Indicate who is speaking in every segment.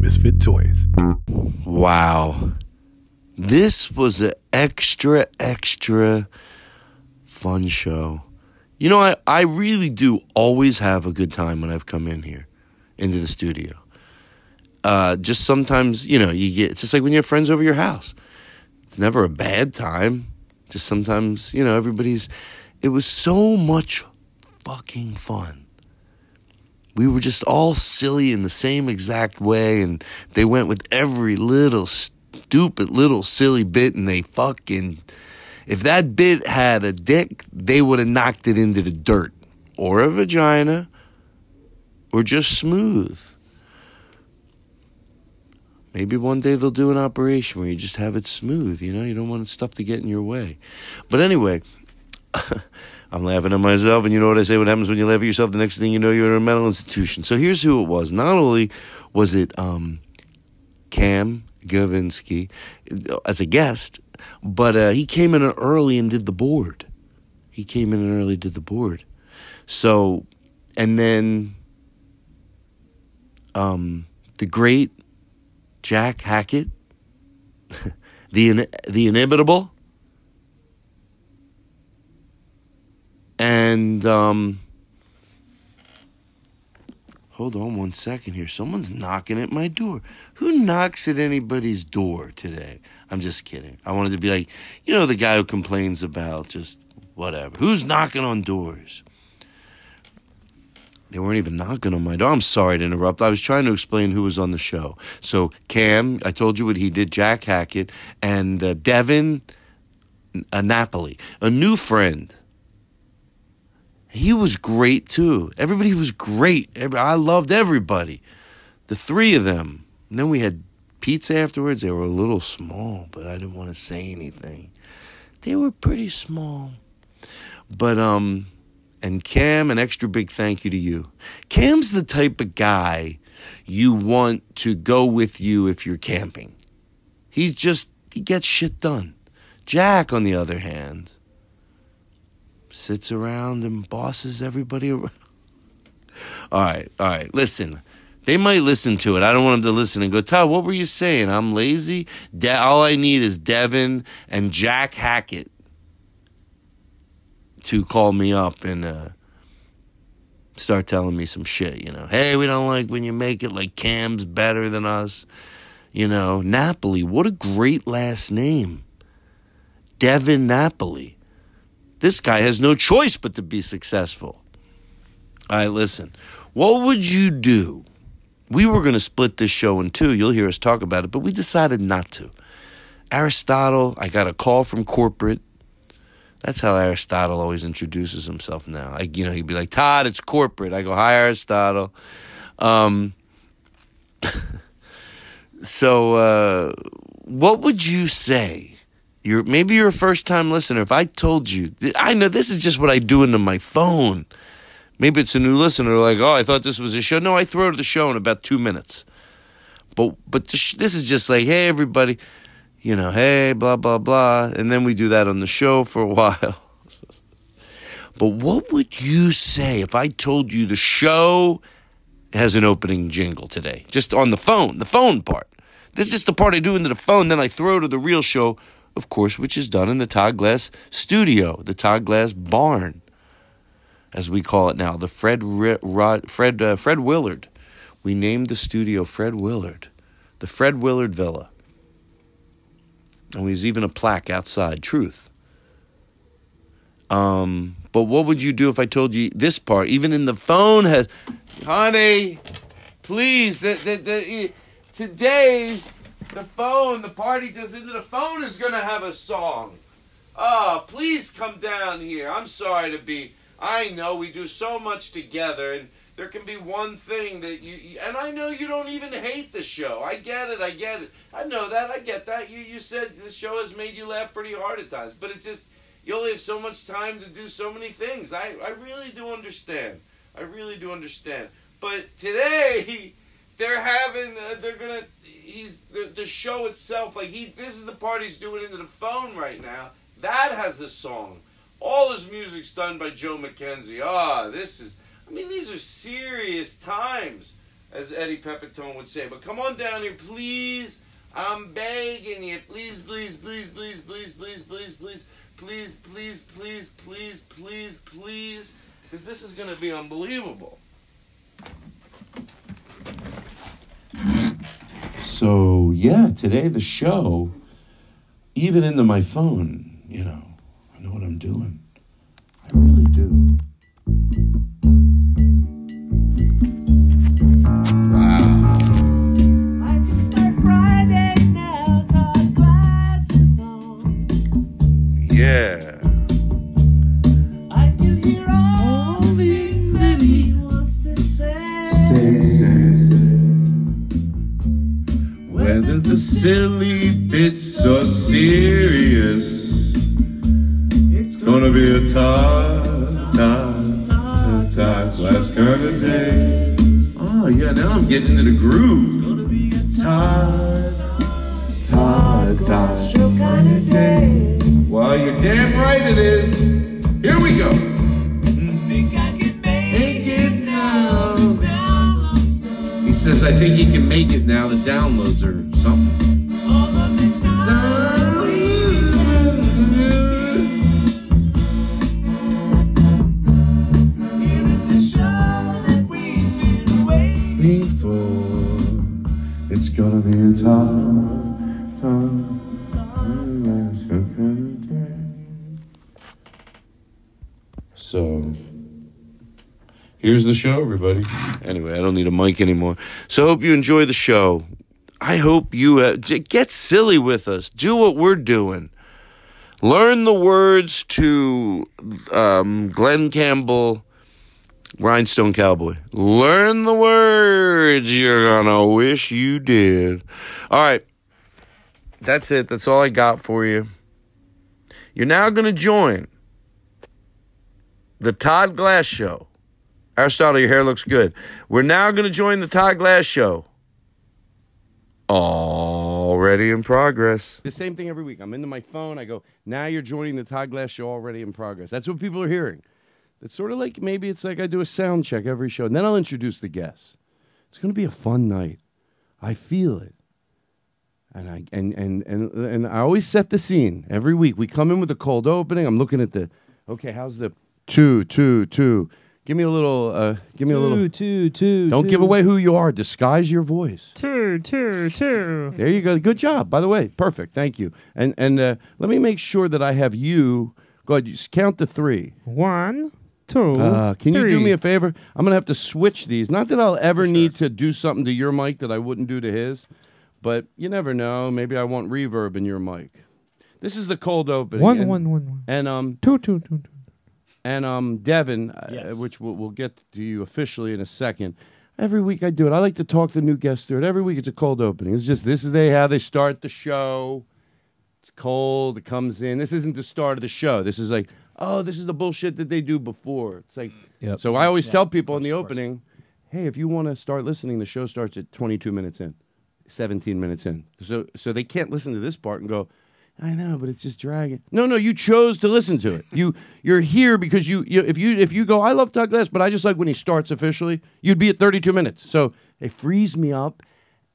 Speaker 1: Misfit Toys.
Speaker 2: Wow. This was an extra, extra fun show. You know, I, I really do always have a good time when I've come in here, into the studio. Uh, just sometimes, you know, you get, it's just like when you have friends over your house. It's never a bad time. Just sometimes, you know, everybody's, it was so much fucking fun we were just all silly in the same exact way and they went with every little stupid little silly bit and they fucking if that bit had a dick they would have knocked it into the dirt or a vagina or just smooth maybe one day they'll do an operation where you just have it smooth you know you don't want stuff to get in your way but anyway I'm laughing at myself, and you know what I say? What happens when you laugh at yourself? The next thing you know, you're in a mental institution. So here's who it was. Not only was it um, Cam Gavinsky uh, as a guest, but uh, he came in early and did the board. He came in early, did the board. So, and then um, the great Jack Hackett, the in- the inimitable. And um, hold on one second here. Someone's knocking at my door. Who knocks at anybody's door today? I'm just kidding. I wanted to be like, you know, the guy who complains about just whatever. Who's knocking on doors? They weren't even knocking on my door. I'm sorry to interrupt. I was trying to explain who was on the show. So, Cam, I told you what he did, Jack Hackett, and uh, Devin uh, Napoli, a new friend he was great too. Everybody was great. Every, I loved everybody. The three of them. And then we had pizza afterwards. They were a little small, but I didn't want to say anything. They were pretty small. But um and Cam, an extra big thank you to you. Cam's the type of guy you want to go with you if you're camping. He's just he gets shit done. Jack on the other hand, sits around and bosses everybody around. All right, all right, listen. They might listen to it. I don't want them to listen and go, Todd, what were you saying? I'm lazy. De- all I need is Devin and Jack Hackett to call me up and uh, start telling me some shit, you know. Hey, we don't like when you make it like Cam's better than us. You know, Napoli, what a great last name. Devin Napoli this guy has no choice but to be successful. All right, listen. What would you do? We were going to split this show in two. You'll hear us talk about it, but we decided not to. Aristotle, I got a call from corporate. That's how Aristotle always introduces himself now. Like, you know, he'd be like, Todd, it's corporate. I go, hi, Aristotle. Um, so, uh, what would you say? You're, maybe you're a first time listener. If I told you, I know this is just what I do into my phone. Maybe it's a new listener, like, oh, I thought this was a show. No, I throw to the show in about two minutes. But but this, this is just like, hey, everybody, you know, hey, blah blah blah, and then we do that on the show for a while. but what would you say if I told you the show has an opening jingle today, just on the phone, the phone part? This is just the part I do into the phone, then I throw to the real show of course, which is done in the Todd Glass studio, the Todd Glass barn, as we call it now, the Fred Re- Rod, Fred uh, Fred Willard. We named the studio Fred Willard the Fred Willard Villa. And there's even a plaque outside, Truth. Um, but what would you do if I told you this part? Even in the phone has, honey, please. The, the, the, today, the phone, the party does into the phone is gonna have a song. Oh, please come down here. I'm sorry to be. I know we do so much together, and there can be one thing that you. And I know you don't even hate the show. I get it. I get it. I know that. I get that. You you said the show has made you laugh pretty hard at times, but it's just you only have so much time to do so many things. I, I really do understand. I really do understand. But today, they're having, uh, they're gonna, he's, the, the show itself, like, he, this is the part he's doing into the phone right now. That has a song. All his music's done by Joe McKenzie. Ah, this is, I mean, these are serious times, as Eddie Pepitone would say. But come on down here, please. I'm begging you, please, please, please, please, please, please, please, please, please, please, please, please, please, please, because this is going to be unbelievable. So, yeah, today the show, even into my phone, you know, I know what I'm doing. I really do. Yeah. Say, say, say. Whether the silly bits are serious, it's gonna be a tough, tough, tough, tough class kind of day. Oh yeah, now I'm getting into the groove. Tough, tough, tough kind of day. Well, you're damn right it is. Here we go. Make it now. He says, I think he can make it now. The downloads are something. It's gonna be a time, time, last kind of day. So, here's the show, everybody. Anyway, I don't need a mic anymore. So, I hope you enjoy the show. I hope you uh, j- get silly with us. Do what we're doing. Learn the words to um, Glenn Campbell, Rhinestone Cowboy. Learn the words you're going to wish you did. All right. That's it. That's all I got for you. You're now going to join the Todd Glass Show. Aristotle, your hair looks good. We're now going to join the Todd Glass Show. Already in progress. The same thing every week. I'm into my phone. I go, now you're joining the Todd Glass Show already in progress. That's what people are hearing. It's sort of like maybe it's like I do a sound check every show, and then I'll introduce the guests. It's going to be a fun night. I feel it. And I and, and and and I always set the scene every week. We come in with a cold opening. I'm looking at the okay. How's the two two two? Give me a little. Uh, give me a little.
Speaker 3: Two, two, two.
Speaker 2: Don't
Speaker 3: two.
Speaker 2: give away who you are. Disguise your voice.
Speaker 3: Two, two, two.
Speaker 2: There you go. Good job. By the way, perfect. Thank you. And and uh, let me make sure that I have you. Go ahead. You s- count to three.
Speaker 3: One, two.
Speaker 2: Uh, can you do
Speaker 3: three.
Speaker 2: me a favor? I'm gonna have to switch these. Not that I'll ever need to do something to your mic that I wouldn't do to his, but you never know. Maybe I want reverb in your mic. This is the cold opening.
Speaker 3: One,
Speaker 2: and,
Speaker 3: one, one, one.
Speaker 2: And um
Speaker 3: Two, two, two, two.
Speaker 2: and um Devin, uh,
Speaker 3: Yes.
Speaker 2: which we'll, we'll get to you officially in a second. Every week I do it. I like to talk the new guests through it. Every week it's a cold opening. It's just this is they how they start the show. It's cold. It comes in. This isn't the start of the show. This is like, oh, this is the bullshit that they do before. It's like,
Speaker 3: Yep.
Speaker 2: so I always tell people in the opening, hey, if you want to start listening, the show starts at 22 minutes in, 17 minutes in. So, so they can't listen to this part and go, I know, but it's just dragging. No, no, you chose to listen to it. You, you're here because you, you, if you, if you go, I love Todd Glass, but I just like when he starts officially. You'd be at 32 minutes. So it frees me up.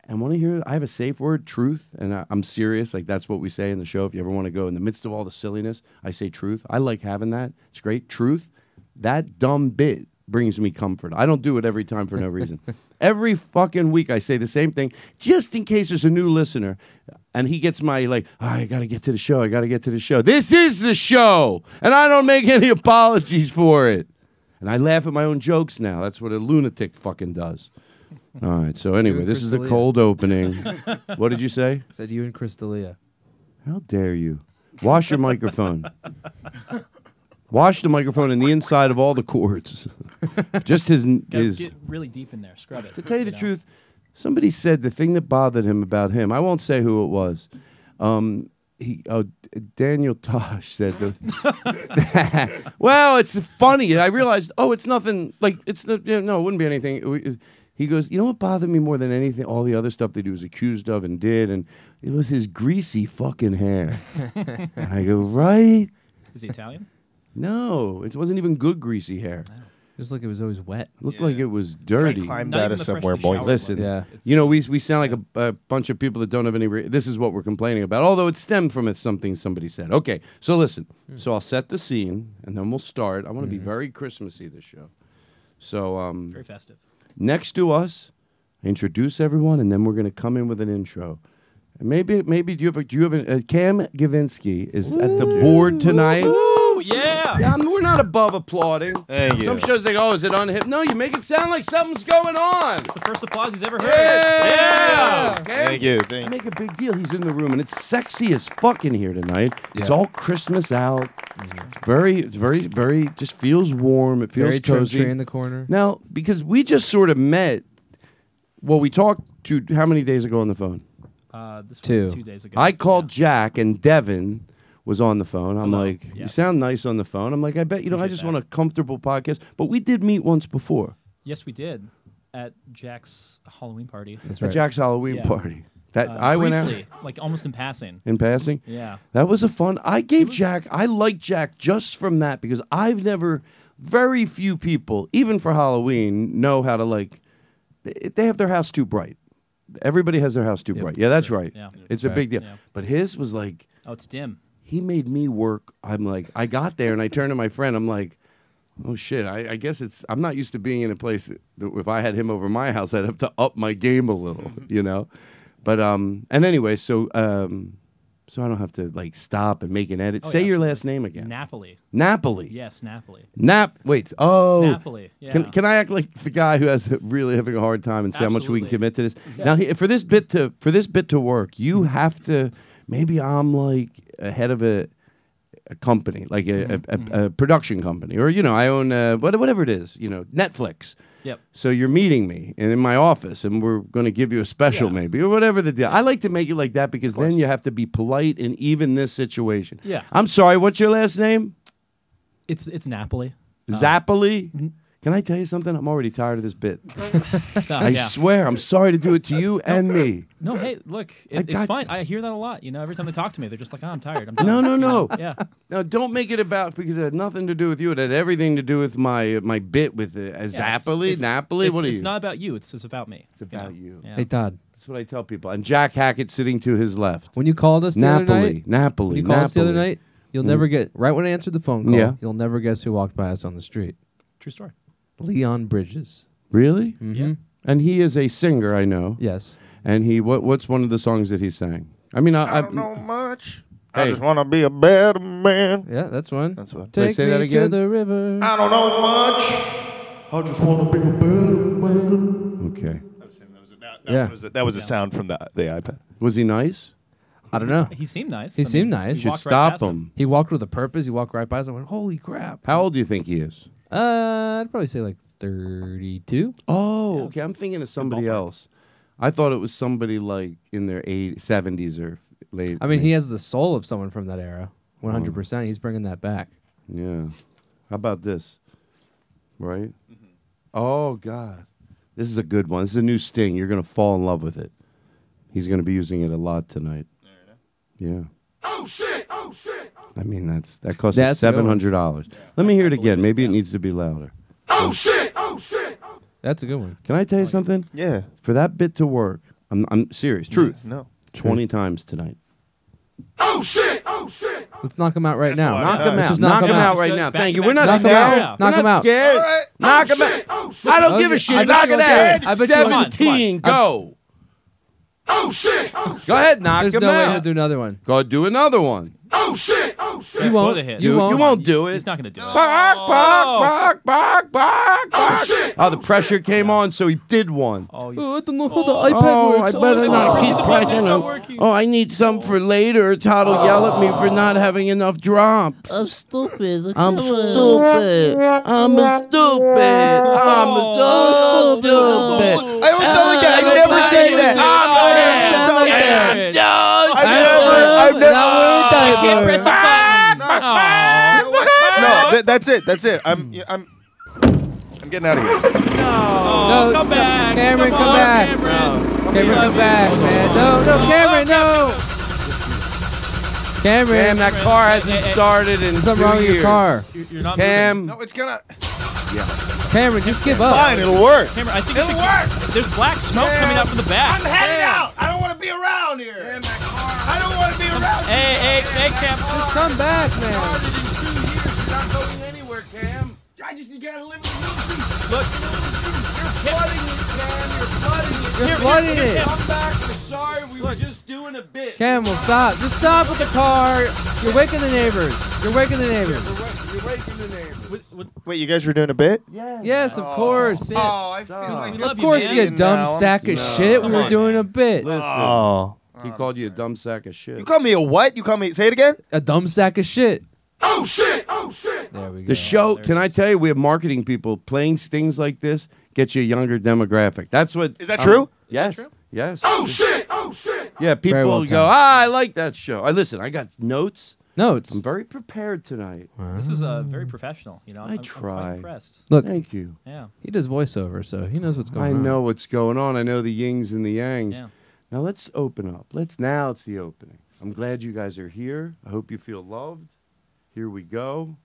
Speaker 2: And want to hear? I have a safe word, truth, and I, I'm serious. Like that's what we say in the show. If you ever want to go in the midst of all the silliness, I say truth. I like having that. It's great, truth. That dumb bit brings me comfort. I don't do it every time for no reason. every fucking week I say the same thing just in case there's a new listener and he gets my like, "Ah, I got to get to the show. I got to get to the show. This is the show. And I don't make any apologies for it. And I laugh at my own jokes now. That's what a lunatic fucking does. All right. So anyway, this is the
Speaker 4: Crystalia.
Speaker 2: cold opening. what did you say?
Speaker 4: Said you and Crystalia.
Speaker 2: How dare you? Wash your microphone. Wash the microphone and the inside of all the cords. Just his
Speaker 5: Gotta
Speaker 2: his.
Speaker 5: get really deep in there. Scrub it.
Speaker 2: To tell you the
Speaker 5: know?
Speaker 2: truth, somebody said the thing that bothered him about him. I won't say who it was. Um, he, oh, D- Daniel Tosh said, the, "Well, it's funny." I realized, oh, it's nothing. Like it's no, you know, no, it wouldn't be anything. It w- it- he goes, "You know what bothered me more than anything? All the other stuff that he was accused of and did, and it was his greasy fucking hair." and I go, "Right?
Speaker 5: Is he Italian?
Speaker 2: No, it wasn't even good greasy hair.
Speaker 4: Just like it was always wet.
Speaker 2: Looked like it was dirty."
Speaker 6: climbed
Speaker 5: Not
Speaker 6: out
Speaker 5: even
Speaker 6: of
Speaker 5: the
Speaker 6: somewhere,
Speaker 5: freshly
Speaker 6: boys.
Speaker 5: showered
Speaker 2: Listen,
Speaker 5: one.
Speaker 4: Yeah.
Speaker 5: It's-
Speaker 2: you know, we, we sound like a, a bunch of people that don't have any. Re- this is what we're complaining about. Although it stemmed from it, something somebody said. Okay, so listen.
Speaker 6: Hmm.
Speaker 2: So I'll set the scene, and then we'll start. I want to be very Christmassy this show. So um,
Speaker 5: Very festive.
Speaker 2: next to us, introduce everyone, and then we're going to come in with an intro. And Maybe, maybe do you have a, do you have a, uh, Cam Gavinsky is at the board tonight.
Speaker 5: Oh yeah.
Speaker 2: Yeah, I'm- we're not above applauding.
Speaker 6: Thank you.
Speaker 2: Some shows they go, oh, is it unhip? No, you make it sound like something's going on.
Speaker 5: It's the first applause he's ever heard.
Speaker 2: Yeah.
Speaker 6: Thank you. Thank
Speaker 2: I make a big deal. He's in the room, and it's sexy as fuck in here tonight. It's
Speaker 4: Yeah.
Speaker 2: all Christmas out. It's very, it's very, very. Just feels warm. It feels
Speaker 4: Very trim
Speaker 2: cozy.
Speaker 4: tree in the corner.
Speaker 2: now, because we just sort of met. Well, we talked to how many days ago on the phone?
Speaker 5: Uh, this
Speaker 4: Two.
Speaker 5: was two days ago.
Speaker 2: I called Jack, and Devin was on the phone. I'm
Speaker 5: Hello.
Speaker 2: like, you
Speaker 5: Yes.
Speaker 2: sound nice on the phone. I'm like, I bet you know. I
Speaker 5: Appreciate
Speaker 2: just
Speaker 5: that.
Speaker 2: want a comfortable podcast. But we did meet once before
Speaker 5: Yes, we did at Jack's Halloween party.
Speaker 4: That's
Speaker 2: at
Speaker 4: right.
Speaker 2: Jack's Halloween
Speaker 5: Yeah.
Speaker 2: party. That
Speaker 5: Uh,
Speaker 2: I went out
Speaker 5: briefly, like almost in passing.
Speaker 2: in passing.
Speaker 5: Yeah.
Speaker 2: That was a fun. I gave Jack. I like Jack just from that because I've never. Very few people, even for Halloween, know how to like. they- They have their house too bright. Everybody has their house too bright. Yeah, that's right.
Speaker 5: Yeah.
Speaker 2: It's a big deal.
Speaker 5: Yeah.
Speaker 2: But his was like
Speaker 5: Oh, it's dim.
Speaker 2: he made me work. I'm like I got there and I turned to my friend. I'm like, oh shit. I, I guess it's I'm not used to being in a place that, that if I had him over my house, I'd have to up my game a little, you know. But um and anyway, so um so I don't have to like stop and make an edit.
Speaker 5: Oh,
Speaker 2: Say
Speaker 5: yeah,
Speaker 2: your last name again.
Speaker 5: Napoli.
Speaker 2: Napoli.
Speaker 5: Yes, Napoli.
Speaker 2: Nap. Wait. Oh.
Speaker 5: Napoli,
Speaker 2: Can,
Speaker 5: yeah.
Speaker 2: can I act like the guy who has really having a hard time and say how much we can
Speaker 5: Absolutely.
Speaker 2: commit to this? Now, he- for this bit to for this bit to work,
Speaker 5: Mm-hmm.
Speaker 2: you have to. Maybe I'm like ahead of a a company, like a,
Speaker 5: Mm-hmm.
Speaker 2: a, a, a production company, or you know, I own uh, what- whatever it is, you know, Netflix.
Speaker 5: Yep.
Speaker 2: So you're meeting me and in my office, and we're going to give you a special,
Speaker 5: Yeah.
Speaker 2: maybe, or whatever the deal. I like to make it like that because then you have to be polite and even this situation.
Speaker 5: Yeah.
Speaker 2: I'm sorry. What's your last name?
Speaker 5: It's it's Napoli.
Speaker 2: Zappily. Can I tell you something? I'm already tired of this bit.
Speaker 5: No,
Speaker 2: I
Speaker 5: Oh, yeah.
Speaker 2: swear, I'm sorry to do it to you and me.
Speaker 5: no, hey, look,
Speaker 2: I
Speaker 5: it, it's
Speaker 2: got-
Speaker 5: fine. I hear that a lot. You know, every time they talk to me, they're just like, oh, I'm tired. I'm tired.
Speaker 2: No, no,
Speaker 5: You know?
Speaker 2: no.
Speaker 5: Yeah.
Speaker 2: Now, don't make it about because it had nothing to do with you. It had everything to do with my my bit with the uh,
Speaker 5: Yeah, it's-
Speaker 2: Zappily,
Speaker 5: it's-
Speaker 2: Napoli.
Speaker 5: it's-
Speaker 2: What are
Speaker 5: It's
Speaker 2: you?
Speaker 5: not about you. It's just about me.
Speaker 2: it's about you.
Speaker 5: Yeah.
Speaker 4: Hey Todd,
Speaker 2: That's what I tell people. And Jack Hackett sitting to his left.
Speaker 4: when you called us the other
Speaker 2: Napoli,
Speaker 4: night,
Speaker 2: Napoli,
Speaker 4: when you called us the other
Speaker 2: Napoli. Mm.
Speaker 4: night, you'll never get right when I answered the phone call.
Speaker 2: Yeah.
Speaker 4: You'll never guess who walked by us on the street.
Speaker 5: True story.
Speaker 4: Leon Bridges.
Speaker 2: Really?
Speaker 5: Yeah.
Speaker 2: And he is a singer, I know.
Speaker 4: Yes.
Speaker 2: And he what what's one of the songs that he sang? I mean, I,
Speaker 6: I don't know much. I
Speaker 2: Hey.
Speaker 6: just want to be a better man.
Speaker 4: Yeah, that's one.
Speaker 6: That's one.
Speaker 2: Wait,
Speaker 4: Take
Speaker 2: say
Speaker 4: me
Speaker 2: that again? Ah.
Speaker 4: to the river.
Speaker 6: I don't know much. I just want to be a better man.
Speaker 2: Okay.
Speaker 4: yeah.
Speaker 6: Was it- That was a sound from the, the iPad.
Speaker 2: Was he nice?
Speaker 4: I don't know.
Speaker 5: He seemed nice.
Speaker 4: He
Speaker 5: I mean,
Speaker 4: seemed nice.
Speaker 5: he
Speaker 2: Should
Speaker 5: walked right
Speaker 2: stop
Speaker 5: past
Speaker 2: him.
Speaker 4: He walked with a purpose. He walked right by us. I went, holy crap.
Speaker 2: How old do you think he is?
Speaker 4: Uh, I'd probably say like 32.
Speaker 2: Oh, okay. I'm thinking of somebody else. I thought it was somebody like in their eight, 70s or late.
Speaker 4: I mean, he has the soul of someone from that era. 100%. He's bringing that back.
Speaker 2: yeah. How about this? Right?
Speaker 4: Mm-hmm.
Speaker 2: Oh God, this is a good one. This is a new sting. You're gonna fall in love with it. He's gonna be using it a lot tonight. Yeah. Oh shit! Oh shit! I mean, that's that costs
Speaker 4: That's a good
Speaker 2: seven
Speaker 4: one.
Speaker 2: hundred dollars. Let me hear it again. Maybe it needs to be louder.
Speaker 4: That's a good one.
Speaker 2: Can I tell you something?
Speaker 6: Yeah.
Speaker 2: For that bit to work, I'm I'm serious. Truth.
Speaker 6: No.
Speaker 2: Twenty times tonight.
Speaker 4: Let's knock him out right
Speaker 7: That's
Speaker 4: now.
Speaker 7: why.
Speaker 2: Knock
Speaker 7: All
Speaker 2: him
Speaker 7: right.
Speaker 2: out.
Speaker 4: Just
Speaker 2: knock
Speaker 4: knock
Speaker 2: him
Speaker 4: him
Speaker 2: out
Speaker 4: out.
Speaker 2: right
Speaker 5: Just
Speaker 2: now.
Speaker 5: back
Speaker 2: Thank you.
Speaker 5: to
Speaker 2: We're
Speaker 5: back.
Speaker 2: not
Speaker 5: Knock him
Speaker 2: scared.
Speaker 5: out.
Speaker 2: We're
Speaker 4: Knock him
Speaker 2: not
Speaker 4: out.
Speaker 2: Scared. Knock him out. I don't
Speaker 4: Oh,
Speaker 2: give a
Speaker 4: yeah.
Speaker 2: shit.
Speaker 4: I bet
Speaker 2: knock
Speaker 4: you
Speaker 2: it
Speaker 4: won't
Speaker 2: out.
Speaker 4: do it. I bet you won't.
Speaker 2: Seventeen. Go. Oh shit. Go ahead. Knock
Speaker 4: There's
Speaker 2: him
Speaker 4: no way
Speaker 2: out.
Speaker 4: he'll do another one.
Speaker 2: Go do another one.
Speaker 5: You
Speaker 4: won't.
Speaker 2: You,
Speaker 4: You
Speaker 2: you
Speaker 4: won't.
Speaker 2: won't, do it.
Speaker 5: He's not going to do it.
Speaker 2: Bark, bark, bark, bark, bark, bark. Oh, the pressure came on, so he did one.
Speaker 5: Oh, he's,
Speaker 4: Oh, I don't know how the iPad
Speaker 2: Oh, I
Speaker 4: works.
Speaker 2: better
Speaker 4: oh,
Speaker 2: not keep pressing
Speaker 5: it's not
Speaker 2: him.
Speaker 5: working.
Speaker 2: Oh, I need some for later. Todd will yell at me for not having enough drops.
Speaker 8: I'm stupid.
Speaker 2: I'm stupid. I'm a stupid. I'm
Speaker 5: Oh,
Speaker 2: a stupid.
Speaker 7: I was telling you, I never say that.
Speaker 2: I'm
Speaker 5: Sound
Speaker 2: a
Speaker 5: like that.
Speaker 2: stupid. No,
Speaker 7: I never, I never.
Speaker 5: I can't press the button. Aw.
Speaker 7: You know what? No, that, that's it. That's it. I'm, yeah, I'm, I'm getting out of here.
Speaker 5: Oh,
Speaker 4: No,
Speaker 5: come
Speaker 4: no.
Speaker 5: back.
Speaker 4: Cameron,
Speaker 5: come,
Speaker 4: come
Speaker 5: on,
Speaker 4: back.
Speaker 5: Cameron.
Speaker 4: Cameron, come back, man. No, no, Cameron, no.
Speaker 2: Damn,
Speaker 4: Cameron,
Speaker 2: that car hasn't started in
Speaker 4: there's something
Speaker 2: two
Speaker 4: wrong with your
Speaker 2: years.
Speaker 4: car.
Speaker 5: You're, you're not
Speaker 2: Cam,
Speaker 7: No, Oh, it's gonna.
Speaker 4: Cameron, just give up.
Speaker 7: Fine, it'll work.
Speaker 5: moving. Cameron, I think it's a- there's black smoke coming out from the back.
Speaker 7: headed out. I don't want to be around here. I don't want to be around.
Speaker 5: Hey, hey, hey, Cam. Just
Speaker 4: Come back, man.
Speaker 7: I just you gotta live with
Speaker 5: Look.
Speaker 4: You're
Speaker 5: Here,
Speaker 4: flooding
Speaker 5: here,
Speaker 4: it.
Speaker 5: here,
Speaker 4: Cam,
Speaker 5: Cam.
Speaker 4: will stop. Just stop with the car. You're waking the neighbors. You're waking the neighbors.
Speaker 5: Would- would-
Speaker 7: Wait, you guys were doing a bit?
Speaker 4: Yes, of course. Of
Speaker 7: Oh, I feel like.
Speaker 5: We love you,
Speaker 4: course,
Speaker 5: man.
Speaker 4: you dumb
Speaker 7: No, I'm-
Speaker 4: sack of
Speaker 2: no.
Speaker 4: shit. We
Speaker 5: Come
Speaker 4: were
Speaker 5: on.
Speaker 4: doing a bit.
Speaker 2: listen.
Speaker 7: Oh.
Speaker 2: He called you a dumb sack of shit.
Speaker 7: You call me a what? You call me? Say it again.
Speaker 4: A dumb sack of shit.
Speaker 7: Oh shit! Oh shit!
Speaker 4: There we go.
Speaker 2: The show, can I tell you, we have marketing people playing things like this gets you a younger demographic. That's what.
Speaker 7: Is that true?
Speaker 2: Yes. Yes.
Speaker 7: shit! Oh shit!
Speaker 2: Yeah, people
Speaker 4: well
Speaker 2: go,
Speaker 4: timed.
Speaker 2: ah, I like that show. I listen, I got notes.
Speaker 4: Notes.
Speaker 2: I'm very prepared tonight.
Speaker 5: This is uh, very professional. You know, I'm, I'm quite
Speaker 2: try.
Speaker 5: impressed.
Speaker 4: Look,
Speaker 2: Thank you.
Speaker 5: Yeah.
Speaker 4: he does voiceover, so he knows what's going
Speaker 2: I
Speaker 4: on.
Speaker 2: know what's going on. I know the yings and the yangs.
Speaker 5: Yeah.
Speaker 2: Now let's open up. Let's now it's the opening. I'm glad you guys are here. I hope you feel loved. Here we go.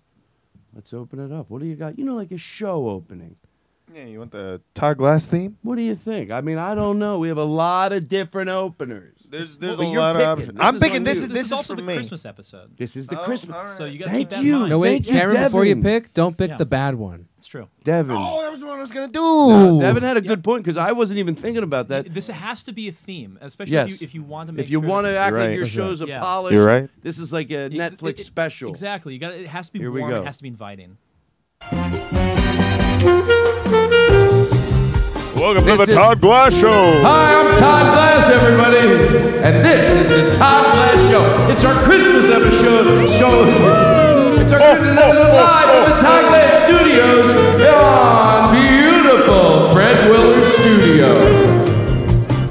Speaker 2: Let's open it up. What do you got? You know, like a show opening.
Speaker 7: Yeah, you want the Todd Glass theme?
Speaker 2: What do you think? I mean, I don't know. We have a lot of different openers.
Speaker 7: There's there's
Speaker 2: Well,
Speaker 7: a
Speaker 2: you're
Speaker 7: lot
Speaker 2: picking.
Speaker 7: of options.
Speaker 2: This
Speaker 7: I'm
Speaker 2: is
Speaker 7: picking.
Speaker 2: on
Speaker 7: This
Speaker 2: you.
Speaker 7: is
Speaker 5: This
Speaker 7: this
Speaker 5: is also
Speaker 7: for
Speaker 5: the
Speaker 7: me.
Speaker 5: Christmas episode.
Speaker 2: This is the
Speaker 7: Oh,
Speaker 2: Christmas.
Speaker 7: all right.
Speaker 5: So you got
Speaker 2: Thank
Speaker 5: keep that
Speaker 2: you.
Speaker 5: In mind.
Speaker 4: No, wait,
Speaker 2: Thank you,
Speaker 4: Cameron, before you
Speaker 2: Devin.
Speaker 4: pick, don't pick
Speaker 5: Yeah.
Speaker 4: the bad one.
Speaker 5: It's true.
Speaker 2: Devin.
Speaker 7: Oh, that was what I was gonna do.
Speaker 5: Oh.
Speaker 2: No, Devin had a good point because I wasn't even thinking about that.
Speaker 5: This has to be a theme, especially
Speaker 2: Yes.
Speaker 5: if you if you want to make
Speaker 2: If you
Speaker 5: sure
Speaker 2: want to
Speaker 5: that-
Speaker 2: act like
Speaker 7: right.
Speaker 2: your
Speaker 7: That's
Speaker 2: show's a
Speaker 5: Yeah.
Speaker 2: polished,
Speaker 7: You're right.
Speaker 2: this is like a
Speaker 5: It- it-
Speaker 2: Netflix
Speaker 5: it-
Speaker 2: special.
Speaker 5: Exactly. You got it has to be
Speaker 2: Here we
Speaker 5: warm.
Speaker 2: go.
Speaker 5: It has to be inviting.
Speaker 6: Welcome
Speaker 2: This
Speaker 6: to the
Speaker 2: is-
Speaker 6: Todd Glass Show.
Speaker 2: Hi, I'm Todd Glass, everybody, and this is the Todd Glass Show. It's our Christmas episode. Show. It's our Christmas episode live from the Todd Glass Studios on beautiful Fred Willard Studio.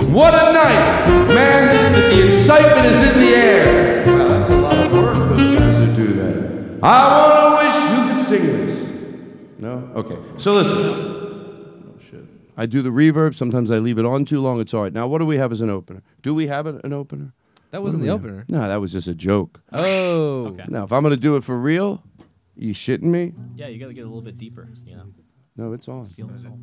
Speaker 2: What a night, man! The excitement is in the air. Wow, that's a lot of work those guys to do that. I want to wish you could sing this. No? Okay. So listen. Oh, I do the reverb. Sometimes I leave it on too long. It's all right. Now, what do we have as an opener? Do we have an, an opener?
Speaker 4: That wasn't the opener.
Speaker 2: No, that was just a joke.
Speaker 4: Oh.
Speaker 5: Okay.
Speaker 2: Now, if I'm going to do it for real, you shitting me?
Speaker 5: Yeah, you got to get a little bit deeper. You know,
Speaker 2: No, it's on.
Speaker 5: feeling soul.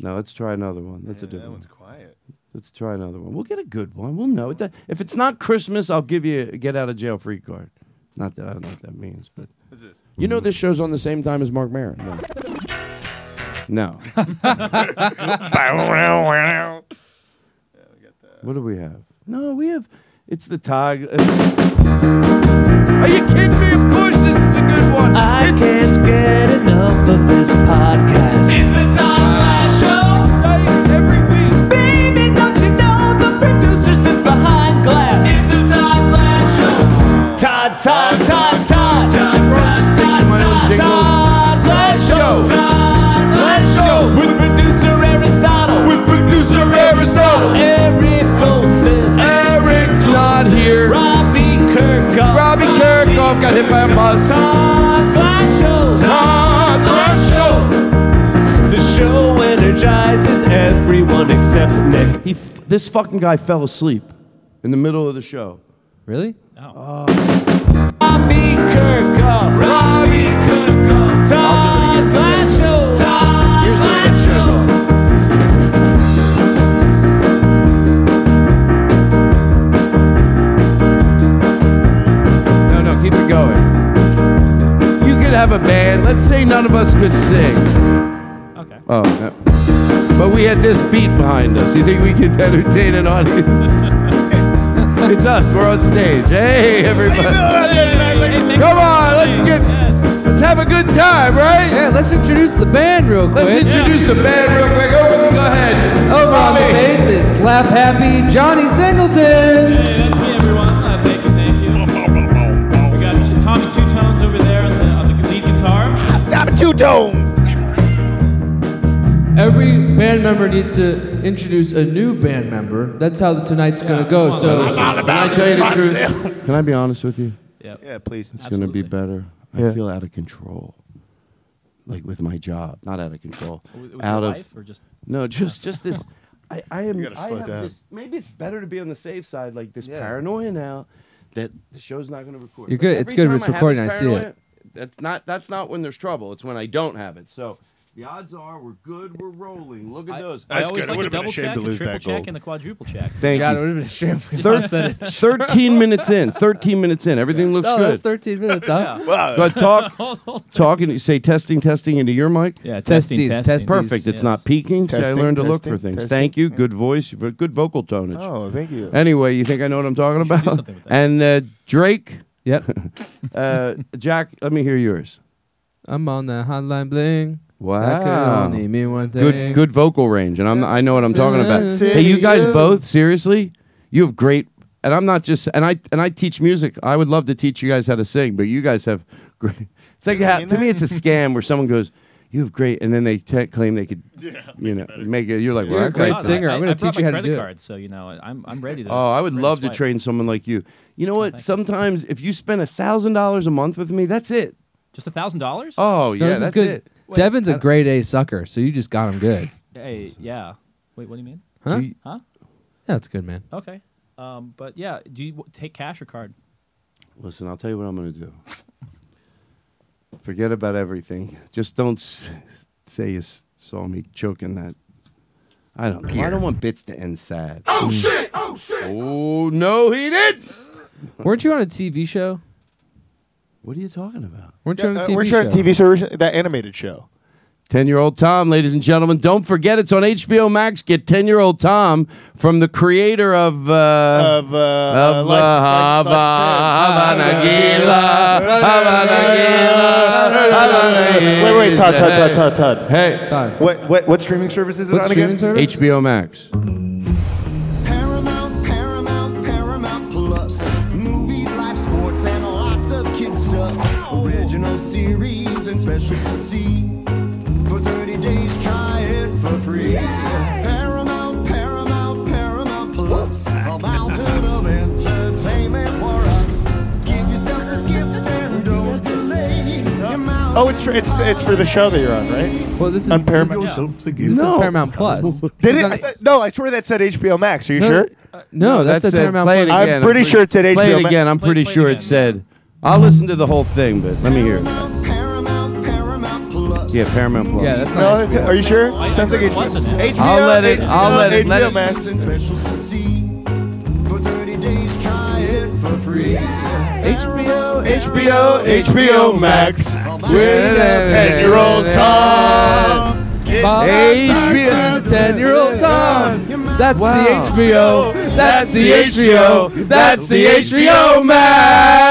Speaker 2: No, let's try another one. That's a
Speaker 7: That
Speaker 2: different
Speaker 7: one's
Speaker 2: one.
Speaker 7: quiet.
Speaker 2: Let's try another one. We'll get a good one. We'll know. It do- If it's not Christmas, I'll give you a get out of jail free card. Not that I don't know what that means, but.
Speaker 7: What's this?
Speaker 2: You know this show's on the same time as Mark Maron. No. no. What do we have? No, we have. It's the Tog. Are you kidding me? Of course, this is a good one. I can't get enough of this podcast. It's the Tog Glass Show. It's exciting every week. Baby, don't you know the producer sits behind glass? It's the Tog Glass Show. Todd, Todd, Todd, Todd. Todd, Todd, Todd, Todd, Todd Glass Show. Todd Glass Show. With producer Aristotle. With producer Aristotle. Eric Olson. Eric's not here. Robbie Kirkhoff. Robbie Kirkhoff got hit by a bus. Todd Glass Show. Todd Glass Show. The show energizes everyone except Nick. He f- this fucking guy fell asleep in the middle of the show.
Speaker 4: Really?
Speaker 5: Oh,
Speaker 2: Robbie Kirkhoff. Robbie Kirkhoff. Todd Glass Show. Todd Here's Glass Show. Let's say none of us could sing.
Speaker 5: Okay.
Speaker 2: Oh, no. but we had this beat behind us. You think we could entertain an audience? it's us. We're on stage. Hey, everybody! Come on, let's get. Let's have a good time, right?
Speaker 3: Yeah, let's introduce the band real quick.
Speaker 2: Let's introduce the band real quick. Oh, go ahead.
Speaker 3: Over on the
Speaker 2: Bobby.
Speaker 3: bass is Slap Happy Johnny Singleton.
Speaker 5: Hey, that's me, everyone. Uh, thank you, thank you. We got Tommy Two Tones over there on the, on the lead guitar.
Speaker 7: Stop it, two tones.
Speaker 3: Every band member needs to introduce a new band member. That's how the tonight's gonna go. So
Speaker 2: Can I tell you the truth? Can I be honest with you?
Speaker 5: Yep.
Speaker 7: Yeah, please.
Speaker 2: It's going to be
Speaker 5: Absolutely.
Speaker 2: better.
Speaker 3: Yeah.
Speaker 2: I feel out of control. Like with my job, not out of control.
Speaker 5: With, with
Speaker 2: out
Speaker 5: your
Speaker 2: of
Speaker 5: wife or just
Speaker 2: no, just just this. I, I am.
Speaker 7: gotta
Speaker 2: I
Speaker 7: slow
Speaker 2: have
Speaker 7: down.
Speaker 2: this. Maybe it's better to be on the safe side. Like this paranoia now that the show's not going to record.
Speaker 3: You're
Speaker 2: But
Speaker 3: good. It's
Speaker 2: every
Speaker 3: good when
Speaker 2: time
Speaker 3: it's
Speaker 2: I have
Speaker 3: recording,
Speaker 2: this
Speaker 3: I see it.
Speaker 2: paranoia, That's not. That's not when there's trouble. It's when I don't have it. So the odds are we're good. We're rolling. Look at
Speaker 5: I-
Speaker 2: those.
Speaker 5: I
Speaker 7: That's
Speaker 5: always
Speaker 7: good. It
Speaker 5: like a
Speaker 7: would've been a
Speaker 5: double
Speaker 7: shame
Speaker 5: check,
Speaker 7: to
Speaker 5: a
Speaker 7: lose
Speaker 5: triple
Speaker 7: that
Speaker 5: check,
Speaker 7: gold.
Speaker 5: and a quadruple check.
Speaker 2: Thank
Speaker 3: God, it
Speaker 2: you.
Speaker 3: would have been a shame. if we
Speaker 5: I
Speaker 3: lost.
Speaker 5: said it.
Speaker 2: 13 minutes in. 13 minutes in. Everything looks
Speaker 3: No, that was
Speaker 2: good.
Speaker 3: 13 minutes, huh?
Speaker 7: Wow.
Speaker 2: But talk, talking, you say testing, testing into your mic.
Speaker 5: Yeah,
Speaker 3: testing,
Speaker 5: testing,
Speaker 3: Testes, testing. testes.
Speaker 2: Perfect. It's not peaking. See, I
Speaker 7: Testing,
Speaker 2: learned to look for
Speaker 7: testing,
Speaker 2: things.
Speaker 7: testing.
Speaker 2: Thank you. Good voice. You've got Good vocal tonage.
Speaker 7: Oh, thank you.
Speaker 2: Anyway, you think I know what I'm talking
Speaker 5: should do
Speaker 2: about?
Speaker 5: something with that.
Speaker 2: And uh, Drake,
Speaker 3: Yep.
Speaker 2: uh, Jack, let me hear yours.
Speaker 3: I'm on that hotline bling. That could
Speaker 2: Wow.
Speaker 3: only mean one thing.
Speaker 2: Good, good vocal range, and I'm I know what I'm talking about.
Speaker 3: Thank
Speaker 2: Hey, you guys
Speaker 3: you.
Speaker 2: both seriously, you have great. And I'm not just and I and I teach music. I would love to teach you guys how to sing, but you guys have great. It's like how, to me, it's a scam where someone goes, "You have great," and then they te- claim they could, you know, make it. You're like, well,
Speaker 3: You're
Speaker 2: I
Speaker 3: a great
Speaker 2: got that.
Speaker 3: singer.
Speaker 5: I,
Speaker 3: I'm gonna
Speaker 5: I brought
Speaker 3: teach you
Speaker 5: my
Speaker 3: how to
Speaker 5: credit
Speaker 3: do it.
Speaker 5: card, so you know I'm I'm ready to.
Speaker 2: Oh, I would
Speaker 5: ready
Speaker 2: love to
Speaker 5: swipe.
Speaker 2: train someone like you. You know what? Sometimes if you spend a thousand dollars a month with me, that's it.
Speaker 5: Just a thousand dollars?
Speaker 2: Oh
Speaker 3: No,
Speaker 2: yeah,
Speaker 3: this is
Speaker 2: that's
Speaker 3: good.
Speaker 2: it.
Speaker 3: Devin's a grade A sucker, so you just got him good.
Speaker 5: Hey, yeah. Wait, what do you mean?
Speaker 3: Huh?
Speaker 2: You-
Speaker 5: Huh?
Speaker 3: That's good, man.
Speaker 5: Okay. Um, but yeah, do you w- take cash or card?
Speaker 2: Listen, I'll tell you what I'm gonna do. Forget about everything. Just don't s- say you s- saw me choking that. I don't. know. I don't want bits to end sad. Oh shit! Oh shit! Oh no, he didn't.
Speaker 3: Weren't you on a TV show?
Speaker 2: What are you talking about?
Speaker 3: Weren't you on a TV
Speaker 7: uh, we're
Speaker 3: show?
Speaker 7: trying TV show, originally- that animated show.
Speaker 2: Ten-year-old Tom, ladies and gentlemen, don't forget it's on HBO Max. Get ten-year-old Tom from the creator of. Uh,
Speaker 7: Of, uh,
Speaker 2: Of
Speaker 7: Life- Life-
Speaker 2: Hava, Havana
Speaker 7: Life-
Speaker 2: Gila, Havana Gila, Havana Gila.
Speaker 7: Wait, wait, Todd, Todd, Todd, Todd, Todd.
Speaker 2: Hey,
Speaker 3: Todd.
Speaker 7: What, what, what streaming service is it
Speaker 3: What
Speaker 7: on
Speaker 3: streaming
Speaker 7: again?
Speaker 3: service?
Speaker 2: HBO Max.
Speaker 1: Paramount, Paramount, Paramount Plus. Movies, live sports, and lots of kid stuff. Original series and specials to see. For 30 days, try it for free. Paramount, Paramount, Paramount Plus. A mountain of entertainment for us. Give yourself this gift and don't delay.
Speaker 7: Oh, it's, it's, it's for the show that you're on, right?
Speaker 3: Well, this is
Speaker 7: On Paramount.
Speaker 3: This is Paramount Plus.
Speaker 7: Did it?
Speaker 3: on-
Speaker 7: I thought- no, I swear that said HBO Max. Are you
Speaker 3: No,
Speaker 7: sure?
Speaker 3: No, that's
Speaker 2: said-
Speaker 3: a Paramount
Speaker 2: play it
Speaker 3: Plus.
Speaker 2: again.
Speaker 7: I'm pretty sure it's at
Speaker 2: Play
Speaker 7: HBO
Speaker 2: it
Speaker 7: Max.
Speaker 2: again. I'm
Speaker 5: Play-
Speaker 2: pretty
Speaker 5: play it
Speaker 2: sure
Speaker 5: again.
Speaker 2: it said. I'll listen to the whole thing, but let me hear it.
Speaker 1: Paramount, Paramount, Paramount Plus.
Speaker 2: Yeah, Paramount Plus.
Speaker 3: Yeah, that's not.
Speaker 7: No, it's, are you sure?
Speaker 5: I
Speaker 7: Sounds like
Speaker 5: said it
Speaker 7: HBO.
Speaker 5: wasn't it.
Speaker 7: HBO.
Speaker 2: I'll let it- I'll
Speaker 7: HBO,
Speaker 2: let it- let
Speaker 7: HBO
Speaker 2: it-
Speaker 7: Max.
Speaker 1: and specials to see. For 30 days, try it for free.
Speaker 2: HBO,
Speaker 7: HBO, HBO Max. With ten-year-old Tom.
Speaker 2: HBO,
Speaker 3: ten-year-old Tom. That's
Speaker 2: Wow.
Speaker 3: the HBO. That's the HBO. That's the HBO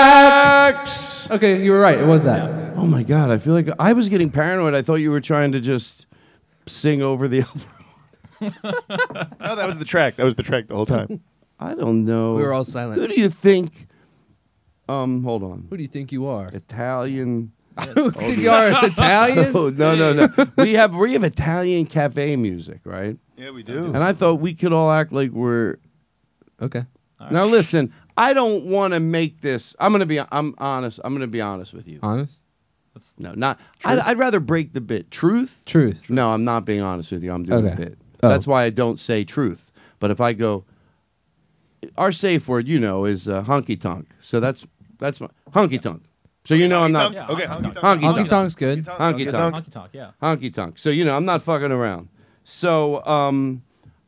Speaker 2: Max.
Speaker 3: Okay, you were right. It was that.
Speaker 2: Oh my God! I feel like I was getting paranoid. I thought you were trying to just sing over the other.
Speaker 7: No, that was the track. That was the track the whole time.
Speaker 2: I don't know.
Speaker 3: We were all
Speaker 2: Who
Speaker 3: silent.
Speaker 2: do you think? Um, hold on.
Speaker 3: Who do you think you are?
Speaker 2: Italian.
Speaker 3: Who do you think you are? An Italian?
Speaker 2: Oh no no no! we have we have Italian cafe music, right?
Speaker 7: Yeah, we do.
Speaker 2: And I thought we could all act like we're.
Speaker 3: Okay.
Speaker 2: Now listen, I don't want to make this. I'm gonna be. I'm honest. I'm gonna be honest with you.
Speaker 3: Honest.
Speaker 2: No, not. I'd, I'd rather break the bit. Truth.
Speaker 3: Truth.
Speaker 2: No, I'm not being honest with you. I'm doing a
Speaker 3: Okay.
Speaker 2: bit.
Speaker 3: Oh.
Speaker 2: That's why I don't say truth. But if I go, our safe word, you know, is uh, honky tonk. So that's that's my honky tonk. So you know I'm not
Speaker 7: Honky-tonk. Okay, honky-tonk.
Speaker 3: Honky
Speaker 2: honky tonk.
Speaker 3: tonk's good.
Speaker 2: Honky tonk.
Speaker 5: Honky tonk, yeah.
Speaker 2: Honky tonk. So you know I'm not fucking around. So um,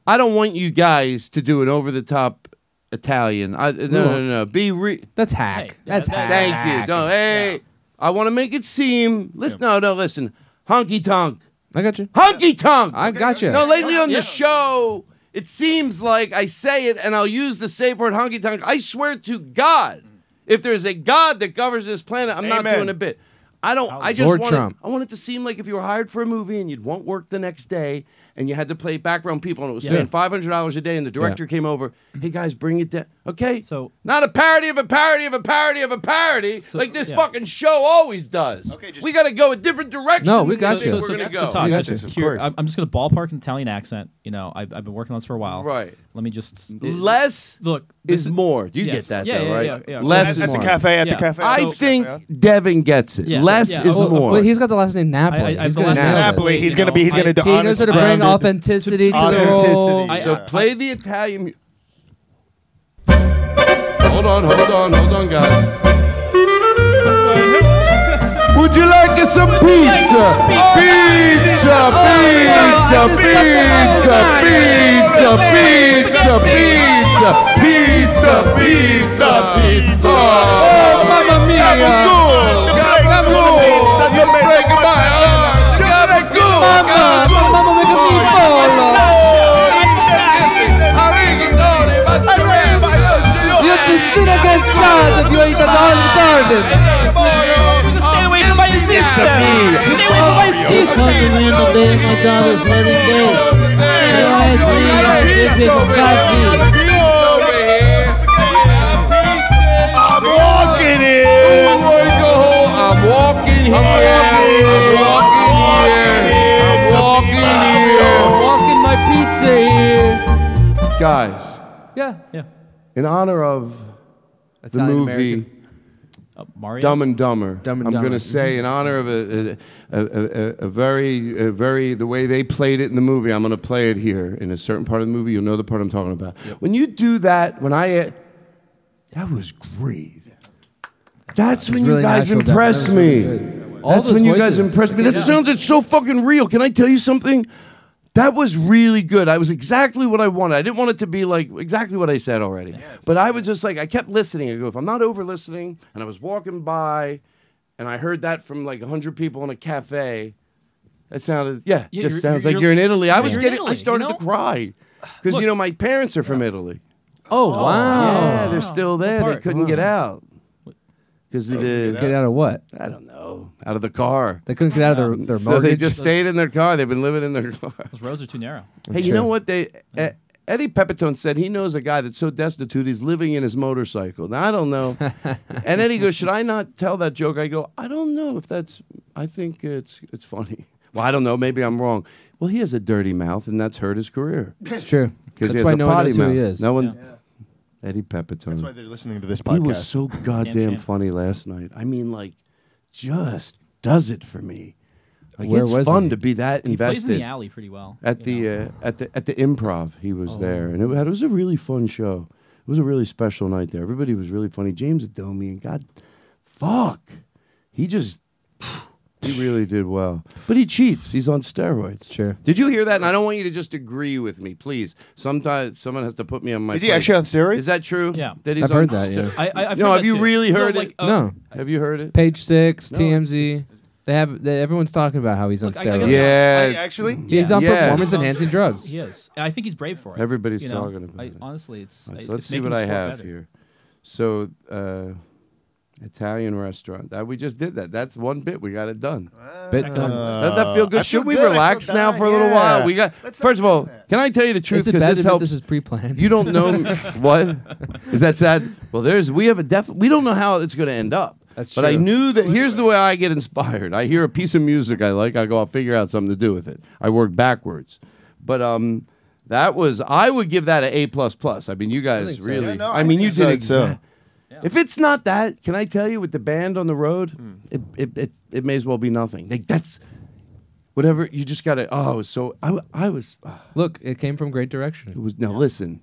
Speaker 2: I don't want you guys to do an over the top Italian. I, no, no, no, no. Be re-
Speaker 3: That's
Speaker 5: Hey,
Speaker 3: hack.
Speaker 5: yeah,
Speaker 3: That's
Speaker 5: that-
Speaker 3: hack.
Speaker 2: Thank you. Don't, hey, I want to make it seem. Listen, no, no, listen. Honky tonk. I got you. Honky tonk. I got
Speaker 5: you.
Speaker 2: No, lately on
Speaker 5: Yeah.
Speaker 2: the show, it seems like I say it and I'll use the safe word honky tonk. I swear to God, if there's a God that governs this planet, I'm not
Speaker 5: Amen.
Speaker 2: doing a bit. I don't. I just
Speaker 5: Lord
Speaker 2: want.
Speaker 5: Trump.
Speaker 2: I want it to seem like if you were hired for a movie and you'd want work the next day and you had to play background people and it was
Speaker 5: Yeah.
Speaker 2: paying five hundred dollars a day and the director came over. Hey guys, bring it down. Okay. So not a parody of a parody of a parody of a parody like this
Speaker 5: yeah.
Speaker 2: fucking show always does. Okay. we got to go a different direction.
Speaker 5: No, we
Speaker 2: than
Speaker 5: got
Speaker 2: they
Speaker 5: you.
Speaker 2: We're
Speaker 5: So- so-
Speaker 2: gonna
Speaker 5: so
Speaker 2: go.
Speaker 5: Todd, just here- I'm I'm just going to ballpark an Italian accent. You know, I've, I've been working on this for a while.
Speaker 2: Right.
Speaker 5: Let me just
Speaker 2: Less
Speaker 5: look
Speaker 2: is more. Do you
Speaker 5: yes.
Speaker 2: get that
Speaker 5: Yeah,
Speaker 2: though,
Speaker 5: yeah,
Speaker 2: right?
Speaker 5: yeah, yeah.
Speaker 2: Less
Speaker 5: At-
Speaker 2: is
Speaker 5: at the
Speaker 2: more.
Speaker 5: cafe, at the Yeah. cafe.
Speaker 2: I
Speaker 5: So-
Speaker 2: think Devin gets it. Less
Speaker 5: yeah.
Speaker 2: is
Speaker 5: Oh,
Speaker 2: more.
Speaker 5: well,
Speaker 3: He's got the last name Napoli.
Speaker 5: I- I-
Speaker 3: he's
Speaker 5: the
Speaker 3: gonna nail
Speaker 5: last name
Speaker 3: this.
Speaker 5: Napoli,
Speaker 7: he's gonna be- he's gonna do
Speaker 3: He knows how to
Speaker 7: honest-
Speaker 3: bring
Speaker 7: grounded-
Speaker 3: authenticity to the role.
Speaker 2: So play the Italian. Hold on, hold on, hold on, guys. Would you like us some pizza? Pizza, pizza, pizza, pizza, pizza, pizza, pizza, pizza, pizza. Oh, mamma mia! Gabagool, you break my heart. Gabagool, mamma, mamma, make a
Speaker 3: Io ti sono cascato, ti ho aiutato tardi.
Speaker 5: Stay away from my sister. Stay away from my
Speaker 2: Oh,
Speaker 5: sister.
Speaker 3: my daughter's wedding day.
Speaker 2: I'm walking in. I'm walking here. I'm walking here. I'm walking here. I'm walking my pizza here. Guys,
Speaker 3: Yeah.
Speaker 2: in honor of the
Speaker 3: Italian
Speaker 2: movie
Speaker 5: Uh, Mario?
Speaker 2: Dumb and Dumber,
Speaker 3: Dumb and
Speaker 2: I'm
Speaker 3: Dumber.
Speaker 2: to say
Speaker 5: mm-hmm.
Speaker 2: in honor of a, a, a, a, a very, a very the way they played it in the movie. I'm going to play it here in a certain part of the movie. You'll know the part I'm talking about. When you do that, when I uh, that was great. That's when
Speaker 5: really
Speaker 2: you guys
Speaker 5: natural, Devin. That
Speaker 2: impressed
Speaker 5: was
Speaker 2: me.
Speaker 5: really good. All
Speaker 2: That's
Speaker 5: those
Speaker 2: when you guys
Speaker 5: voices.
Speaker 2: impressed me. That
Speaker 5: Yeah.
Speaker 2: sounded so fucking real. Can I tell you something? That was really good. I was exactly what I wanted. I didn't want it to be like exactly what I said already. But I was just like, I kept listening. I go, if I'm not over listening, and I was walking by, and I heard that from like 100 people in a cafe, that sounded, yeah,
Speaker 5: Yeah,
Speaker 2: just
Speaker 5: you're-
Speaker 2: sounds
Speaker 5: you're-
Speaker 2: like you're in Italy. I
Speaker 5: Yeah,
Speaker 2: was
Speaker 5: you're in
Speaker 2: getting,
Speaker 5: Italy,
Speaker 2: I
Speaker 5: you
Speaker 2: started
Speaker 5: know?
Speaker 2: to cry. Because, you know, my parents are from Italy.
Speaker 3: Oh,
Speaker 2: Yeah,
Speaker 3: wow.
Speaker 2: they're still there. They
Speaker 3: part?
Speaker 2: couldn't get out. Because of the,
Speaker 3: Get out of what?
Speaker 2: I don't know. Out of the car.
Speaker 3: They couldn't get out of their, their
Speaker 2: Um, so
Speaker 3: mortgage.
Speaker 2: they just stayed in their car. They've been living in their car.
Speaker 5: Those roads are too narrow.
Speaker 2: Hey, you know what? They E- Eddie Pepitone said he knows a guy that's so destitute he's living in his motorcycle. Now I don't know. and Eddie goes, "Should I not tell that joke?" I go, "I don't know if that's. I think it's it's funny. Well, I don't know. Maybe I'm wrong. Well, he has a dirty mouth, and that's hurt his career.
Speaker 3: It's true.
Speaker 2: Because he
Speaker 3: That's
Speaker 2: has
Speaker 3: why
Speaker 2: a
Speaker 3: no one
Speaker 2: potty
Speaker 3: knows who
Speaker 2: mouth.
Speaker 3: he is.
Speaker 2: No one. Eddie Pepitone. That's
Speaker 7: why they're listening to this
Speaker 2: He was
Speaker 7: podcast.
Speaker 2: so goddamn
Speaker 7: shame.
Speaker 2: funny last night. I mean, like, just does it for me. Like
Speaker 5: Where
Speaker 2: it's
Speaker 5: was
Speaker 2: fun
Speaker 5: he?
Speaker 2: to be that
Speaker 5: He plays
Speaker 2: invested.
Speaker 5: in the alley pretty well,
Speaker 2: At the uh, at the at the improv, he
Speaker 5: Oh.
Speaker 2: was there, and it, had- it was a really fun show. It was a really special night there. Everybody was really funny. James Adomi and God, fuck, he just he really did well. But he cheats. He's on steroids.
Speaker 3: true.
Speaker 2: Did you hear that? And I don't want you to just agree with me, please. Sometimes someone has to put me on my.
Speaker 7: Is he
Speaker 2: place.
Speaker 7: actually on steroids?
Speaker 2: Is that true?
Speaker 5: Yeah.
Speaker 2: that he's
Speaker 3: I've
Speaker 2: on
Speaker 3: heard that, yeah.
Speaker 2: steroids?
Speaker 5: I- I- I've
Speaker 2: no,
Speaker 5: heard
Speaker 2: have
Speaker 5: that
Speaker 2: you
Speaker 5: too.
Speaker 2: really
Speaker 5: No,
Speaker 2: heard
Speaker 5: like,
Speaker 2: it?
Speaker 5: uh,
Speaker 3: No.
Speaker 2: Have you heard it?
Speaker 3: Page six,
Speaker 2: No,
Speaker 3: TMZ. They have they, everyone's talking about how he's on
Speaker 5: Look, I- I
Speaker 3: steroids.
Speaker 5: gotta be honest,
Speaker 2: Yeah.
Speaker 5: I-
Speaker 2: Actually?
Speaker 3: he's
Speaker 2: Yeah.
Speaker 3: on
Speaker 2: Yeah.
Speaker 3: performance enhancing drugs.
Speaker 5: He is. And I think he's brave for it.
Speaker 2: Everybody's
Speaker 5: you know?
Speaker 2: talking about
Speaker 5: I-
Speaker 2: it.
Speaker 5: Honestly, it's.
Speaker 2: All right,
Speaker 5: it's
Speaker 2: so let's see
Speaker 5: making
Speaker 2: what
Speaker 5: the
Speaker 2: I
Speaker 5: sport
Speaker 2: have
Speaker 5: better.
Speaker 2: here. So, uh, Italian restaurant. That we just did that. That's one bit. We got it done.
Speaker 3: Bit Excellent. done.
Speaker 2: Doesn't that feel
Speaker 3: Uh, I
Speaker 2: good?
Speaker 3: feel
Speaker 2: Should we
Speaker 3: good. I feel
Speaker 2: relax now
Speaker 3: done.
Speaker 2: for a little
Speaker 3: Yeah.
Speaker 2: while? We got.
Speaker 3: Let's not
Speaker 2: first of all,
Speaker 3: do that.
Speaker 2: can I tell you the truth?
Speaker 3: Is it
Speaker 2: Because
Speaker 3: bad
Speaker 2: this
Speaker 3: that
Speaker 2: helps.
Speaker 3: this is pre-planned?
Speaker 2: You don't know what is that sad? Well, there's we have a def. We don't know how it's going to end up.
Speaker 3: That's
Speaker 2: but I
Speaker 3: true.
Speaker 2: knew that here's the way I get inspired. I hear a piece of music I like. I go, I'll figure out something to do with it. I work backwards. But um, that was I would give that an A plus plus. I mean, you guys
Speaker 3: think so.
Speaker 2: really.
Speaker 3: Yeah,
Speaker 7: no,
Speaker 2: I,
Speaker 7: I
Speaker 2: mean,
Speaker 7: think
Speaker 2: you
Speaker 7: so
Speaker 2: did
Speaker 7: too.
Speaker 2: exactly. If it's not that, can I tell you with the band on the road,
Speaker 3: Hmm.
Speaker 2: it, it, it, it may as well be nothing. Like that's whatever you just got to. Oh, so I, w- I was.
Speaker 3: Look, it came from great direction. It
Speaker 2: was no. Listen,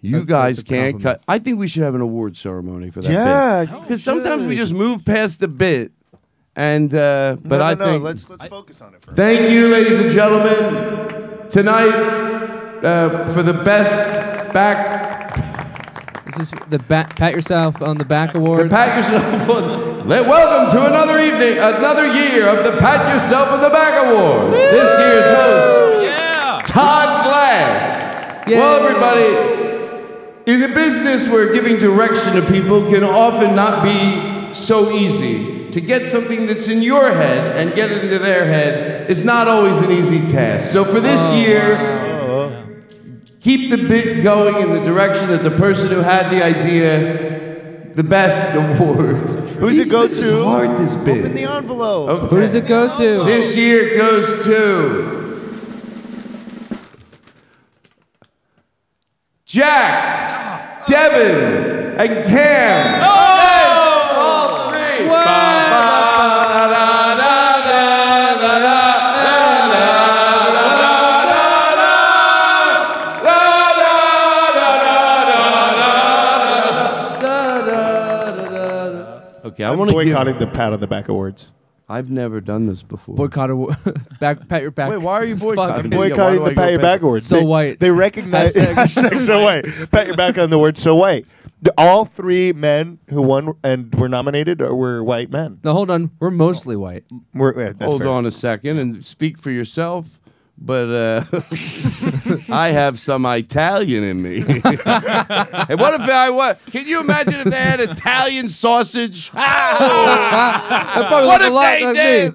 Speaker 2: you
Speaker 3: That-
Speaker 2: guys
Speaker 3: that's a
Speaker 2: can't
Speaker 3: compliment.
Speaker 2: cut. I think we should have an award ceremony for that.
Speaker 7: Yeah, you
Speaker 2: because sometimes we
Speaker 7: should.
Speaker 2: just move past the bit, and uh, but
Speaker 7: no,
Speaker 2: I
Speaker 7: no,
Speaker 2: think.
Speaker 7: let's let's focus on it. First.
Speaker 2: Thank you, ladies and gentlemen, tonight uh, for the best back
Speaker 3: This is the ba- pat yourself on the back award.
Speaker 2: Pat yourself on Le- welcome to another evening, another year of the Pat Yourself in the Bag Awards. This year's host, Todd Glass. Well, everybody, in a business where giving direction to people can often not be so easy, to get something that's in your head and get it into their head is not always an easy task. So for this year, keep the bit going in the direction that the person who had the idea, the best award. Who's it go to? hard this bit.
Speaker 8: Open the envelope.
Speaker 2: Who does it go to? This year it goes to Jack, Devin, and Cam. All three. Okay,
Speaker 7: I want to boycotting the pat on the back awards.
Speaker 2: I've never done this before.
Speaker 4: Boycott award. back, pat your back.
Speaker 2: Wait, why are you
Speaker 7: I'm boycotting the pat your back award.
Speaker 4: So
Speaker 7: they,
Speaker 4: white.
Speaker 7: They recognize
Speaker 4: Hashtag-
Speaker 7: hashtag, so white. Pat your back on the word so white. The- All three men who won and were nominated are- were white men.
Speaker 4: Now hold on. We're mostly white.
Speaker 7: We're, yeah, that's
Speaker 2: Hold
Speaker 7: fair.
Speaker 2: on a second and speak for yourself. But uh, I have some Italian in me. and what if I was? Can you imagine if they had Italian sausage?
Speaker 9: probably look
Speaker 2: what
Speaker 9: a
Speaker 2: if
Speaker 9: lot
Speaker 2: they
Speaker 9: like me.
Speaker 2: did?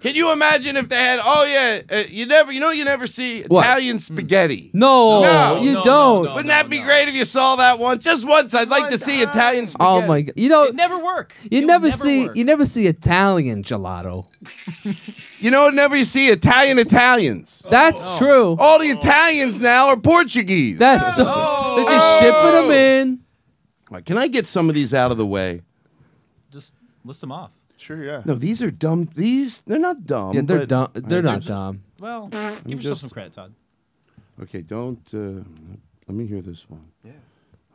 Speaker 2: Can you imagine if they had? Oh yeah, uh, you never, you know, you never see
Speaker 4: What? Mm.
Speaker 2: Italian spaghetti.
Speaker 4: No, you don't.
Speaker 2: Wouldn't that be great if you saw that once, just once? I'd like to see Italian spaghetti.
Speaker 4: Oh my god! You know,
Speaker 10: never work.
Speaker 4: you never Oh. see you never see Italian gelato.
Speaker 2: You know, never you see Italian Italians.
Speaker 4: That's true.
Speaker 2: All the Italians now are Portuguese.
Speaker 4: That's so they're just shipping them in.
Speaker 2: Can I get some of these out of the way?
Speaker 10: Just list them off.
Speaker 7: Sure, yeah.
Speaker 2: No, these are dumb. These they're not dumb.
Speaker 4: Yeah, they're dumb.
Speaker 2: but-
Speaker 4: They're not dumb.
Speaker 10: Well, give yourself
Speaker 2: just-
Speaker 10: some credit, Todd.
Speaker 2: Okay, don't. Uh, let me hear this one. Yeah.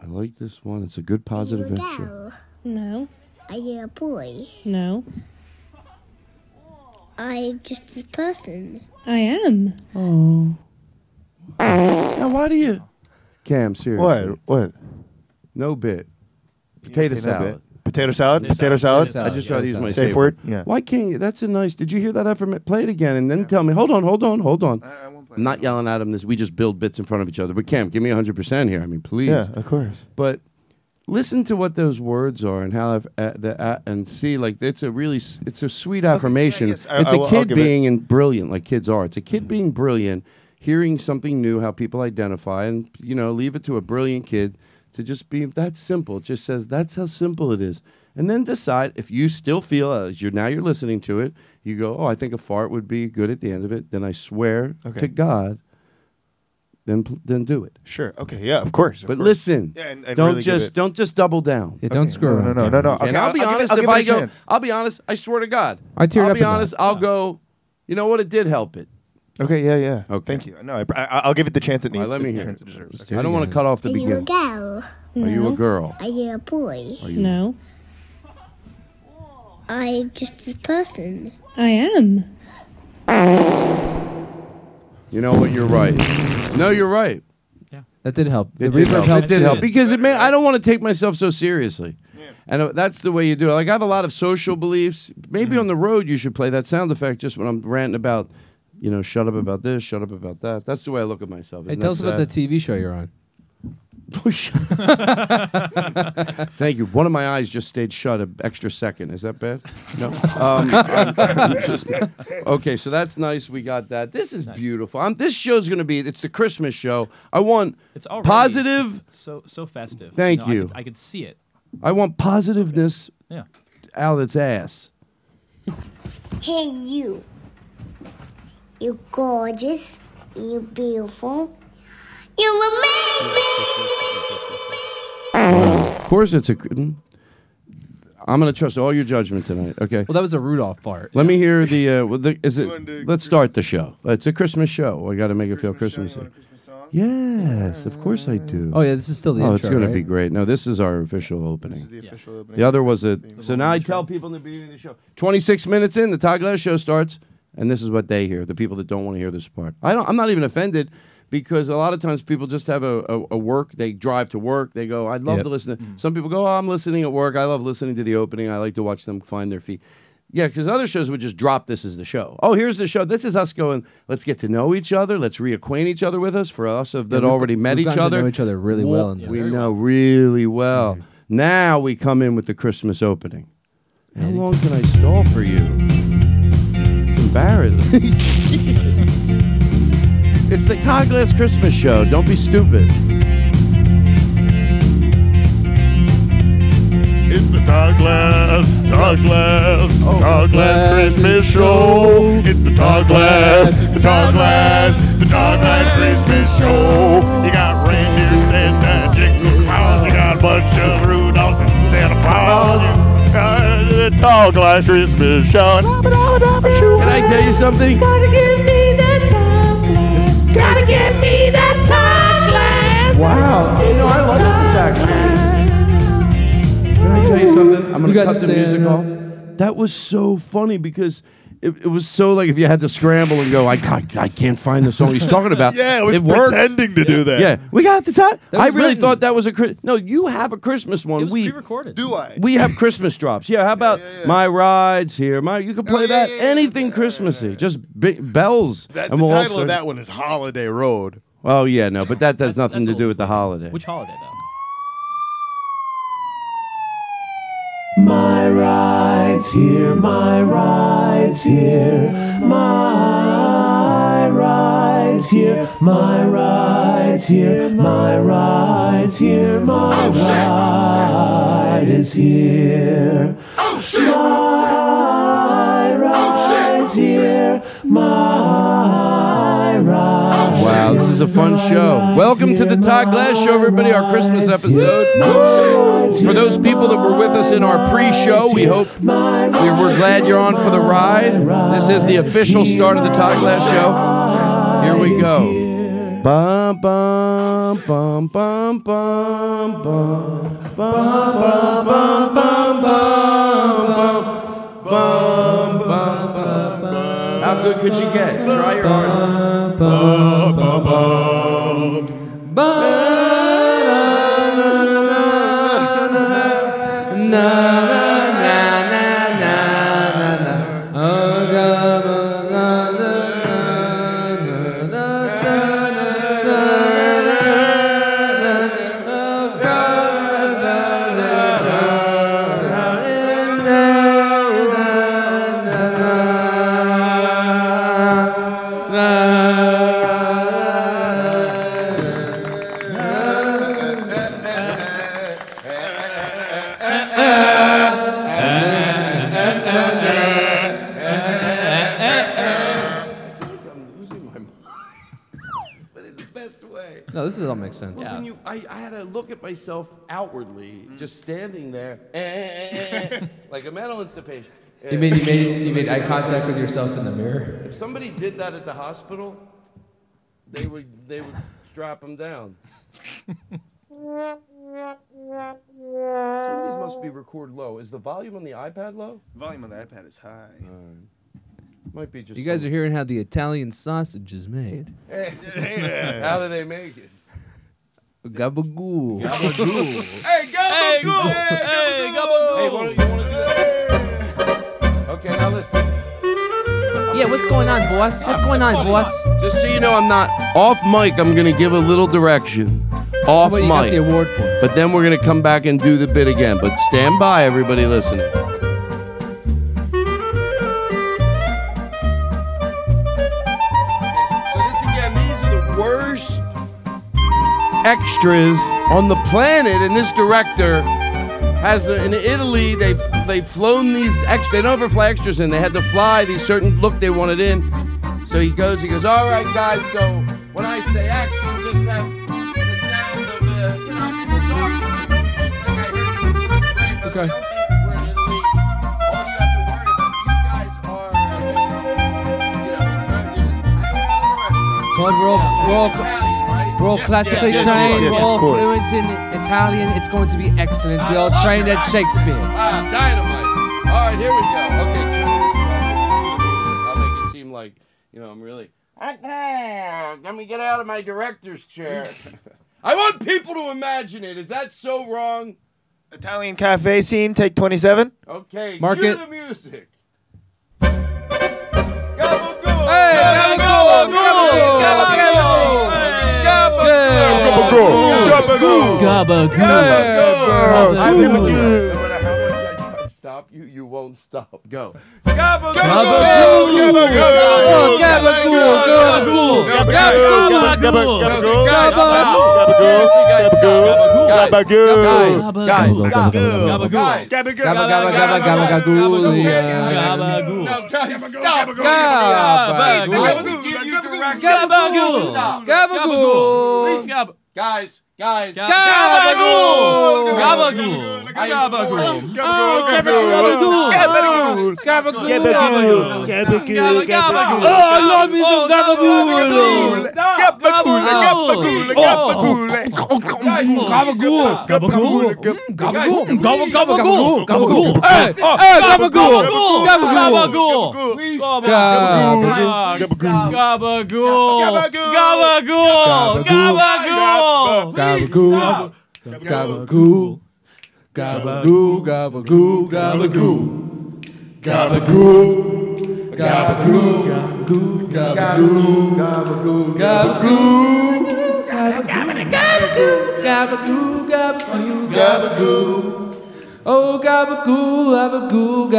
Speaker 2: I like this one. It's a good positive answer.
Speaker 11: No. Are you a boy? No. I just a person. I am.
Speaker 2: Oh. Now, why do you? Cam, seriously.
Speaker 7: What? What?
Speaker 2: No bit. Potato
Speaker 7: potato
Speaker 2: salad.
Speaker 7: bit. Potato salad? Potato salad?
Speaker 2: I just tried to use my
Speaker 7: safe, word. Yeah.
Speaker 2: Why can't you? That's a nice. Did you hear that effort? Play it again and then tell me. Hold on, hold on, hold on. I, won't play I'm not yelling at him. This we just build bits in front of each other. But Cam, give me 100 percent here. I mean, please.
Speaker 7: Yeah, of course.
Speaker 2: But listen to what those words are and how I've, uh, the, uh, and see like it's a really s- it's a sweet affirmation.
Speaker 7: yes, I-
Speaker 2: it's
Speaker 7: I
Speaker 2: a
Speaker 7: will- Mm-hmm. I'll
Speaker 2: kid
Speaker 7: give it.
Speaker 2: being and brilliant like kids are. It's a kid being brilliant, hearing something new, how people identify, and you know leave it to a brilliant kid to just be that simple. It just says that's how simple it is. And then decide if you still feel as you're now you're listening to it, you go, oh, I think a fart would be good at the end of it. Then I swear
Speaker 7: Okay.
Speaker 2: to God, then pl- then do it.
Speaker 7: Sure. Okay. Yeah. Of course. of
Speaker 2: But
Speaker 7: course.
Speaker 2: listen,
Speaker 7: Yeah, and- and
Speaker 2: don't
Speaker 7: really give
Speaker 2: just
Speaker 7: it-
Speaker 2: don't just double down.
Speaker 4: Yeah, don't screw
Speaker 7: No,
Speaker 4: around.
Speaker 7: no, no, no.
Speaker 2: and I'll, be
Speaker 7: give it-
Speaker 2: honest.
Speaker 7: I'll
Speaker 2: if
Speaker 7: give it a
Speaker 2: I go,
Speaker 7: chance.
Speaker 2: I'll be honest. I swear to God,
Speaker 4: I teared
Speaker 2: I'll
Speaker 4: up
Speaker 2: be
Speaker 4: about it.
Speaker 2: honest. I'll go. You know what? It did help it.
Speaker 7: Okay. Yeah. Yeah. Okay. Thank you. No, I, I, I'll give it the chance it
Speaker 2: All right,
Speaker 7: needs.
Speaker 2: let me
Speaker 7: the
Speaker 2: hear.
Speaker 7: chance
Speaker 2: It.
Speaker 7: it deserves.
Speaker 2: I don't want to cut off the
Speaker 11: Are you a
Speaker 2: beginning.
Speaker 11: girl?
Speaker 2: Are you a girl?
Speaker 11: Are you a boy?
Speaker 2: Are you-
Speaker 11: No. I just a person. I am.
Speaker 2: You know what? You're right. No, you're right.
Speaker 4: That did help. The
Speaker 2: It did
Speaker 4: reverb
Speaker 2: help.
Speaker 4: helped
Speaker 2: It did
Speaker 4: too.
Speaker 2: help because it may. I don't want to take myself so seriously. And uh, that's the way you do it. Like I have a lot of social beliefs. Maybe
Speaker 7: Mm-hmm.
Speaker 2: on the road you should play that sound effect just when I'm ranting about, you know, shut up about this, shut up about that. That's the way I look at myself.
Speaker 4: Hey,
Speaker 2: Isn't
Speaker 4: tell
Speaker 2: that
Speaker 4: us about
Speaker 2: sad?
Speaker 4: the TV show you're on.
Speaker 2: Thank you. One of my eyes just stayed shut an extra second. Is that bad? No. Um, I'm- I'm just- okay, so that's nice. We got that. This is beautiful. I'm, this show's going to be. It's the Christmas show. I want
Speaker 10: It's already
Speaker 2: positive.
Speaker 10: just So so festive.
Speaker 2: Thank
Speaker 10: I
Speaker 2: you.
Speaker 10: could- I could see it.
Speaker 2: I want positiveness
Speaker 10: Yeah.
Speaker 2: out of its ass.
Speaker 11: Hey, you. You're gorgeous. You're beautiful. You're amazing.
Speaker 2: Of course, it's a. cr- mm. I'm going to trust all your judgment tonight. Okay.
Speaker 4: Well, that was a Rudolph part.
Speaker 2: Let me hear the. Uh, well, the is it? Let's start the show. It's a Christmas show. I got to make it feel Christmassy. Yes, of course I do.
Speaker 4: Oh yeah, this is still the
Speaker 2: oh,
Speaker 4: intro.
Speaker 2: it's going to
Speaker 4: right?
Speaker 2: be great. No, this is our official opening.
Speaker 7: The official opening.
Speaker 2: The other was a. So now I tell people in the beginning of the show. 26 minutes in, the Todd Glass show starts, and this is what they hear. The people that don't want to hear this part. I don't. I'm not even offended because a lot of times people just have a, a, a work. They drive to work. They go. I'd love
Speaker 1: Yep.
Speaker 2: to listen.
Speaker 7: Mm.
Speaker 2: to Some people go. Oh, I'm listening at work. I love listening to the opening. I like to watch them find their feet. Yeah, because other shows would just drop this as the show. Oh, here's the show. This is us going. Let's get to know each other. Let's reacquaint each other with us. For us that
Speaker 1: Yeah, we've-
Speaker 2: already met
Speaker 1: we've
Speaker 2: each
Speaker 1: gotten to
Speaker 2: other,
Speaker 1: know each other really well in
Speaker 2: We know really well. Now we come in with the Christmas opening. How long can I stall for you? It's embarrassing. it's the Todd Glass Christmas show. Don't be stupid.
Speaker 7: It's the Douglas, Douglas,
Speaker 9: Douglas
Speaker 7: Oh, Douglas
Speaker 9: Christmas
Speaker 7: Christmas
Speaker 9: Show.
Speaker 7: Show. It's the Douglas, the Douglas, the Douglas Christmas Show. You got reindeers and uh, jingle clowns. You got a bunch of Rudolphs and Santa Claus. Uh, the Douglas Christmas Show.
Speaker 2: Can I tell you something?
Speaker 9: Gotta give me that top glass. Gotta give me that top glass.
Speaker 2: Wow. You know, I like this actually. Can I tell you something? I'm
Speaker 9: You
Speaker 2: going
Speaker 9: got
Speaker 2: to cut the
Speaker 9: Santa.
Speaker 2: music off. That was so funny because it, it was so like if you had to scramble and go, I, I, I can't find the song he's talking about.
Speaker 7: Yeah, it was
Speaker 2: worked.
Speaker 7: pretending to do that.
Speaker 2: Yeah, we got the time.
Speaker 7: That
Speaker 2: I
Speaker 7: was
Speaker 2: really
Speaker 7: written.
Speaker 2: thought that was a Chris. No, you have a Christmas one. we
Speaker 7: recorded. Do I?
Speaker 2: we have Christmas drops. Yeah, how about my rides here? My you
Speaker 7: Oh,
Speaker 2: can play that anything Christmassy, just b- bells.
Speaker 7: That, the
Speaker 2: and we'll all
Speaker 7: title of
Speaker 2: start-
Speaker 7: that one is Holiday Road.
Speaker 2: Oh yeah, no, but that has nothing to do with the holiday.
Speaker 5: Which holiday though?
Speaker 9: My ride's here, my ride's here, my ride's here, my ride's here, my ride's here, my ride is here. My ride's here, my ride.
Speaker 2: Wow, this is a fun show. Welcome to the Todd Glass Show, everybody, our Christmas episode. For those people that were with us in our pre show, we hope we we're glad you're on for the ride. This is the official start of the Todd Glass Show. Here we go. Bum, bum, bum, bum, bum, bum, bum, bum, bum, bum, bum, bum, bum, bum, bum, bum. How good could you get? Try your hardest.
Speaker 4: No, this is all makes sense.
Speaker 2: When you, I, I had to look at myself outwardly, just standing there, eh, eh, eh, eh, like a mental instapation.
Speaker 4: You made you made you made eye contact with yourself in the mirror.
Speaker 2: If somebody did that at the hospital, they would they would strap them down. Some of these must be recorded low. Is the volume on the iPad low?
Speaker 12: Volume on the iPad is high.
Speaker 2: Might be just.
Speaker 4: You guys
Speaker 2: some-
Speaker 4: are hearing how the Italian sausage is made.
Speaker 2: Hey, How do they make it?
Speaker 4: Gabagool.
Speaker 2: Gabagool.
Speaker 9: Hey,
Speaker 2: Gabagool!
Speaker 9: Hey,
Speaker 2: Hey, why don't you want to do that? Okay, now listen.
Speaker 4: Yeah, what's going on, boss? What's going on, boss?
Speaker 2: Just so you know, I'm not off mic. I'm gonna give a little direction off
Speaker 4: what
Speaker 2: mic.
Speaker 4: you got the award for?
Speaker 2: But then we're gonna come back and do the bit again. But stand by, everybody listening. So this again, these are the worst extras on the planet, and this director has a, in Italy they've they've flown these ex they don't ever fly extras in. They had to fly these certain look they wanted in. So he goes, he goes, all right guys, so when I say X, you just have the sound of the you know,
Speaker 4: Okay.
Speaker 2: uh,
Speaker 4: Todd, we're all, we're all, we're all
Speaker 9: Yes,
Speaker 4: classically
Speaker 9: yes, yes, yes,
Speaker 4: trained, we're
Speaker 9: yes,
Speaker 4: all
Speaker 9: of course.
Speaker 4: fluent in Italian. It's going to be excellent.
Speaker 2: I
Speaker 4: We're all
Speaker 2: love
Speaker 4: trained
Speaker 2: your
Speaker 4: at Shakespeare.
Speaker 2: Ah, dynamite. All right, here we go. Okay. I'll make it seem like, you know, I'm really. Let me get out of my director's chair. I want people to imagine it. Is that so wrong?
Speaker 7: Italian cafe scene, take 27.
Speaker 2: Okay,
Speaker 7: Mark
Speaker 2: cue
Speaker 7: it.
Speaker 2: the music. Oh,
Speaker 13: Gabagool.
Speaker 2: Stop you, you won't stop. Go.
Speaker 5: Gabagool.
Speaker 2: Gabagool.
Speaker 5: Gab-
Speaker 2: Guys, guys.
Speaker 5: Gabagool. Gabagool.
Speaker 2: I am
Speaker 5: Gabagool.
Speaker 2: forced-
Speaker 5: Oh, Gabagool.
Speaker 2: Gabagool.
Speaker 5: Gabagool.
Speaker 2: Gabagool.
Speaker 5: Gabagool. Gabagool.
Speaker 2: Oh, I love me some
Speaker 5: Gabagool. Gabagool. Gabagool.
Speaker 13: Gabagool. Gabagool. Gabagool.
Speaker 5: Gobble, gobble, gobble, gobble, gobble.
Speaker 2: Eh,
Speaker 13: Hey,
Speaker 5: Oh,
Speaker 13: hey,
Speaker 5: gobble,
Speaker 13: gabagool,
Speaker 5: gobble,
Speaker 13: gabagool,
Speaker 5: gabagool.
Speaker 13: please
Speaker 5: Gobble,
Speaker 13: stop.
Speaker 5: gobble, gabagool, gabagool, gabagool.
Speaker 2: Gabagool. Gabagool. Gabagool. Gabagool. Gabagool. Gabagool. Gabagool. Gabagool. Gabagool. Gabagool. Gabagool.
Speaker 3: Gabagool, gabagool, gabagool. Oh, gabagool, gabagool,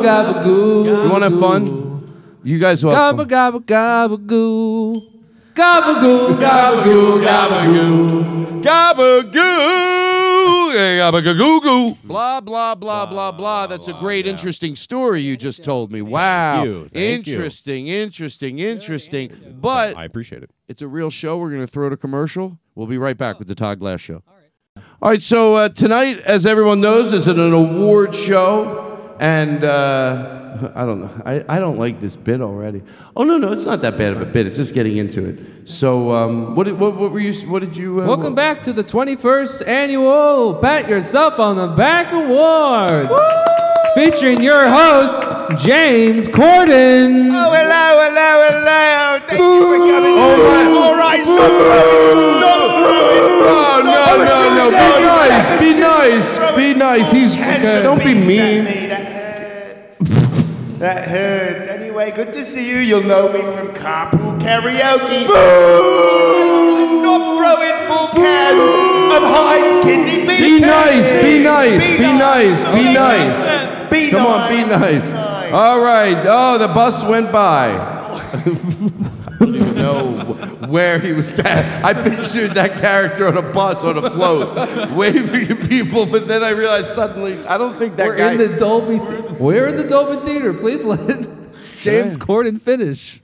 Speaker 3: gabagool.
Speaker 2: Oh, you want to have fun? Gabagool. You want to have fun? You guys will have fun.
Speaker 3: Gabba, gabba, gabagool. Gabagool, gabagool, gabagool.
Speaker 2: Gabagool. Gabagool. Blah, blah, blah, blah, blah. That's a great, interesting story you just told me. Wow.
Speaker 14: you, thank you.
Speaker 2: interesting, interesting, interesting. But
Speaker 14: I appreciate it.
Speaker 2: It's a real show. We're going to throw to commercial. We'll be right back with the Todd Glass Show. All right, so uh, tonight, as everyone knows, is an award show, and uh, I don't know. I, I don't like this bit already. Oh no, no, it's not that bad of a bit. It's just getting into it. So, um, what, did, what what were you? What did you? Uh,
Speaker 3: Welcome back to the 21st annual Pat Yourself on the Back Awards. Featuring your host, James Corden.
Speaker 7: Oh, hello, hello, hello. Thank you for coming.
Speaker 13: All right,
Speaker 7: all right, stop moving,
Speaker 2: Oh
Speaker 7: stop moving.
Speaker 2: no, no,
Speaker 7: Stop
Speaker 2: no! Be
Speaker 7: shooting.
Speaker 2: nice. Be nice. Be nice. He's
Speaker 7: Handsome
Speaker 2: don't be
Speaker 7: beat,
Speaker 2: mean.
Speaker 7: That, made- that hurts. that hurts. Anyway, good to see you. You'll know me from Carpool Karaoke. Stop throwing full cans of Heinz kidney beef.
Speaker 2: Be nice, be
Speaker 7: candy.
Speaker 2: nice, be nice, be
Speaker 7: Be
Speaker 2: nice.
Speaker 7: nice. Be
Speaker 2: Come on, be nice. All right. Oh, the bus went by. I don't even know where he was. Ca- I pictured that character on a bus on a float, waving at people, but then I realized suddenly I don't think that
Speaker 3: We're
Speaker 2: guy.
Speaker 3: in the Dolby. We're in the Dolby Theater. Please let James Corden finish.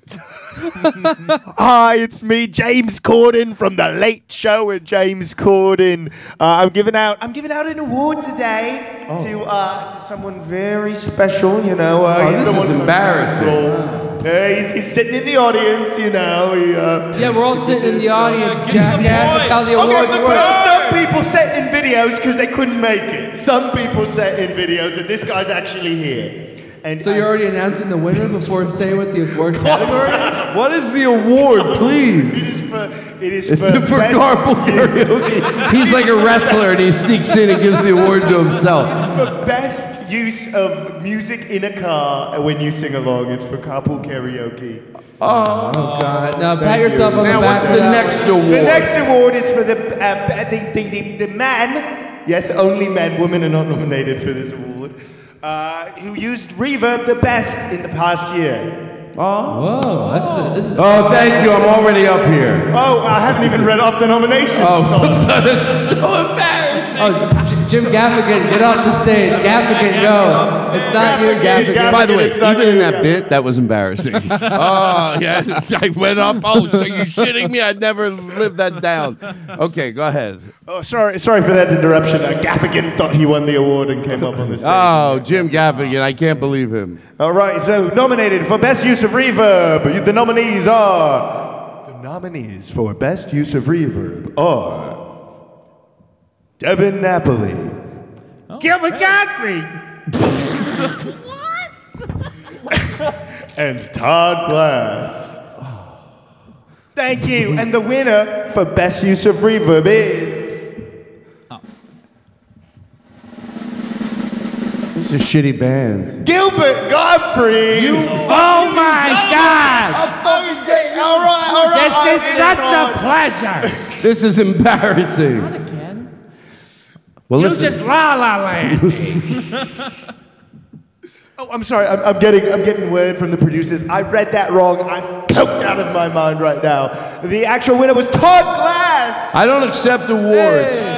Speaker 7: Hi, it's me, James Corden from the Late Show with James Corden. Uh, I'm giving out I'm giving out an award today to uh, to someone very special. You know, uh,
Speaker 2: Oh,
Speaker 7: he's
Speaker 2: this
Speaker 7: the
Speaker 2: is
Speaker 7: one-
Speaker 2: embarrassing.
Speaker 7: Uh, he's, he's sitting in the audience. You know, he, uh,
Speaker 3: yeah, we're all sitting in the audience, jackass. That's how the awards
Speaker 7: okay,
Speaker 3: work.
Speaker 7: well, some people sent in videos because they couldn't make it. Some people sent in videos, and this guy's actually here. And
Speaker 3: So you're already announcing the winner before saying what the award category?
Speaker 2: What is the award, please?
Speaker 7: it is
Speaker 2: for Garble Karaoke. He's like a wrestler and he sneaks in and gives the award to himself.
Speaker 7: It's for best use of music in a car when you sing along. It's for carpool karaoke.
Speaker 2: Oh,
Speaker 3: God. Now pat
Speaker 7: Thank
Speaker 3: yourself
Speaker 7: you.
Speaker 3: on the
Speaker 7: Now
Speaker 3: back.
Speaker 7: what's
Speaker 3: for
Speaker 7: the
Speaker 3: that
Speaker 7: next
Speaker 3: one.
Speaker 7: The next award is for the, uh, b- the, the, the, the man, yes, only men, women are not nominated for this award, uh, who used reverb the best in the past year.
Speaker 2: Oh.
Speaker 3: Whoa, that's a, this is.
Speaker 2: Oh, thank you. I'm already up here.
Speaker 7: Oh, I haven't even read off the nominations. Oh,
Speaker 2: that's so embarrassing.
Speaker 3: Oh, J- Jim Gaffigan, get off the stage. Gaffigan, go. It's not you, Gaffigan.
Speaker 2: By the way, even in that bit, that was embarrassing. uh, oh, yeah. I went up. Oh, so you shitting me? I'd never lived that down. Okay, go ahead.
Speaker 7: Oh, sorry, sorry for that interruption. Uh, Gaffigan thought he won the award and came up on the stage.
Speaker 2: Oh, Jim Gaffigan. I can't believe him.
Speaker 7: All right, so nominated for Best Use of Reverb, you- the nominees are. The nominees for Best Use of Reverb are. Devin Napoli,
Speaker 15: Gilbert Godfrey.
Speaker 7: and Todd Glass. Thank you. and the winner for best use of reverb is.
Speaker 2: This is a shitty band.
Speaker 7: Gilbert Godfrey. You,
Speaker 3: oh my God.
Speaker 7: All right, all right. all
Speaker 3: This
Speaker 7: right,
Speaker 3: is such
Speaker 7: Todd.
Speaker 3: a pleasure.
Speaker 2: This is embarrassing. Not again. Well,
Speaker 3: you
Speaker 2: listen.
Speaker 3: just la la land.
Speaker 7: Oh, I'm sorry. I'm, I'm getting I'm getting word from the producers. I read that wrong. I'm coked out of my mind right now. The actual winner was Todd Glass.
Speaker 2: I don't accept awards.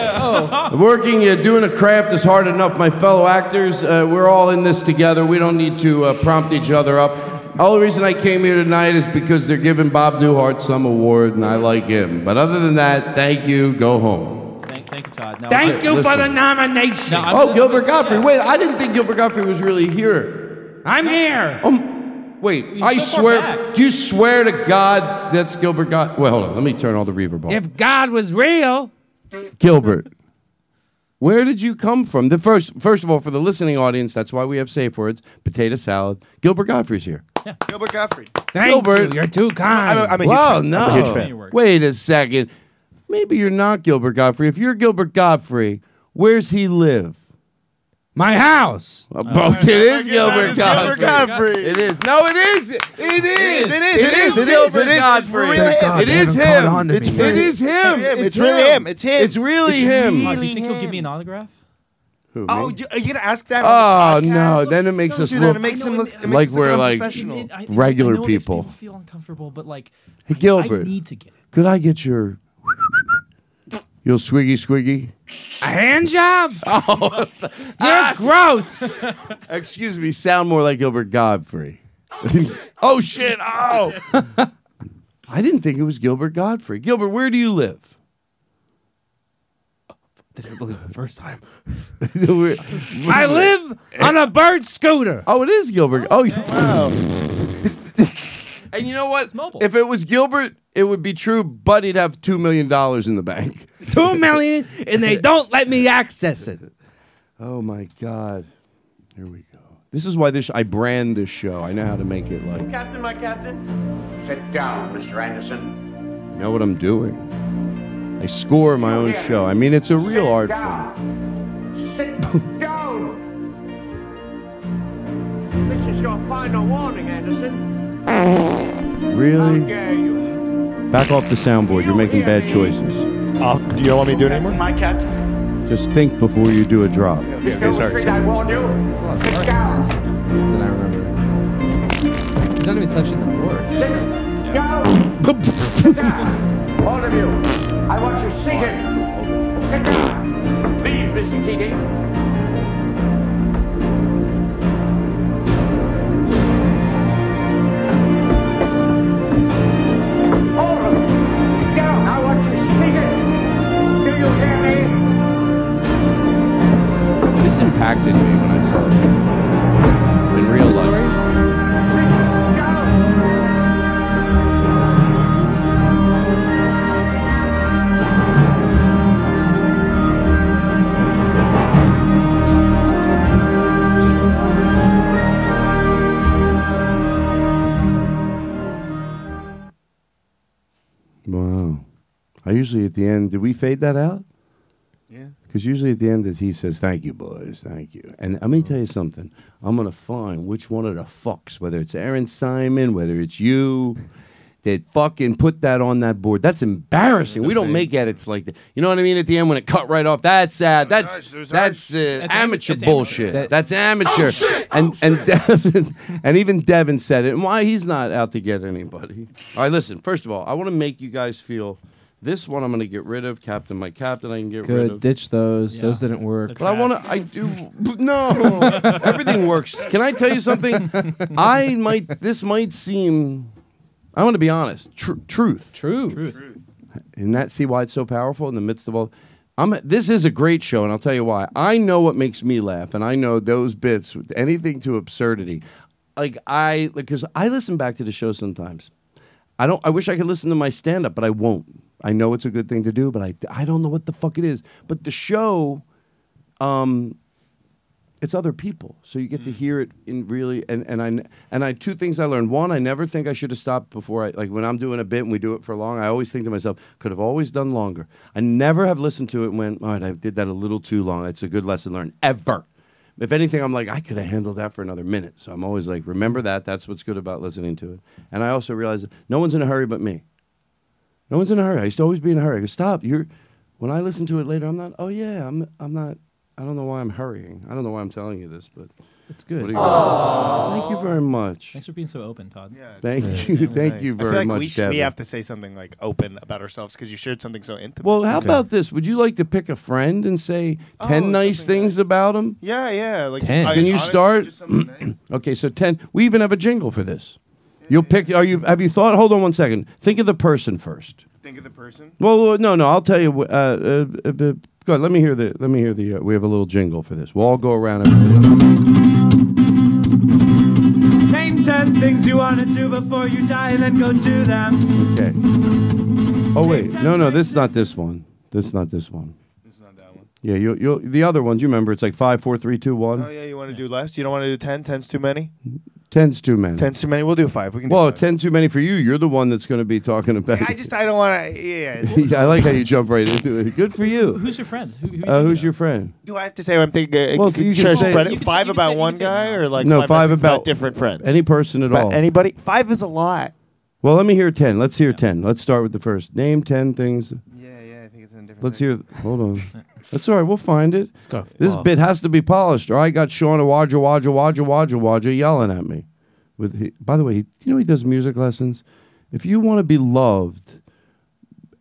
Speaker 2: Working, uh, doing a craft is hard enough. My fellow actors, uh, we're all in this together. We don't need to uh, prompt each other up. Only reason I came here tonight is because they're giving Bob Newhart some award, and I like him. But other than that, thank you. Go home.
Speaker 5: Thank, thank you, Todd. No,
Speaker 3: Thank you for the
Speaker 2: Listen.
Speaker 3: nomination.
Speaker 2: oh, Gilbert Godfrey. Wait, I didn't think Gilbert Godfrey was really here.
Speaker 3: I'm here.
Speaker 2: Um, wait,
Speaker 3: He's
Speaker 2: I
Speaker 3: so far
Speaker 2: swear.
Speaker 3: back.
Speaker 2: Do you swear to God that's Gilbert God? Wait, hold on. Let me turn all the reverb off.
Speaker 3: If God was real,
Speaker 2: Gilbert, where did you come from? The first, first of all, for the listening audience, that's why we have safe words: potato salad. Gilbert Godfrey's here.
Speaker 7: Gilbert Godfrey.
Speaker 3: thank
Speaker 2: Gilbert.
Speaker 3: you. You're too kind.
Speaker 7: I'm a, I'm a huge
Speaker 2: Wow,
Speaker 7: fan.
Speaker 2: no.
Speaker 7: I'm a huge fan.
Speaker 2: Wait a second. Maybe you're not Gilbert Godfrey. If you're Gilbert Godfrey, where's he live?
Speaker 3: My house.
Speaker 7: Oh,
Speaker 2: Uh, bro, it is Gilbert
Speaker 7: It's Gilbert
Speaker 2: Godfrey.
Speaker 7: Godfrey.
Speaker 2: It is. No, it is. It is. It is.
Speaker 7: It is. It is. It is.
Speaker 2: Gilbert
Speaker 7: It is.
Speaker 2: Godfrey.
Speaker 7: It's really
Speaker 2: it
Speaker 7: him.
Speaker 2: is
Speaker 7: God, they haven't caught
Speaker 2: him.
Speaker 7: on to
Speaker 2: It's,
Speaker 7: me.
Speaker 2: it is him.
Speaker 7: It's him. It's really him. It's him.
Speaker 2: It's really
Speaker 7: It's
Speaker 2: him.
Speaker 7: really
Speaker 5: Do you think he'll give me an autograph?
Speaker 2: Who, me?
Speaker 7: Oh, you- are you gonna ask that?
Speaker 2: Oh
Speaker 7: on the
Speaker 2: no!
Speaker 7: podcast?
Speaker 2: Then it makes
Speaker 7: Don't
Speaker 2: us
Speaker 7: do that.
Speaker 2: look
Speaker 7: It makes him look it makes
Speaker 2: like
Speaker 7: us
Speaker 2: we're
Speaker 7: look
Speaker 2: like
Speaker 7: unprofessional.
Speaker 5: I- I
Speaker 2: regular
Speaker 5: know it makes
Speaker 2: people.
Speaker 5: feel uncomfortable, but like,
Speaker 2: Hey, Gilbert,
Speaker 5: I need to get it.
Speaker 2: could I get your your swiggy swiggy?
Speaker 3: A hand job?
Speaker 2: Oh,
Speaker 5: Ah,
Speaker 3: You're gross.
Speaker 2: Excuse me, sound more like Gilbert Godfrey. oh shit! Oh, I didn't think it was Gilbert Godfrey. Gilbert, where do you live?
Speaker 3: Didn't believe the first time.
Speaker 2: Where-
Speaker 3: I live on a bird scooter.
Speaker 2: oh, it is Gilbert. Oh, and you know what?
Speaker 5: mobile.
Speaker 2: If it was Gilbert, it would be true, but he'd have two million dollars in the bank.
Speaker 3: Two million, and they don't let me access it.
Speaker 2: Oh my God! Here we go. This is why this I brand this show. I know how to make it like.
Speaker 16: Captain, my captain. Sit down, Mr. Anderson.
Speaker 2: You know what I'm doing? I score my own show. I mean, it's a real art form.
Speaker 16: Sit down. This is your final warning, Anderson.
Speaker 2: Really? Back off the soundboard. You're making bad choices.
Speaker 7: Uh, do you don't want me to do it anymore?
Speaker 16: My captain.
Speaker 2: Just think before you do a drop.
Speaker 16: Mr. Overstreet, I warn you. Sit down.
Speaker 17: Then I remember. He's not even touching the board.
Speaker 16: Sit down. Sit down. All of you. I want you seated. Sit down. Leave, Mr. Keating. All of you. Get up. I want you seated. Do you hear me?
Speaker 2: This impacted me when I saw it in real life. Wow. I usually at the end, did we fade that out?
Speaker 7: Yeah.
Speaker 2: Because usually at the end, is he says, "Thank you, boys, thank you." And let me tell you something. I'm gonna find which one of the fucks, whether it's Aaron Simon, whether it's you, that fucking put that on that board. That's embarrassing. We don't make edits like that. You know what I mean? At the end, when it cut right off, that's sad. That's that's uh, amateur bullshit. That's amateur. And and Devin, and even Devin said it. And why he's not out to get anybody? All right, listen. First of all, I want to make you guys feel. This one I'm going to get rid of. Captain, my captain, I can get rid
Speaker 17: Good.
Speaker 2: of.
Speaker 17: Ditch those. Those didn't work.
Speaker 2: But I want to. I do. but No, everything works. Can I tell you something? I might. This might seem. I want to be honest. Tr- truth.
Speaker 17: Truth. Truth.
Speaker 2: And that see why it's so powerful in the midst of all. I'm. This is a great show, and I'll tell you why. I know what makes me laugh, and I know those bits. Anything to absurdity, like I, because I listen back to the show sometimes. I don't. I wish I could listen to my stand up, but I won't. I know it's a good thing to do, but I, I don't know what the fuck it is. But the show, um, it's other people. So you get to hear it in really and and I and I two things I learned. One, I never think I should have stopped before I like when I'm doing a bit and we do it for long, I always think to myself, could have always done longer. I never have listened to it and went, all right, I did that a little too long. It's a good lesson learned. Ever. If anything, I'm like, I could have handled that for another minute. So I'm always like, remember that. That's what's good about listening to it. And I also realize that no one's in a hurry but me. No one's in a hurry. I used to always be in a hurry. I go, stop. You're when I listen to it later, I'm not, oh yeah, I'm I'm not I don't know why I'm hurrying. I don't know why I'm telling you this, but
Speaker 5: it's good.
Speaker 2: What do you Thank you very much.
Speaker 5: Thanks for being so open, Todd.
Speaker 7: Yeah,
Speaker 2: Thank you. Thank you
Speaker 7: I
Speaker 2: very
Speaker 7: feel like
Speaker 2: much,
Speaker 7: We, should, we
Speaker 2: Devin.
Speaker 7: have to say something like open about ourselves because you shared something so intimate.
Speaker 2: Well, how about this? Would you like to pick a friend and say
Speaker 7: Oh,
Speaker 2: ten nice things about him?
Speaker 7: Yeah, yeah. Like just- I-
Speaker 2: Can you
Speaker 7: honestly,
Speaker 2: start? okay, so ten. We even have a jingle for this. You'll pick. Are you? Have you thought? Hold on one second. Think of the person first.
Speaker 7: Think of the person.
Speaker 2: Well, no, no. I'll tell you. wh- Uh, uh, uh, uh, go ahead, Let me hear the. Let me hear the. Uh, we have a little jingle for this. We'll all go around.
Speaker 1: Name 10 things you want to do before you die and then go do them.
Speaker 2: Okay. Oh wait, no, no, this is not this one. This is not this one. It's not that one. Yeah, you, you, the other ones. You remember? It's like five, four, three, two, one.
Speaker 7: Oh yeah, you want to do less? You don't want to do ten? Ten's too many.
Speaker 2: Ten's too many.
Speaker 7: Ten's too many. We'll do five. We can.
Speaker 2: Well, ten too many for you. You're the one that's going to be talking about.
Speaker 7: do I
Speaker 2: it.
Speaker 7: just I don't want to. Yeah.
Speaker 2: Yeah, I like how you jump right into it. Good for you.
Speaker 5: Who's your friend? Who, who
Speaker 2: Uh, who's your friend?
Speaker 7: Do I have to say what I'm thinking? Uh,
Speaker 2: Well,
Speaker 7: c-
Speaker 2: you can
Speaker 7: should I
Speaker 2: say-
Speaker 7: spread it
Speaker 2: You can say-
Speaker 7: five about one guy or like
Speaker 2: no, five
Speaker 7: messages
Speaker 2: about
Speaker 7: different friends.
Speaker 2: Any Oh. person at
Speaker 7: About
Speaker 2: all.
Speaker 7: Anybody? Five is a lot.
Speaker 2: Well, let me hear ten. Let's hear ten. Let's start with the first. Name ten things.
Speaker 7: Yeah, yeah. I think it's in different.
Speaker 2: Let's hear. Hold on. That's all right. We'll find it. Let's
Speaker 5: go.
Speaker 2: This
Speaker 5: Wow.
Speaker 2: bit has to be polished, or I got Sean Awaja Waja Waja Waja Waja yelling at me. With he, by the way, he, you know he does music lessons. If you want to be loved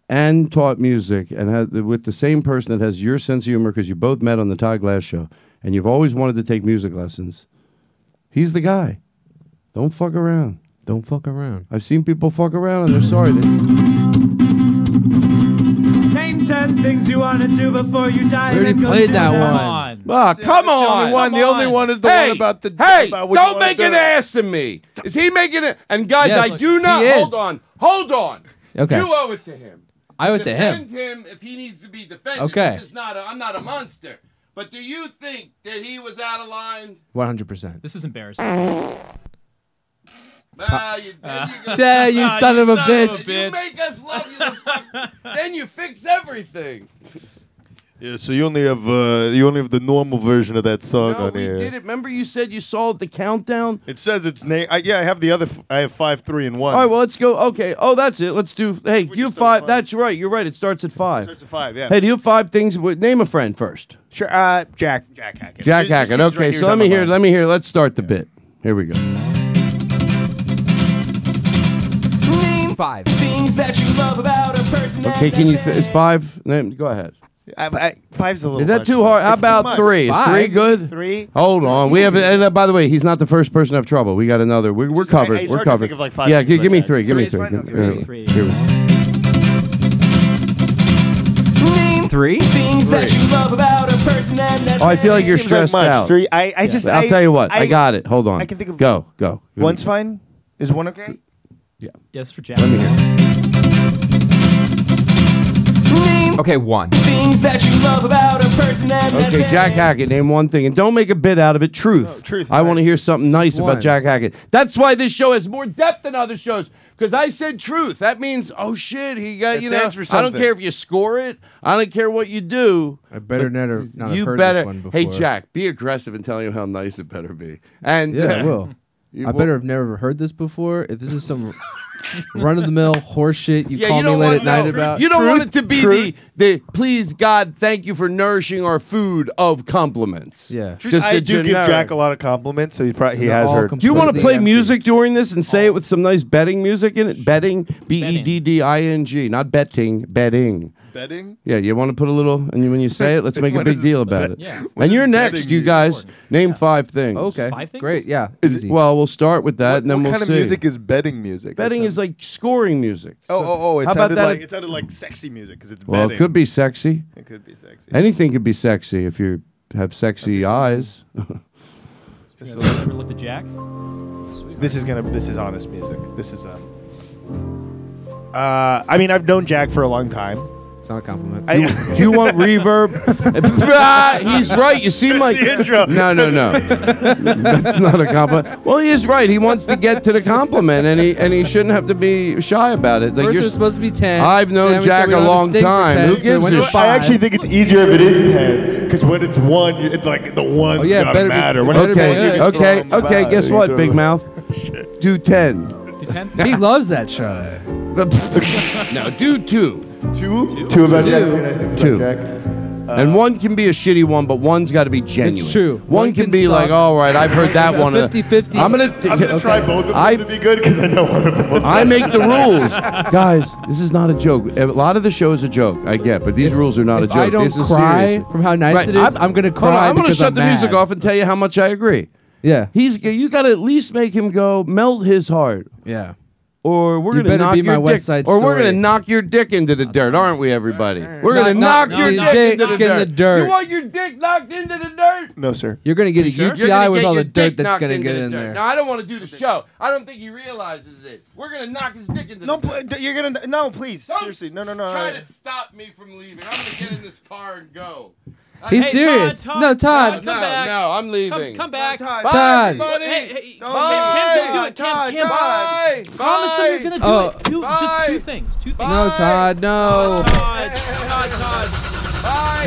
Speaker 2: and taught music and have, with the same person that has your sense of humor, because you both met on the Todd Glass show, and you've always wanted to take music lessons, he's the guy. Don't fuck around.
Speaker 3: Don't fuck around.
Speaker 2: I've seen people fuck around and they're sorry. They,
Speaker 1: Name 10 things you want to do before you die
Speaker 2: We
Speaker 1: and then
Speaker 2: already
Speaker 1: go
Speaker 2: played
Speaker 1: do
Speaker 2: that
Speaker 1: them.
Speaker 2: one. Ah, come
Speaker 1: only
Speaker 2: on.
Speaker 1: one- the only one
Speaker 7: is the
Speaker 2: hey,
Speaker 7: one about the-
Speaker 2: Hey,
Speaker 7: about what you
Speaker 2: don't
Speaker 7: wanna
Speaker 2: make
Speaker 7: do.
Speaker 2: an ass of me. Is he making it? And guys,
Speaker 3: Yes,
Speaker 2: I do not.
Speaker 3: he
Speaker 2: Hold
Speaker 3: is.
Speaker 2: on. Hold on.
Speaker 3: Okay.
Speaker 2: You owe it to him.
Speaker 3: I owe it to him.
Speaker 2: Defend him if he needs to be defended.
Speaker 3: Okay.
Speaker 2: This is not a, I'm not a monster. But do you think that he was out of line?
Speaker 3: One hundred percent.
Speaker 5: This is embarrassing.
Speaker 2: Ah, you, then you go-
Speaker 3: Yeah, you
Speaker 2: Ah,
Speaker 3: son of a bitch.
Speaker 2: You make us love you. the fuck- then you fix everything.
Speaker 7: Yeah. So you only have uh, you only have the normal version of that song
Speaker 2: No, we did it. Remember you said you saw the countdown?
Speaker 7: It says its name. I, yeah, I have the other. F- I have five, three, and one.
Speaker 2: All right, well, let's go. Okay. Oh, that's it. Let's do. Hey, you five. That's right. You're right. It starts at five.
Speaker 7: Starts at five, yeah.
Speaker 2: Hey, do you have five things? With, name a friend first.
Speaker 7: Sure. Uh, Jack. Jack Hackett.
Speaker 2: Jack
Speaker 7: Just- just
Speaker 2: Hackett.
Speaker 7: 'cause he's
Speaker 2: Okay,
Speaker 7: right
Speaker 2: so let
Speaker 7: he's
Speaker 2: me
Speaker 7: on my
Speaker 2: hear.
Speaker 7: mind.
Speaker 2: Let me hear. Let's start the bit. Here we go.
Speaker 1: Name five things that you love about a person.
Speaker 2: Okay, can you? Th- is five? Name, go ahead.
Speaker 7: I, Uh, I, five's a little.
Speaker 2: Is that
Speaker 7: much.
Speaker 2: too hard? How
Speaker 7: It's too
Speaker 2: about
Speaker 7: much.
Speaker 2: three? Is
Speaker 7: Five.
Speaker 2: three good?
Speaker 7: Three.
Speaker 2: Hold on. We have. and, uh, by the way, he's not the first person to have trouble. We got another. We're, we're covered.
Speaker 7: it's
Speaker 2: we're
Speaker 7: hard to
Speaker 2: covered.
Speaker 7: think of, like, five
Speaker 2: yeah,
Speaker 7: things
Speaker 2: gi-
Speaker 7: like
Speaker 2: give me
Speaker 7: that.
Speaker 2: three. Give me
Speaker 7: Three
Speaker 2: three.
Speaker 7: is fine.
Speaker 2: Give-
Speaker 7: Okay,
Speaker 2: uh,
Speaker 7: three.
Speaker 2: here we go.
Speaker 1: Name three things that you love about a person. And that's
Speaker 2: Oh, I feel like you're
Speaker 7: Seems like
Speaker 2: stressed
Speaker 7: much.
Speaker 2: out.
Speaker 7: Three- I- I just-
Speaker 2: I'll
Speaker 7: I-
Speaker 2: tell you what. I,
Speaker 7: I-
Speaker 2: got it. Hold on.
Speaker 7: I can think of-
Speaker 2: Go. Go.
Speaker 7: One's fine. Is one okay?
Speaker 5: Yes, for Jack.
Speaker 2: Let me hear.
Speaker 3: Okay, one.
Speaker 1: things that you love about a person. And
Speaker 2: Okay,
Speaker 1: that's
Speaker 2: Jack Hackett, name one thing, and don't make a bit out of it. Truth.
Speaker 7: truth,
Speaker 2: I want to hear something nice
Speaker 3: one.
Speaker 2: about Jack Hackett. That's why this show has more depth than other shows. Because I said truth. That means, oh shit, he got
Speaker 7: It
Speaker 2: you know.
Speaker 7: stands for
Speaker 2: I don't
Speaker 7: something.
Speaker 2: care if you score it. I don't care what you do.
Speaker 3: I better never not have
Speaker 2: you
Speaker 3: heard
Speaker 2: better.
Speaker 3: this one before.
Speaker 2: hey Jack, be aggressive and tell you how nice it better be. And
Speaker 3: Yeah, I will.
Speaker 2: You
Speaker 3: I
Speaker 2: will-
Speaker 3: better have never heard this before. If this is some run of the mill horse shit you
Speaker 2: Yeah,
Speaker 3: call
Speaker 2: you
Speaker 3: me
Speaker 2: don't
Speaker 3: late
Speaker 2: want
Speaker 3: at night
Speaker 2: no,
Speaker 3: about.
Speaker 2: You don't want
Speaker 3: Truth,
Speaker 2: it to be
Speaker 3: truth.
Speaker 2: the the please God, thank you for nourishing our food of compliments.
Speaker 3: Yeah.
Speaker 7: Truth, I
Speaker 2: the
Speaker 7: do give
Speaker 2: generic.
Speaker 7: Jack a lot of compliments, so he probably he
Speaker 3: They're
Speaker 7: has
Speaker 3: all
Speaker 7: heard.
Speaker 2: Do you want to
Speaker 3: completely
Speaker 2: play
Speaker 3: empty.
Speaker 2: music during this and
Speaker 7: Oh.
Speaker 2: say it with some nice betting music in it? Betting, B E D D I N G, not betting, betting.
Speaker 7: betting?
Speaker 2: Yeah, you want to put a little, and when you say it, let's make a
Speaker 7: What
Speaker 2: big
Speaker 7: is-
Speaker 2: deal about it.
Speaker 5: Yeah.
Speaker 2: And you're next, you guys. Name five things.
Speaker 3: Okay.
Speaker 5: Five things?
Speaker 3: Great. Yeah.
Speaker 2: Is-
Speaker 3: easy.
Speaker 2: well, we'll start with that, and then
Speaker 7: what
Speaker 2: we'll
Speaker 7: kind
Speaker 2: see.
Speaker 7: of music is betting music?
Speaker 2: betting
Speaker 7: That
Speaker 2: is like scoring music.
Speaker 7: sounds- Oh, oh, oh! It
Speaker 2: How about
Speaker 7: sounded
Speaker 2: that-
Speaker 7: like it sounded like sexy music because it's
Speaker 2: Well,
Speaker 7: betting.
Speaker 2: it could be sexy.
Speaker 7: It could be sexy.
Speaker 2: Anything could be sexy if you have sexy eyes.
Speaker 5: You ever looked at Jack?
Speaker 7: This is gonna. This is honest music. This is uh Uh, I mean, I've known Jack for a long time,
Speaker 3: It's not a compliment.
Speaker 2: Do you, do you want reverb? Ah, He's right. You see my
Speaker 3: The intro.
Speaker 2: No, no, no. That's not a compliment. Well, he is right. He wants to get to the compliment, and he and he shouldn't have to be shy about it. Like
Speaker 3: First
Speaker 2: you're
Speaker 3: it was supposed to be 10.
Speaker 2: I've known
Speaker 3: then we said
Speaker 2: Jack
Speaker 3: we don't
Speaker 2: a
Speaker 3: have to
Speaker 2: long
Speaker 3: stick for
Speaker 2: time.
Speaker 3: 10,
Speaker 2: Who
Speaker 3: so it
Speaker 2: gives
Speaker 3: went to
Speaker 2: a shit?
Speaker 3: five.
Speaker 7: I actually think it's easier if it is ten, because when it's one, you- it's like the one's
Speaker 2: yeah,
Speaker 7: gotta
Speaker 2: better be-
Speaker 7: matter. When it's one,
Speaker 2: okay,
Speaker 7: you can
Speaker 2: okay,
Speaker 7: throw 'em
Speaker 2: okay.
Speaker 7: about.
Speaker 2: Guess
Speaker 7: You Oh,
Speaker 2: what,
Speaker 7: do-
Speaker 2: Big Mouth? Do ten. Do
Speaker 5: ten.
Speaker 3: he loves that show.
Speaker 2: no, do two.
Speaker 7: Two. Two about Jack. Two nice things
Speaker 2: Two.
Speaker 7: about Jack.
Speaker 2: and
Speaker 7: Uh,
Speaker 2: one can be a shitty one, but one's got to be genuine.
Speaker 3: true.
Speaker 2: One,
Speaker 3: One
Speaker 2: can,
Speaker 3: can
Speaker 2: be
Speaker 3: suck.
Speaker 2: like, all right, I've heard that one. uh,
Speaker 3: 50-50.
Speaker 2: I'm gonna.
Speaker 7: I'm gonna try both of them
Speaker 2: I-
Speaker 7: to be good because I know one of them. will
Speaker 2: I
Speaker 7: suck.
Speaker 2: make the rules, guys. This is not a joke. A lot of the show is a joke. I get, but these rules are not a
Speaker 3: if
Speaker 2: joke.
Speaker 3: I don't
Speaker 2: This is
Speaker 3: cry
Speaker 2: serious.
Speaker 3: from how nice it is, I'm gonna
Speaker 2: hold on,
Speaker 3: cry
Speaker 2: I'm gonna
Speaker 3: because
Speaker 2: shut
Speaker 3: I'm
Speaker 2: the music
Speaker 3: mad.
Speaker 2: off and tell you how much I agree.
Speaker 3: Yeah.
Speaker 2: He's you got to at least make him go melt his heart,
Speaker 3: Yeah.
Speaker 2: or we're
Speaker 3: You
Speaker 2: gonna
Speaker 3: better
Speaker 2: knock
Speaker 3: be
Speaker 2: your
Speaker 3: my
Speaker 2: dick,
Speaker 3: West Side
Speaker 2: or we're
Speaker 3: Story.
Speaker 2: gonna knock your dick into the dirt, aren't we, everybody? We're
Speaker 3: Knock-
Speaker 2: gonna knock,
Speaker 3: knock
Speaker 2: your
Speaker 3: your
Speaker 2: dick,
Speaker 3: dick
Speaker 2: into the
Speaker 3: in
Speaker 2: dirt.
Speaker 3: the dirt.
Speaker 2: You want your dick knocked into the dirt?
Speaker 7: No, sir.
Speaker 3: You're gonna get a
Speaker 2: You're
Speaker 3: UTI
Speaker 2: gonna
Speaker 3: with
Speaker 2: get
Speaker 3: all
Speaker 2: your
Speaker 3: the dirt
Speaker 2: dick
Speaker 3: that's
Speaker 2: knocked
Speaker 3: gonna
Speaker 2: into
Speaker 3: get
Speaker 2: the
Speaker 3: in
Speaker 2: dirt.
Speaker 3: there.
Speaker 2: No, I don't want to do the show. I don't think he realizes it. We're gonna knock his dick into
Speaker 7: No,
Speaker 2: the dirt.
Speaker 7: pl- d- you're gonna no, please, seriously, no, no, no.
Speaker 2: Try
Speaker 7: I-
Speaker 2: to stop me from leaving. I'm gonna get in this car and go. Uh,
Speaker 3: He's
Speaker 2: hey,
Speaker 3: serious.
Speaker 2: Todd, Todd,
Speaker 3: no, Todd.
Speaker 2: no, no, I'm leaving.
Speaker 5: Come back.
Speaker 7: Todd,
Speaker 2: Bye,
Speaker 3: Todd.
Speaker 2: everybody.
Speaker 5: Hey, hey,
Speaker 2: Don't
Speaker 5: Kim- Kim's gonna do it. Kim,
Speaker 7: Todd,
Speaker 5: Kim,
Speaker 7: Todd.
Speaker 2: Bye.
Speaker 5: promise him you're gonna do
Speaker 3: Oh.
Speaker 5: it. Two, just two things. Two things.
Speaker 3: No, Todd. No.
Speaker 5: Todd, Todd, Todd.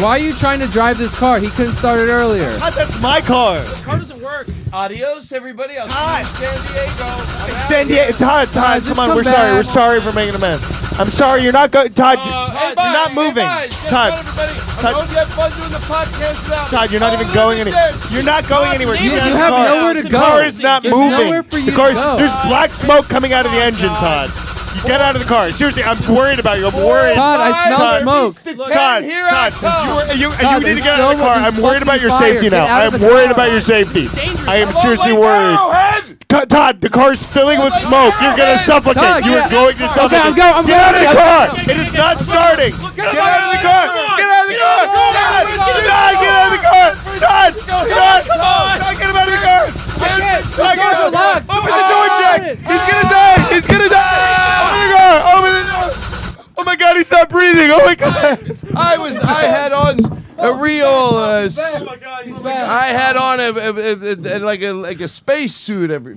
Speaker 3: Why are you trying to drive this car? He couldn't start it earlier.
Speaker 7: God, Ah, that's my car.
Speaker 5: The car doesn't work.
Speaker 2: Adios, everybody. I'll see you in San Diego. I'm out.
Speaker 7: San Diego, Todd, Todd,
Speaker 3: just
Speaker 7: come on,
Speaker 3: come
Speaker 7: we're sorry,
Speaker 3: back.
Speaker 7: we're sorry for making a mess. I'm sorry, you're not going, Todd,
Speaker 2: Uh,
Speaker 7: you're,
Speaker 2: hey,
Speaker 7: you're
Speaker 2: bye.
Speaker 7: not
Speaker 2: Hey,
Speaker 7: moving.
Speaker 2: bye. Guess
Speaker 7: Todd,
Speaker 2: what, everybody? I
Speaker 7: Todd.
Speaker 2: hope you had fun doing the podcast without me.
Speaker 7: Todd, you're not
Speaker 2: Oh,
Speaker 7: even
Speaker 2: look
Speaker 7: going
Speaker 2: at
Speaker 7: any.
Speaker 2: this.
Speaker 7: You're not going anywhere.
Speaker 2: You-
Speaker 7: Keep
Speaker 3: you
Speaker 7: that
Speaker 3: have
Speaker 7: car.
Speaker 3: nowhere to
Speaker 7: The
Speaker 3: go.
Speaker 7: car is not
Speaker 3: There's
Speaker 7: moving.
Speaker 3: nowhere for you
Speaker 7: the car,
Speaker 3: to go.
Speaker 7: There's black smoke coming out of the engine, Todd. You get out of the car. Seriously, I'm worried about you. I'm worried.
Speaker 3: Todd, I smell
Speaker 7: Todd.
Speaker 3: smoke.
Speaker 7: Todd, Todd, you, were,
Speaker 3: Todd,
Speaker 7: you, you need to
Speaker 3: there's
Speaker 7: get out
Speaker 3: so
Speaker 7: of the car.
Speaker 3: much
Speaker 7: I'm worried about your
Speaker 3: fucking
Speaker 7: safety
Speaker 3: fire.
Speaker 7: now.
Speaker 3: Get out of
Speaker 7: I'm
Speaker 3: the
Speaker 7: worried
Speaker 3: car.
Speaker 7: about your safety. I am seriously worried.
Speaker 2: Head.
Speaker 7: Co- Todd, the car's filling with smoke. You're gonna suffocate.
Speaker 3: Todd,
Speaker 7: you
Speaker 3: get
Speaker 7: are
Speaker 3: out-
Speaker 7: going to suffocate.
Speaker 3: Okay, I'm going- I'm
Speaker 7: get out of the
Speaker 3: going.
Speaker 7: car. It is not starting. Get out of the car. Get out of the car. Todd, Todd, get out of the car. Todd, Todd, Todd, get him out of the car. Todd, get
Speaker 3: doors
Speaker 7: out.
Speaker 3: are locked.
Speaker 7: Open the door, Jack. He's gonna die. He's gonna die. Open
Speaker 2: Ah.
Speaker 7: the door. Open the door. Oh my God, he's not breathing. Oh my God.
Speaker 2: I was I had on a real uh, s- I had on a, a, a, a- a- like a like a space suit every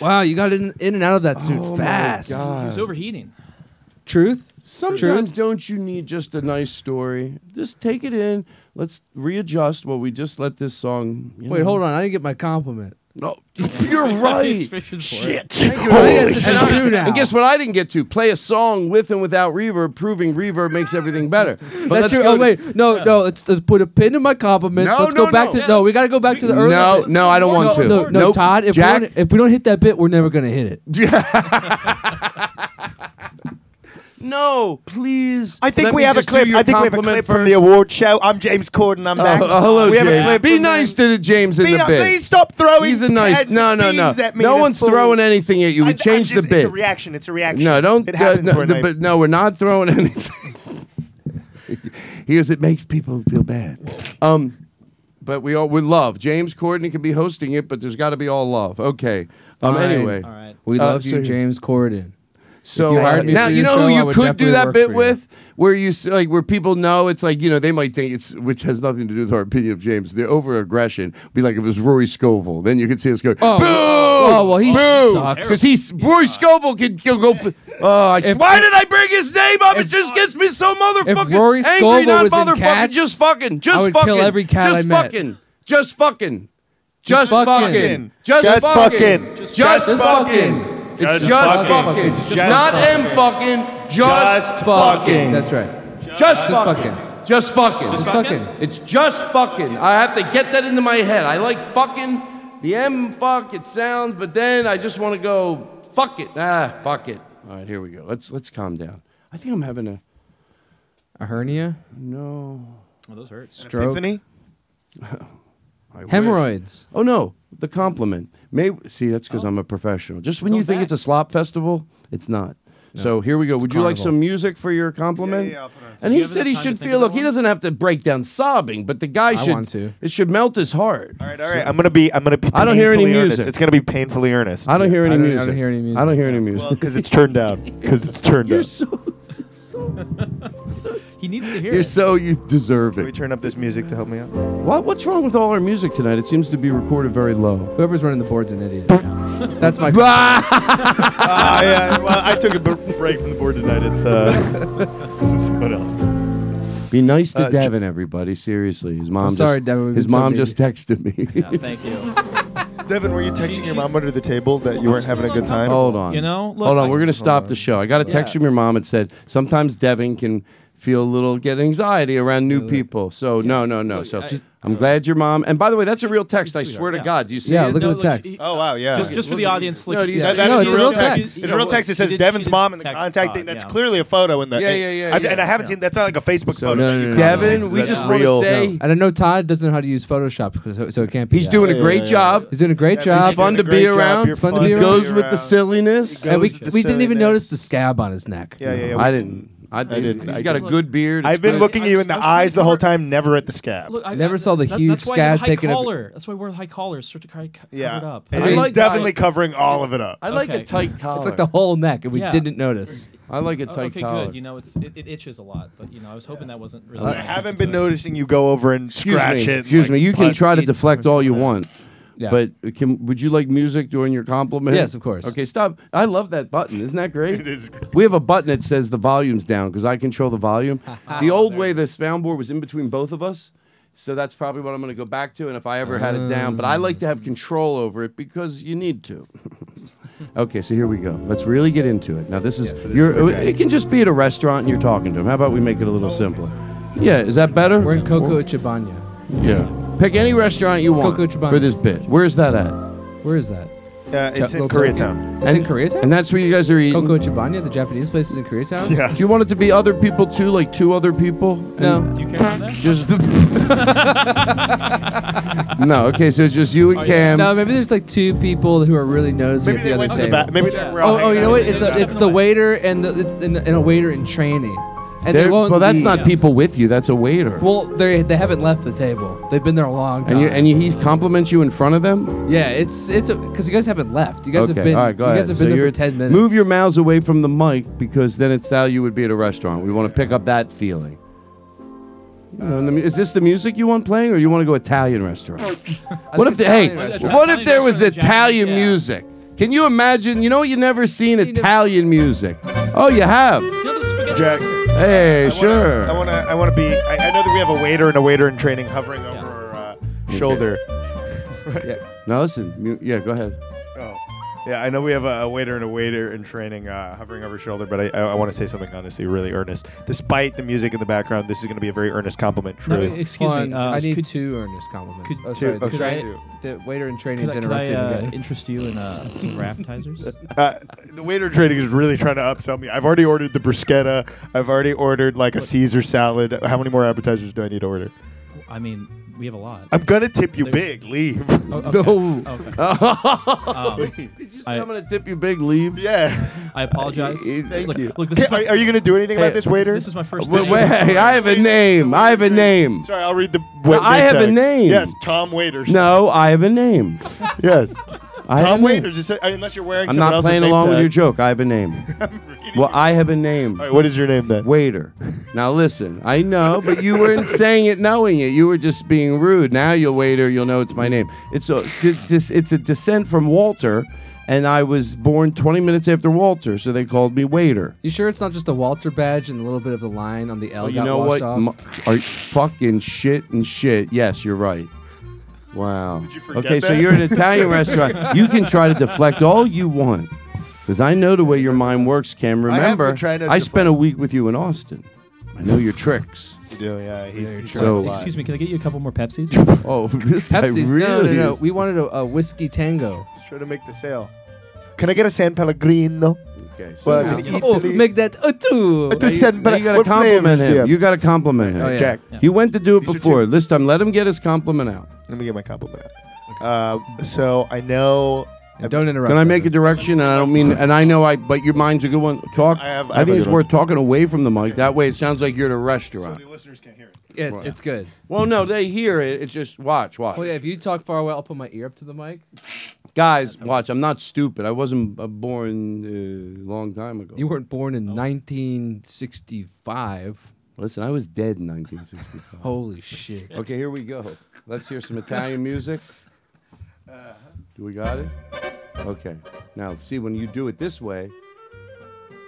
Speaker 3: Wow, you got in, in and out of that suit fast.
Speaker 5: He was overheating.
Speaker 3: Truth?
Speaker 2: Sometimes don't you need just a nice story? Just take it in. Let's readjust what we just let this song. you
Speaker 3: Wait,
Speaker 2: know.
Speaker 3: hold on. I didn't get my compliment.
Speaker 2: No, you're right.
Speaker 5: He's fishing for it.
Speaker 3: I
Speaker 2: Holy
Speaker 3: guess it's
Speaker 2: shit.
Speaker 3: just you now.
Speaker 2: And guess what? I didn't get to play a song with and without reverb, proving reverb makes everything better. But
Speaker 3: That's
Speaker 2: let's
Speaker 3: true.
Speaker 2: go
Speaker 3: Oh
Speaker 2: to-
Speaker 3: wait, no, no. Let's, let's put a pin in my compliments.
Speaker 2: No,
Speaker 3: let's
Speaker 2: no,
Speaker 3: go back
Speaker 2: no.
Speaker 3: to no. We got to go back to the early.
Speaker 2: No, no, I don't want
Speaker 3: no,
Speaker 2: to.
Speaker 3: No, no,
Speaker 2: Nope.
Speaker 3: Todd. If,
Speaker 2: Jack-
Speaker 3: We don't, if we don't hit that bit, we're never gonna hit it.
Speaker 2: No, please.
Speaker 7: I think
Speaker 2: let
Speaker 7: we
Speaker 2: me
Speaker 7: have a
Speaker 2: just do
Speaker 7: clip.
Speaker 2: your
Speaker 7: I think we have a
Speaker 2: compliment
Speaker 7: clip from
Speaker 2: first.
Speaker 7: the award show. I'm James Corden. I'm
Speaker 2: Oh,
Speaker 7: back.
Speaker 2: oh, hello,
Speaker 7: we have
Speaker 2: James.
Speaker 7: a clip.
Speaker 2: Be
Speaker 7: from
Speaker 2: nice to the James in
Speaker 7: Be
Speaker 2: the
Speaker 7: not-
Speaker 2: bit.
Speaker 7: please stop throwing
Speaker 2: He's a nice.
Speaker 7: heads
Speaker 2: No,
Speaker 7: and
Speaker 2: no, no.
Speaker 7: beans at me,
Speaker 2: No
Speaker 7: you
Speaker 2: one's
Speaker 7: fool.
Speaker 2: throwing anything at you.
Speaker 7: I-
Speaker 2: We
Speaker 7: I'm
Speaker 2: changed
Speaker 7: just-
Speaker 2: the bit.
Speaker 7: It's a reaction. It's a reaction.
Speaker 2: No, don't.
Speaker 7: It
Speaker 2: uh,
Speaker 7: happens
Speaker 2: no,
Speaker 7: when
Speaker 2: the-
Speaker 7: I-
Speaker 2: but no, we're not throwing anything. Here's it makes people feel bad. Um, but we all we love James Corden can be hosting it, but there's got to be all love. Okay. Um.
Speaker 3: Fine.
Speaker 2: Anyway.
Speaker 5: All right.
Speaker 3: We
Speaker 2: Uh,
Speaker 3: love
Speaker 2: so-
Speaker 3: you, James Corden.
Speaker 2: So
Speaker 3: you hired me
Speaker 2: now
Speaker 3: for
Speaker 2: you
Speaker 3: your
Speaker 2: know
Speaker 3: show, I
Speaker 2: who you
Speaker 3: would
Speaker 2: could do
Speaker 3: definitely
Speaker 2: that
Speaker 3: work
Speaker 2: bit
Speaker 3: for you.
Speaker 2: with, where you s- like where people know it's like you know they might think it's which has nothing to do with our opinion of James. The over aggression be like if it was Rory Scovel, then you could see us go
Speaker 3: Oh,
Speaker 2: boo.
Speaker 3: oh, well, he sucks.
Speaker 2: because he's Rory Scovel could go. go f- oh, I,
Speaker 3: If-
Speaker 2: why did I bring his name up? it just gets me so motherfucking
Speaker 3: Rory
Speaker 2: angry.
Speaker 3: Scovel
Speaker 2: Not
Speaker 3: was in
Speaker 2: motherfucking,
Speaker 3: Cats,
Speaker 2: just fucking, just
Speaker 3: I would kill
Speaker 2: fucking,
Speaker 3: every cat
Speaker 2: just
Speaker 3: I met.
Speaker 2: fucking, just fucking, just
Speaker 3: Just
Speaker 2: fucking,
Speaker 3: fucking.
Speaker 2: just
Speaker 7: Just
Speaker 2: fucking,
Speaker 7: fucking.
Speaker 2: just
Speaker 7: Just
Speaker 2: fucking. It's just fucking. It's
Speaker 7: just
Speaker 2: not m fucking. Just
Speaker 7: Just
Speaker 2: fucking.
Speaker 3: That's right.
Speaker 2: Just
Speaker 3: Just
Speaker 2: fucking.
Speaker 3: fucking.
Speaker 2: Just fucking.
Speaker 3: Just fucking.
Speaker 2: It's just fucking. I have to get that into my head. I like fucking. The M fuck it sounds, but then I just want to go fuck it. Ah, fuck it. All right, here we go. Let's let's calm down. I think I'm having a
Speaker 3: A hernia,
Speaker 2: no.
Speaker 5: Oh, those hurt.
Speaker 3: stroke,
Speaker 7: Epiphany?
Speaker 2: I wish.
Speaker 3: hemorrhoids.
Speaker 2: Oh no, the compliment. May see that's because I'm a professional. Just when you think it's a slop festival, it's not. So here we go. Would you like
Speaker 3: carnival.
Speaker 2: some music for your compliment?
Speaker 7: yeah, I'll put it on.
Speaker 2: And
Speaker 5: Do
Speaker 2: he
Speaker 5: you have
Speaker 2: said
Speaker 5: the
Speaker 2: he
Speaker 5: time
Speaker 2: should
Speaker 5: to think
Speaker 2: feel.
Speaker 5: about
Speaker 2: Look, he
Speaker 5: one?
Speaker 2: doesn't have to break down sobbing, but the guy should.
Speaker 3: want to.
Speaker 2: It should melt his heart.
Speaker 7: All right, all right. I'm gonna be. I'm gonna be.
Speaker 2: I don't hear any
Speaker 7: painfully earnest.
Speaker 2: music.
Speaker 7: It's gonna be painfully earnest.
Speaker 2: I don't hear any
Speaker 3: I don't- I
Speaker 2: music.
Speaker 3: don't hear any
Speaker 2: I don't hear any music.
Speaker 7: Because it's turned down. Because it's turned
Speaker 2: You're
Speaker 7: down.
Speaker 2: so. so
Speaker 18: He needs to hear
Speaker 2: You're
Speaker 18: it.
Speaker 2: so you deserve
Speaker 1: Can we
Speaker 2: it.
Speaker 1: turn up this music to help me out?
Speaker 2: What, what's wrong with all our music tonight? It seems to be recorded very low. Whoever's running the board's an idiot.
Speaker 3: That's my.
Speaker 1: Ah, yeah.
Speaker 7: uh,
Speaker 1: Well, I took a b- break from the board tonight. It's uh, this is someone else.
Speaker 2: Be nice to
Speaker 1: Uh, J-
Speaker 2: Devin, everybody. Seriously, his mom.
Speaker 3: sorry,
Speaker 2: just,
Speaker 3: Devin, we've
Speaker 2: His
Speaker 3: been so
Speaker 2: mom
Speaker 3: mean.
Speaker 2: just texted me.
Speaker 18: Thank you.
Speaker 1: Devin, were you texting your mom under the table that you weren't having a good time?
Speaker 2: Hold on.
Speaker 18: You know, look,
Speaker 2: Hold on.
Speaker 18: I-
Speaker 2: We're gonna stop the show. I got a text from your mom and said sometimes Devin can feel a little get anxiety around new people. So no, no, no. so I'm glad your mom. And by the way, that's a real text. I swear to God. Do you see
Speaker 3: Yeah,
Speaker 2: it?
Speaker 3: look at No, the look, text. he-
Speaker 1: Oh wow, yeah.
Speaker 18: Just, just for the audience, look.
Speaker 2: No, do you
Speaker 18: yeah.
Speaker 2: see
Speaker 1: That-
Speaker 2: No,
Speaker 1: that is a
Speaker 2: it's a
Speaker 1: real
Speaker 2: real
Speaker 1: text.
Speaker 2: text.
Speaker 1: It's a real text. It says
Speaker 18: She did-
Speaker 1: Devin's
Speaker 18: she did
Speaker 1: mom and the
Speaker 18: text
Speaker 1: contact
Speaker 18: Todd,
Speaker 1: thing. That's
Speaker 18: yeah.
Speaker 1: clearly a photo in the.
Speaker 2: Yeah, yeah, yeah,
Speaker 1: I've-
Speaker 2: yeah.
Speaker 1: And I haven't seen. That's not like a Facebook photo.
Speaker 2: no,
Speaker 1: that
Speaker 2: no,
Speaker 1: you
Speaker 2: no,
Speaker 1: comment
Speaker 2: Devin,
Speaker 1: on.
Speaker 2: we
Speaker 1: That's
Speaker 2: just
Speaker 1: not
Speaker 2: wanna
Speaker 1: real.
Speaker 2: say-
Speaker 3: And I know Todd doesn't know how to use Photoshop, 'cause- so, so it can't be.
Speaker 2: He's
Speaker 3: that.
Speaker 2: doing a great job.
Speaker 3: He's doing a great
Speaker 2: He's
Speaker 3: job.
Speaker 2: fun to be around.
Speaker 3: It's fun to be
Speaker 2: He
Speaker 3: around.
Speaker 2: goes with the silliness.
Speaker 3: and we, we didn't even notice the scab on his neck.
Speaker 1: Yeah, yeah, yeah.
Speaker 2: I didn't. I didn't. He's got a good beard.
Speaker 1: I've been looking you in the eyes the whole time, never at the scab.
Speaker 18: Look, I
Speaker 3: Never saw the
Speaker 18: that-
Speaker 3: huge
Speaker 18: that's why you have
Speaker 3: scab
Speaker 18: high
Speaker 3: taken up-
Speaker 18: collar. That's why we're high collars, sort of co- co-
Speaker 1: Yeah.
Speaker 18: covered up.
Speaker 1: It
Speaker 2: I
Speaker 1: is
Speaker 2: like-
Speaker 1: definitely
Speaker 2: I-
Speaker 1: covering all of it up.
Speaker 2: I like a
Speaker 18: Okay.
Speaker 2: tight collar.
Speaker 3: It's like the whole neck, and we
Speaker 18: Yeah.
Speaker 3: didn't notice.
Speaker 2: I like a
Speaker 18: Oh,
Speaker 2: tight
Speaker 18: okay,
Speaker 2: collar.
Speaker 18: good. You know, it's it, it itches a lot, but you know, I was hoping that wasn't really.
Speaker 1: I haven't been noticing you go over and
Speaker 2: Excuse
Speaker 1: scratch
Speaker 2: me.
Speaker 1: it.
Speaker 2: Excuse
Speaker 1: like,
Speaker 2: me. You can
Speaker 1: punch
Speaker 2: try to
Speaker 1: it.
Speaker 2: deflect all you want.
Speaker 3: Yeah.
Speaker 2: But can would you like music during your compliment?
Speaker 3: Yes, of course.
Speaker 2: Okay, stop. I love that button. Isn't that great? it is. We have a button that says the volume's down because I control the volume. the old way the soundboard was in between both of us, so that's probably what I'm going to go back to. And if I ever had it down, but I like to have control over it because you need to. okay, so here we go. Let's really get into it. Now this is you're. it can just be at a restaurant and you're talking to him. How about we make it a little simpler? Yeah, is that better?
Speaker 3: We're in Coco Chibana.
Speaker 2: Yeah. Pick any restaurant you want
Speaker 3: Coco Chobani.
Speaker 2: for this bit. Where's that at?
Speaker 3: Where is that?
Speaker 1: Uh, it's
Speaker 3: Ta-
Speaker 1: in
Speaker 3: Little
Speaker 1: Koreatown.
Speaker 3: Tokyo? It's in Koreatown.
Speaker 2: And that's where you guys are eating.
Speaker 3: Coco Chibana, the Japanese place, is in Koreatown.
Speaker 1: Yeah.
Speaker 2: Do you want it to be other people too, like two other people?
Speaker 3: No.
Speaker 2: Um,
Speaker 18: Do you care about that?
Speaker 2: Just no. Okay, so it's just you and Cam.
Speaker 3: Oh, No, maybe there's like two people who are really noticing
Speaker 1: Maybe
Speaker 3: at the
Speaker 1: they
Speaker 3: other
Speaker 1: went to
Speaker 3: table.
Speaker 1: the back. Maybe they were all
Speaker 3: oh, oh,
Speaker 1: hanging
Speaker 3: you know
Speaker 1: out.
Speaker 3: what? It's
Speaker 18: They're
Speaker 3: a, it's
Speaker 18: stepping
Speaker 3: the
Speaker 18: away.
Speaker 3: waiter and the it's and, and a waiter in training, and they
Speaker 2: There-
Speaker 3: won't.
Speaker 2: well, that's
Speaker 3: leave.
Speaker 2: not people with you. That's a waiter.
Speaker 3: Well, they they haven't left the table. They've been there a long time.
Speaker 2: and you, and you, he compliments you in front of them.
Speaker 3: yeah, it's it's because you guys haven't left. You guys
Speaker 2: okay.
Speaker 3: have been.
Speaker 2: All right, go
Speaker 3: you
Speaker 2: ahead.
Speaker 3: guys have been
Speaker 2: So
Speaker 3: there
Speaker 2: you're-
Speaker 3: for ten minutes.
Speaker 2: Move your mouths away from the mic because then it's how you would be at a restaurant. We want to pick up that feeling. You know, and the mu- is this the music you want playing, or you want to go Italian restaurant? What if the, hey,
Speaker 3: Italian
Speaker 18: restaurant.
Speaker 2: what if there was
Speaker 18: Italian restaurant,
Speaker 2: Italian
Speaker 18: Japanese, yeah.
Speaker 2: music? Can you imagine? You know what you never seen Italian music. Oh, you have.
Speaker 18: You know the spaghetti
Speaker 1: Jack.
Speaker 18: westerns?
Speaker 2: Hey, sure.
Speaker 1: I want to. I want to be. I, I know that we have a waiter and a waiter in training hovering over our uh, shoulder.
Speaker 2: no, listen. mu- Yeah, go ahead.
Speaker 1: Oh, yeah. I know we have a, a waiter and a waiter in training uh, hovering over shoulder, but I, I, want to say something honestly, really earnest. Despite the music in the background, this is going to be a very earnest compliment.
Speaker 18: No,
Speaker 1: Truly.
Speaker 18: excuse
Speaker 3: Hold
Speaker 18: me.
Speaker 3: on,
Speaker 18: Uh,
Speaker 3: I need
Speaker 18: could,
Speaker 3: two earnest compliments.
Speaker 18: could-
Speaker 3: oh,
Speaker 1: Two,
Speaker 3: sorry,
Speaker 1: oh,
Speaker 3: the,
Speaker 1: sorry.
Speaker 3: tra- the waiter in training
Speaker 18: could, I-
Speaker 3: is
Speaker 18: could I
Speaker 3: interrupting.
Speaker 18: uh,
Speaker 3: again.
Speaker 18: interest you in uh, some appetizers?
Speaker 1: Uh, the waiter in training is really trying to upsell me. I've already ordered the bruschetta. I've already ordered like a Caesar salad. How many more appetizers do I need to order?
Speaker 18: I mean, we have a lot.
Speaker 1: I'm gonna tip you big. Leave.
Speaker 18: Oh, okay.
Speaker 2: No.
Speaker 18: Okay. Um,
Speaker 2: Did you say
Speaker 18: I-
Speaker 2: I, am gonna tip you big leave?
Speaker 1: yeah.
Speaker 18: I apologize.
Speaker 1: Thank
Speaker 18: look,
Speaker 1: you.
Speaker 18: Look, this is
Speaker 1: are,
Speaker 18: my-
Speaker 1: are you gonna do anything
Speaker 2: Hey,
Speaker 1: about this waiter?
Speaker 18: This is my first.
Speaker 2: Wait,
Speaker 18: time.
Speaker 2: wait, I have a name. I have a name.
Speaker 1: Sorry, I'll read the.
Speaker 2: No, I have a
Speaker 1: tag.
Speaker 2: name.
Speaker 1: Yes, Tom Waiters.
Speaker 2: No, I have a name.
Speaker 1: Yes.
Speaker 2: I have
Speaker 1: Tom
Speaker 2: a name.
Speaker 1: Waiters. Is that- unless you're wearing.
Speaker 2: I'm
Speaker 1: someone
Speaker 2: not
Speaker 1: else's
Speaker 2: playing
Speaker 1: name
Speaker 2: along with
Speaker 1: tag.
Speaker 2: your joke. I have a name. well, I have a name.
Speaker 1: All right, what is your name then?
Speaker 2: Waiter. Now listen, I know, but you weren't saying it knowing it. You were just being rude. Now you'll waiter, you'll know it's my name. It's a d- dis- it's a descent from Walter, and I was born 20 minutes after Walter, so they called me waiter.
Speaker 3: you sure it's not just a Walter badge and a little bit of the line on the
Speaker 1: Oh,
Speaker 3: L
Speaker 2: Well, you
Speaker 3: got
Speaker 2: know
Speaker 3: washed
Speaker 2: what?
Speaker 3: off?
Speaker 2: M- are you fucking shit and shit. Yes, you're right. Wow.
Speaker 1: you forget
Speaker 2: okay, so
Speaker 1: that?
Speaker 2: you're an Italian restaurant. You can try to deflect all you want. Because I know the way your mind works, Cam.
Speaker 1: have been
Speaker 2: Remember,
Speaker 1: trying to
Speaker 2: I
Speaker 1: deflect-
Speaker 2: spent a week with you in Austin. I know your tricks.
Speaker 1: You do, yeah. He's, he's
Speaker 2: So-
Speaker 1: so,
Speaker 18: Excuse me. Can I get you a couple more Pepsis?
Speaker 2: Oh, this guy
Speaker 3: Pepsi's
Speaker 2: really
Speaker 3: no, no, no.
Speaker 2: is-
Speaker 3: We wanted a, a whiskey tango.
Speaker 1: Trying to make the sale. Can I get a San Pellegrino?
Speaker 2: Okay, so
Speaker 1: Well,
Speaker 2: now-
Speaker 1: I'm gonna eat
Speaker 3: Oh,
Speaker 1: Italy.
Speaker 3: make that a two.
Speaker 1: A two San
Speaker 2: now
Speaker 1: Pelle-
Speaker 2: you got to
Speaker 1: what
Speaker 2: compliment
Speaker 1: flavors do you
Speaker 2: him.
Speaker 1: have?
Speaker 2: You got to compliment him.
Speaker 3: Oh, yeah.
Speaker 1: Jack,
Speaker 2: He went to do it
Speaker 1: You should
Speaker 2: before.
Speaker 1: too.
Speaker 2: This time, let him get his compliment out.
Speaker 1: let me get my compliment. out. Uh, so I know.
Speaker 3: And don't interrupt.
Speaker 2: Can I
Speaker 3: them.
Speaker 2: make a direction? And I don't mean, and I know I, but your mind's a good one. Talk.
Speaker 1: I have- I have
Speaker 2: think
Speaker 1: a
Speaker 2: it's
Speaker 1: good
Speaker 2: worth talking away from the mic. That way, it sounds like you're at a restaurant.
Speaker 1: listeners can't hear it.
Speaker 3: Yeah, It's, it's good.
Speaker 2: Well, no, they hear it. It's just watch, watch.
Speaker 3: Well, yeah, if you talk far away, I'll put my ear up to the mic.
Speaker 2: Guys, watch. I'm not stupid. I wasn't uh, born uh, a long time ago.
Speaker 3: You weren't born in 1965.
Speaker 2: Listen, I was dead in 1965. Holy shit. Okay, here we go. Let's hear some Italian music. Do we got it? Okay. Now, see, when you do it this way,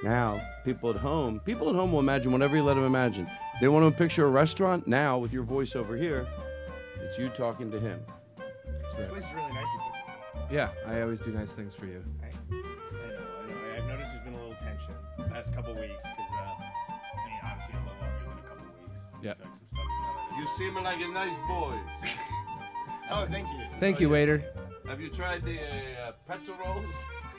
Speaker 2: now people at home, people at home will imagine whatever you let them imagine. They want to picture a restaurant. Now, with your voice over here, it's you talking to him.
Speaker 1: It was really nice of
Speaker 3: Yeah, I always do nice things for you.
Speaker 1: you. I know, I know. I've noticed there's been a little tension the past couple weeks because, uh, I mean, obviously, I love up in a couple weeks.
Speaker 3: Yeah.
Speaker 19: You seem like a nice boy.
Speaker 1: Oh, thank you.
Speaker 3: Thank you, waiter.
Speaker 19: Have you tried the uh, pretzel rolls?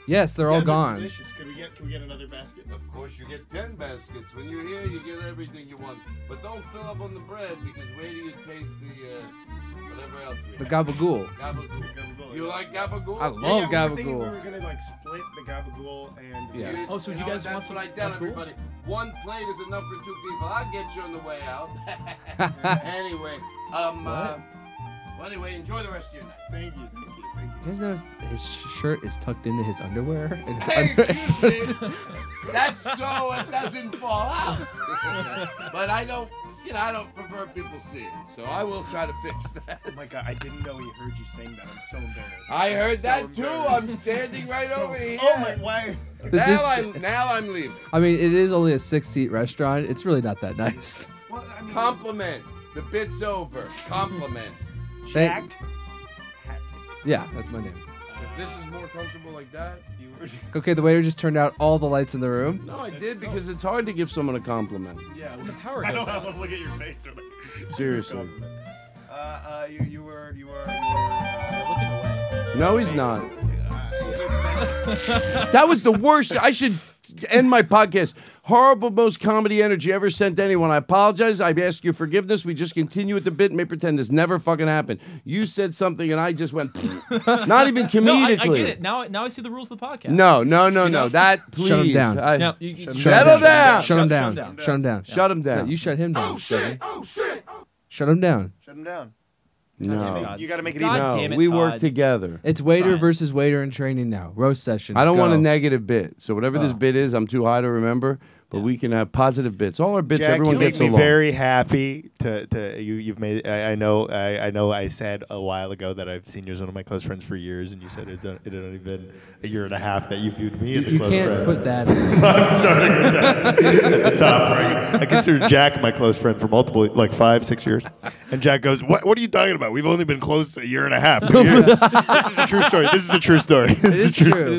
Speaker 3: Yes, they're all gone.
Speaker 1: Delicious. Can we get can we get another basket?
Speaker 19: Of course, you get ten baskets. When you're here, you get everything you want. But don't fill up on the bread because wait till you taste the uh, whatever else we
Speaker 3: The
Speaker 19: have.
Speaker 3: gabagool.
Speaker 19: Gabagool. You like gabagool?
Speaker 3: I love
Speaker 1: yeah, we were thinking
Speaker 3: gabagool.
Speaker 1: We were gonna like split the gabagool and
Speaker 3: Yeah.
Speaker 19: You-
Speaker 18: Oh, so
Speaker 19: you
Speaker 18: you
Speaker 19: know,
Speaker 18: guys
Speaker 19: that's
Speaker 18: want some
Speaker 19: what I tell
Speaker 18: gabagool?
Speaker 19: everybody. One plate is enough for two people. I'll get you on the way out. anyway, um, uh, well, anyway, enjoy the rest of your night.
Speaker 1: Thank you, thank you, thank
Speaker 3: You guys notice his sh- shirt is tucked into his underwear? And his
Speaker 19: Hey,
Speaker 3: under-
Speaker 19: excuse me. That's so it doesn't fall out. but I don't, you know, I don't prefer people seeing. So I will try to fix that.
Speaker 1: Oh my god, I didn't know he heard you saying that. I'm so embarrassed.
Speaker 19: I
Speaker 1: I'm
Speaker 19: heard
Speaker 1: so
Speaker 19: that too. I'm
Speaker 1: embarrassed.
Speaker 19: standing right
Speaker 1: So-
Speaker 19: over here.
Speaker 1: Oh my, why?
Speaker 3: This is-
Speaker 19: Now I'm now I'm leaving.
Speaker 3: I mean, it is only a six seat restaurant. It's really not that nice.
Speaker 19: Compliment. The bit's over. Compliment.
Speaker 3: Jack? Yeah, that's my name.
Speaker 19: If this is more comfortable like that, you were.
Speaker 3: Okay, the waiter just turned out all the lights in the room.
Speaker 19: No, I
Speaker 2: did because it's hard to give someone a compliment.
Speaker 1: Yeah,
Speaker 18: the power
Speaker 1: I
Speaker 18: goes
Speaker 1: don't
Speaker 18: out.
Speaker 1: want to look at your face. Or like,
Speaker 2: Seriously.
Speaker 1: Uh, uh, you, you were, you were, you were uh, looking away.
Speaker 2: No, he's not. that was the worst. I should end my podcast. Horrible, most comedy energy ever sent to anyone. I apologize. I ask your forgiveness. We just continue with the bit and may pretend this never fucking happened. You said something and I just went, not even comedically.
Speaker 18: No, I, I get it. Now, now I see the rules of the podcast.
Speaker 2: No, no, no, no. That please.
Speaker 3: Shut him down.
Speaker 2: I-
Speaker 18: No, you- you-
Speaker 2: shut,
Speaker 18: Shut
Speaker 2: him
Speaker 18: him
Speaker 2: down.
Speaker 18: down.
Speaker 3: Shut him down.
Speaker 18: Shut him
Speaker 3: Shut him down.
Speaker 2: Shut him down.
Speaker 3: No, you shut him down. Shut,
Speaker 1: Oh shit!
Speaker 3: shut him down.
Speaker 1: Shut him down.
Speaker 2: No.
Speaker 1: You gotta make it
Speaker 2: God
Speaker 1: even.
Speaker 2: No, damn it, we work Todd. together.
Speaker 3: It's waiter
Speaker 2: Fine.
Speaker 3: versus waiter in training now. Roast session.
Speaker 2: I don't want a
Speaker 3: Go.
Speaker 2: negative bit. So whatever this
Speaker 3: Oh.
Speaker 2: bit is, I'm too high to remember. But we can have positive bits. All our bits,
Speaker 1: Jack,
Speaker 2: everyone
Speaker 1: you
Speaker 2: gets
Speaker 1: make me
Speaker 2: along.
Speaker 1: very happy to, to you. You've made. I, I know. I, I know. I said a while ago that I've seen you as one of my close friends for years, and you said it's, it had only been a year and a half that you viewed me as a
Speaker 3: You
Speaker 1: close
Speaker 3: can't
Speaker 1: friend.
Speaker 3: put that.
Speaker 1: I'm starting with that at the top right. I consider Jack my close friend for multiple, like five, six years. And Jack goes, "What? What are you talking about? We've only been close a year and a half. two years." this is a true story. This is a true story. This is, a true. Story.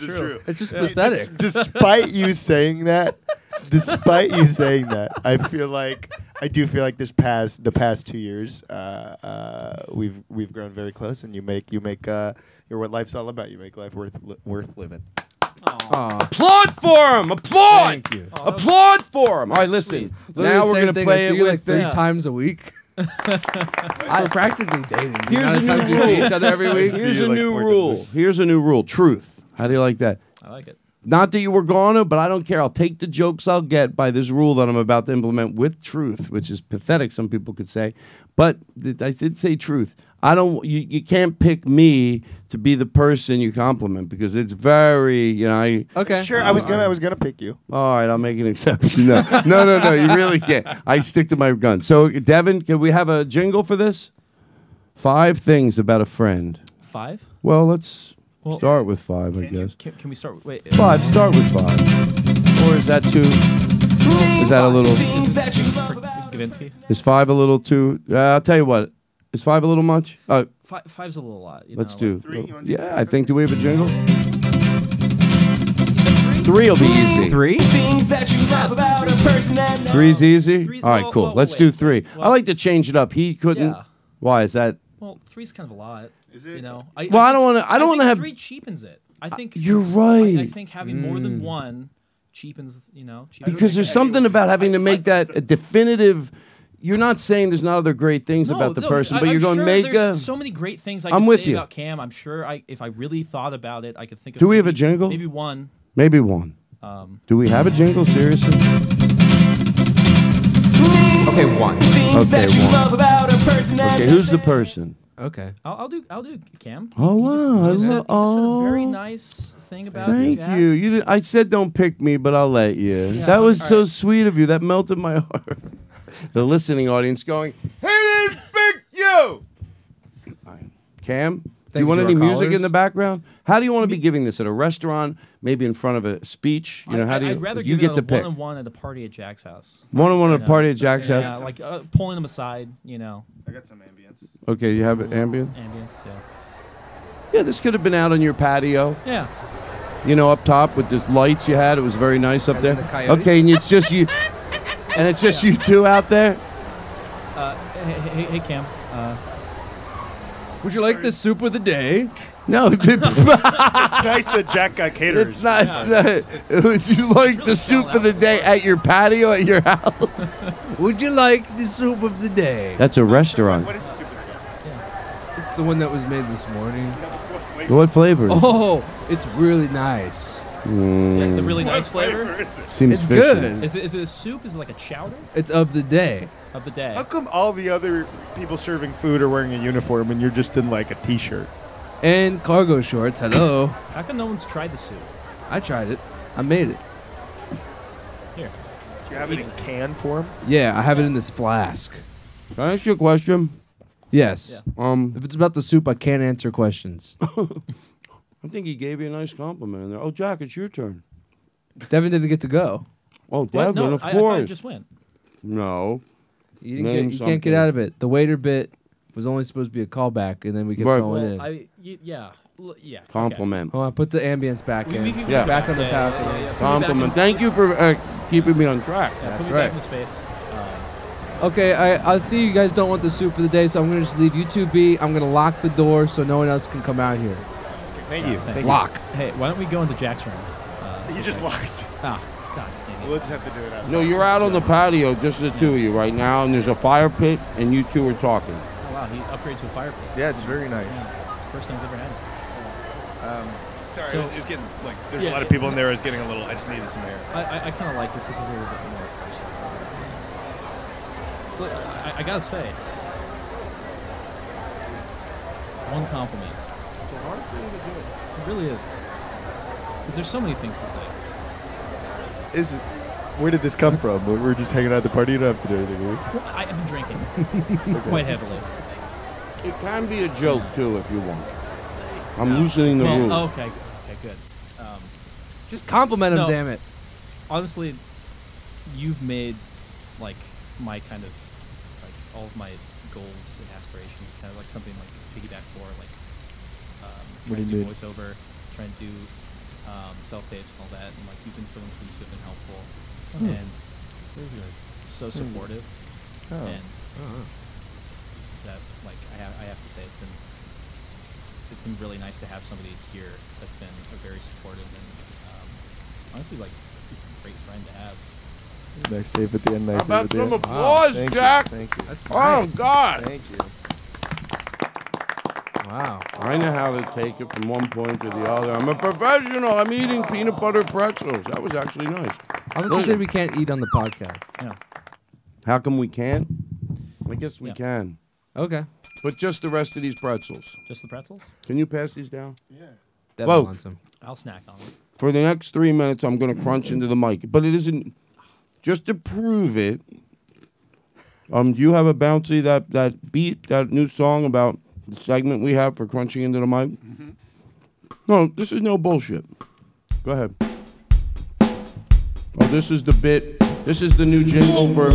Speaker 3: It's
Speaker 1: true.
Speaker 3: It's just
Speaker 1: Des-
Speaker 3: pathetic.
Speaker 1: despite you saying that, despite you saying that, I feel like I do feel like this past the past two years, uh, uh, we've we've grown very close, and you make you make uh, you're what life's all about. You make life worth li- worth living.
Speaker 2: Applaud for him. Applaud.
Speaker 3: Thank you.
Speaker 2: Applaud for him. All right, listen.
Speaker 3: Literally
Speaker 2: now
Speaker 3: the
Speaker 2: we're
Speaker 3: same
Speaker 2: gonna
Speaker 3: thing. I
Speaker 2: play
Speaker 3: see
Speaker 2: it
Speaker 3: you
Speaker 2: with
Speaker 3: like three
Speaker 2: uh,
Speaker 3: times a week. We're practically dating. The
Speaker 2: Here's
Speaker 3: amount
Speaker 2: a
Speaker 3: of times
Speaker 2: new
Speaker 3: we
Speaker 2: rule.
Speaker 3: see each other every week.
Speaker 2: Here's a new rule. Here's a new rule. Truth. How do you like that?
Speaker 18: I like it.
Speaker 2: Not that you were gonna, but I don't care. I'll take the jokes I'll get by this rule that I'm about to implement with truth, which is pathetic. Some people could say, but th- I did say truth. I don't. You, you can't pick me to be the person you compliment because it's very you know. I,
Speaker 1: Sure, I was gonna I was gonna pick you.
Speaker 2: All right, I'll make an exception. No, no, no, no. You really can't. I stick to my gun. So, Devin, can we have a jingle for this? Five things about a friend.
Speaker 18: Five?
Speaker 2: Well, let's
Speaker 18: Well,
Speaker 2: start with five, I guess.
Speaker 18: Can, can we start? with- Wait.
Speaker 2: Five. Start with five. Or is that too? Is that a little?
Speaker 18: Gavinsky.
Speaker 2: Is five a little too? Uh, I'll tell you what. Is five a little much? Uh,
Speaker 18: Five, five's a little lot. You
Speaker 2: let's
Speaker 18: know,
Speaker 2: do.
Speaker 18: like-
Speaker 2: yeah, I think. Do we have a jingle? Three will be easy. Three.
Speaker 10: Things that you love about a person that
Speaker 2: Three's easy. All right, cool.
Speaker 18: well,
Speaker 2: Let's do three. I like to change it up. He couldn't.
Speaker 18: Yeah.
Speaker 2: Why is that?
Speaker 18: Well, three's kind of a lot. Is it? You know. I,
Speaker 2: Well, I don't wanna- I don't wanna
Speaker 18: think
Speaker 2: have-
Speaker 18: Three cheapens it. I think.
Speaker 2: You're
Speaker 18: I, I
Speaker 2: right. Mm.
Speaker 18: think having more than one cheapens. You know. Cheapens
Speaker 2: Because there's something about having to make that a definitive. You're not saying there's not other great things
Speaker 18: No,
Speaker 2: about the
Speaker 18: no,
Speaker 2: person,
Speaker 18: I-
Speaker 2: but
Speaker 18: I'm
Speaker 2: you're going to
Speaker 18: sure
Speaker 2: make a.
Speaker 18: There's so many great things I
Speaker 2: I'm
Speaker 18: can
Speaker 2: with
Speaker 18: say
Speaker 2: you.
Speaker 18: about Cam. I'm sure I, if I really thought about it, I could think of.
Speaker 2: Do we have a
Speaker 18: maybe-
Speaker 2: jingle?
Speaker 18: Maybe one.
Speaker 2: Maybe one.
Speaker 18: Um,
Speaker 2: Do we have a jingle? Seriously? Okay, one.
Speaker 10: Things
Speaker 2: Okay,
Speaker 10: that you
Speaker 2: one.
Speaker 10: love about a person that
Speaker 2: Okay, who's the person?
Speaker 3: Okay.
Speaker 18: I'll, I'll do. I'll do Cam.
Speaker 2: Oh wow! I
Speaker 18: You said, you
Speaker 2: lo-
Speaker 18: said a very
Speaker 2: oh,
Speaker 18: nice thing about
Speaker 2: thank
Speaker 18: Jack.
Speaker 2: you. You. Did, I said don't pick me, but I'll let you. that was so sweet of you. That melted my heart. the listening audience going, He didn't pick you! Cam, do you
Speaker 3: Thank
Speaker 2: want
Speaker 3: you to
Speaker 2: any
Speaker 3: our
Speaker 2: music
Speaker 3: callers.
Speaker 2: in the background? How do you want to be giving this at a restaurant, maybe in front of a speech? You know, how do you?
Speaker 5: I'd rather
Speaker 2: you
Speaker 5: give
Speaker 2: get
Speaker 5: it
Speaker 2: to
Speaker 5: a
Speaker 2: pick.
Speaker 5: one on one at a party at Jack's house.
Speaker 2: One on one
Speaker 5: You
Speaker 2: at a
Speaker 5: know?
Speaker 2: party at Jack's
Speaker 5: yeah,
Speaker 2: house?
Speaker 5: like uh, pulling them aside, you know. I got some ambience.
Speaker 2: Okay, you have it ambient.
Speaker 5: Ambience, yeah.
Speaker 2: Yeah, this could have been out on your patio.
Speaker 5: Yeah.
Speaker 2: You know, up top with the lights you had, it was very nice up there.
Speaker 5: the coyotes.
Speaker 2: okay, and it's just you, and it's just you two out there.
Speaker 5: Uh, hey, hey, hey, Cam. Uh,
Speaker 3: Would you like the soup of the day?
Speaker 2: No,
Speaker 3: it's
Speaker 1: nice that Jack got catered.
Speaker 2: It's not.
Speaker 3: Yeah,
Speaker 2: it's not- would you like the soup of the day at your patio at your house?
Speaker 3: Would you like the soup of the day?
Speaker 2: That's a restaurant. What,
Speaker 3: It's the one that was made this morning.
Speaker 2: flavor?
Speaker 3: Oh, it's really nice.
Speaker 2: Mm.
Speaker 5: the really nice flavor.
Speaker 2: Seems
Speaker 3: It's fishy. good.
Speaker 5: Is it, is it a soup? Is it like a chowder
Speaker 3: It's of the day.
Speaker 5: of the day?
Speaker 1: How come all the other people serving food are wearing a uniform and you're just in like a t-shirt?
Speaker 3: And cargo shorts. Hello.
Speaker 5: How come no one's tried the soup?
Speaker 3: I tried it. I made it.
Speaker 5: Here.
Speaker 1: Do you have it in can form?
Speaker 3: Yeah, I have it in this flask.
Speaker 2: Can I ask you a question?
Speaker 3: Yes.
Speaker 2: Um,
Speaker 3: if it's about the soup, I can't answer questions.
Speaker 2: I think he gave you a nice compliment in there. Oh, Jack, it's your turn.
Speaker 3: Devin didn't get to go.
Speaker 2: Oh,
Speaker 5: What?
Speaker 2: Devin,
Speaker 5: No,
Speaker 2: of
Speaker 5: I, I
Speaker 2: course.
Speaker 5: thought you just went.
Speaker 2: no.
Speaker 3: You, didn't
Speaker 2: Name
Speaker 3: get, you can't
Speaker 2: something.
Speaker 3: get out of it. The waiter bit was only supposed to be a callback, and then we kept
Speaker 2: Right.
Speaker 3: going
Speaker 5: Well,
Speaker 3: in.
Speaker 5: I, y- yeah, L- yeah. okay.
Speaker 2: Compliment.
Speaker 3: Hold on, put the ambience back
Speaker 5: We-
Speaker 3: in.
Speaker 5: we can
Speaker 2: Yeah.
Speaker 3: Back on the
Speaker 5: Yeah,
Speaker 3: path.
Speaker 5: yeah, yeah, yeah.
Speaker 2: Compliment. Thank you for uh, keeping me on track.
Speaker 5: Yeah,
Speaker 3: That's
Speaker 5: put me
Speaker 3: right.
Speaker 5: Back in the space. Uh,
Speaker 3: Okay, I, I see you guys don't want the soup for the day, so I'm gonna just leave you two be. I'm gonna lock the door so no one else can come out here.
Speaker 1: Thank you.
Speaker 5: Uh, thanks.
Speaker 1: Thank
Speaker 3: Lock.
Speaker 5: Hey, why don't we go into Jack's room? Uh,
Speaker 1: You just locked.
Speaker 5: Ah, God damn it.
Speaker 1: We'll just have to do it.
Speaker 2: No, you're out on the patio, just the two of you right now, and there's a fire pit, and you two are talking.
Speaker 5: Oh, wow, he upgraded to a fire pit.
Speaker 1: Yeah, it's very nice.
Speaker 5: Yeah, it's the first time he's ever had it.
Speaker 1: Um, sorry,
Speaker 5: So-
Speaker 1: it, was, it was getting like there's
Speaker 5: Yeah,
Speaker 1: a lot of
Speaker 5: yeah.
Speaker 1: people in there. I was getting a little. I just needed some air.
Speaker 5: I, I, I kind of like this. This is a little bit more. But I, I gotta say, one compliment. It's a hard thing to do. It really is. Because there's so many things to say.
Speaker 1: Is it? Where did this come from? We were just hanging out at the party. You don't have to do anything. Right?
Speaker 5: Well, I have been drinking
Speaker 1: Okay.
Speaker 5: quite heavily.
Speaker 2: It can be a joke, too, if you want. I'm loosening the
Speaker 5: Well,
Speaker 2: rules.
Speaker 5: Okay, okay, good. Um,
Speaker 3: Just compliment him,
Speaker 5: no,
Speaker 3: damn it.
Speaker 5: Honestly, you've made like my kind of like all of my goals and aspirations kind of like something like piggyback for like um,
Speaker 1: What do
Speaker 5: trying
Speaker 1: you
Speaker 5: to do
Speaker 1: mean?
Speaker 5: voiceover, trying to do um, self tapes and all that, and like you've been so inclusive and helpful,
Speaker 1: Hmm.
Speaker 5: and s- so
Speaker 1: Hmm.
Speaker 5: supportive,
Speaker 1: Oh.
Speaker 5: and
Speaker 1: Oh.
Speaker 5: that like I have I have to say it's been it's been really nice to have somebody here that's been a very supportive and um, honestly like great friend to have.
Speaker 1: Nice save at the end.
Speaker 2: How
Speaker 1: Nice save
Speaker 2: about
Speaker 1: at the
Speaker 2: some
Speaker 1: end.
Speaker 2: applause,
Speaker 1: Thank you,
Speaker 2: Jack?
Speaker 1: thank you.
Speaker 2: Oh, God.
Speaker 1: Thank you.
Speaker 3: Wow.
Speaker 2: I know how to take it from one point to the other. I'm a professional. I'm eating peanut butter pretzels. That was actually nice.
Speaker 3: How about you say we can't eat on the podcast?
Speaker 5: Yeah.
Speaker 2: How come we can't? I guess we can.
Speaker 3: Okay.
Speaker 2: But just the rest of these pretzels.
Speaker 5: Just the pretzels?
Speaker 2: Can you pass these down? Yeah.
Speaker 3: Devin
Speaker 2: Well,
Speaker 3: wants him.
Speaker 5: I'll snack on them.
Speaker 2: for the next three minutes, I'm going to crunch into the mic. But it isn't. Just to prove it, um, do you have a bouncy that that beat that new song about the segment we have for crunching into the mic? No, this is no bullshit. Go ahead. Oh, this is the bit. This is the new jingle for.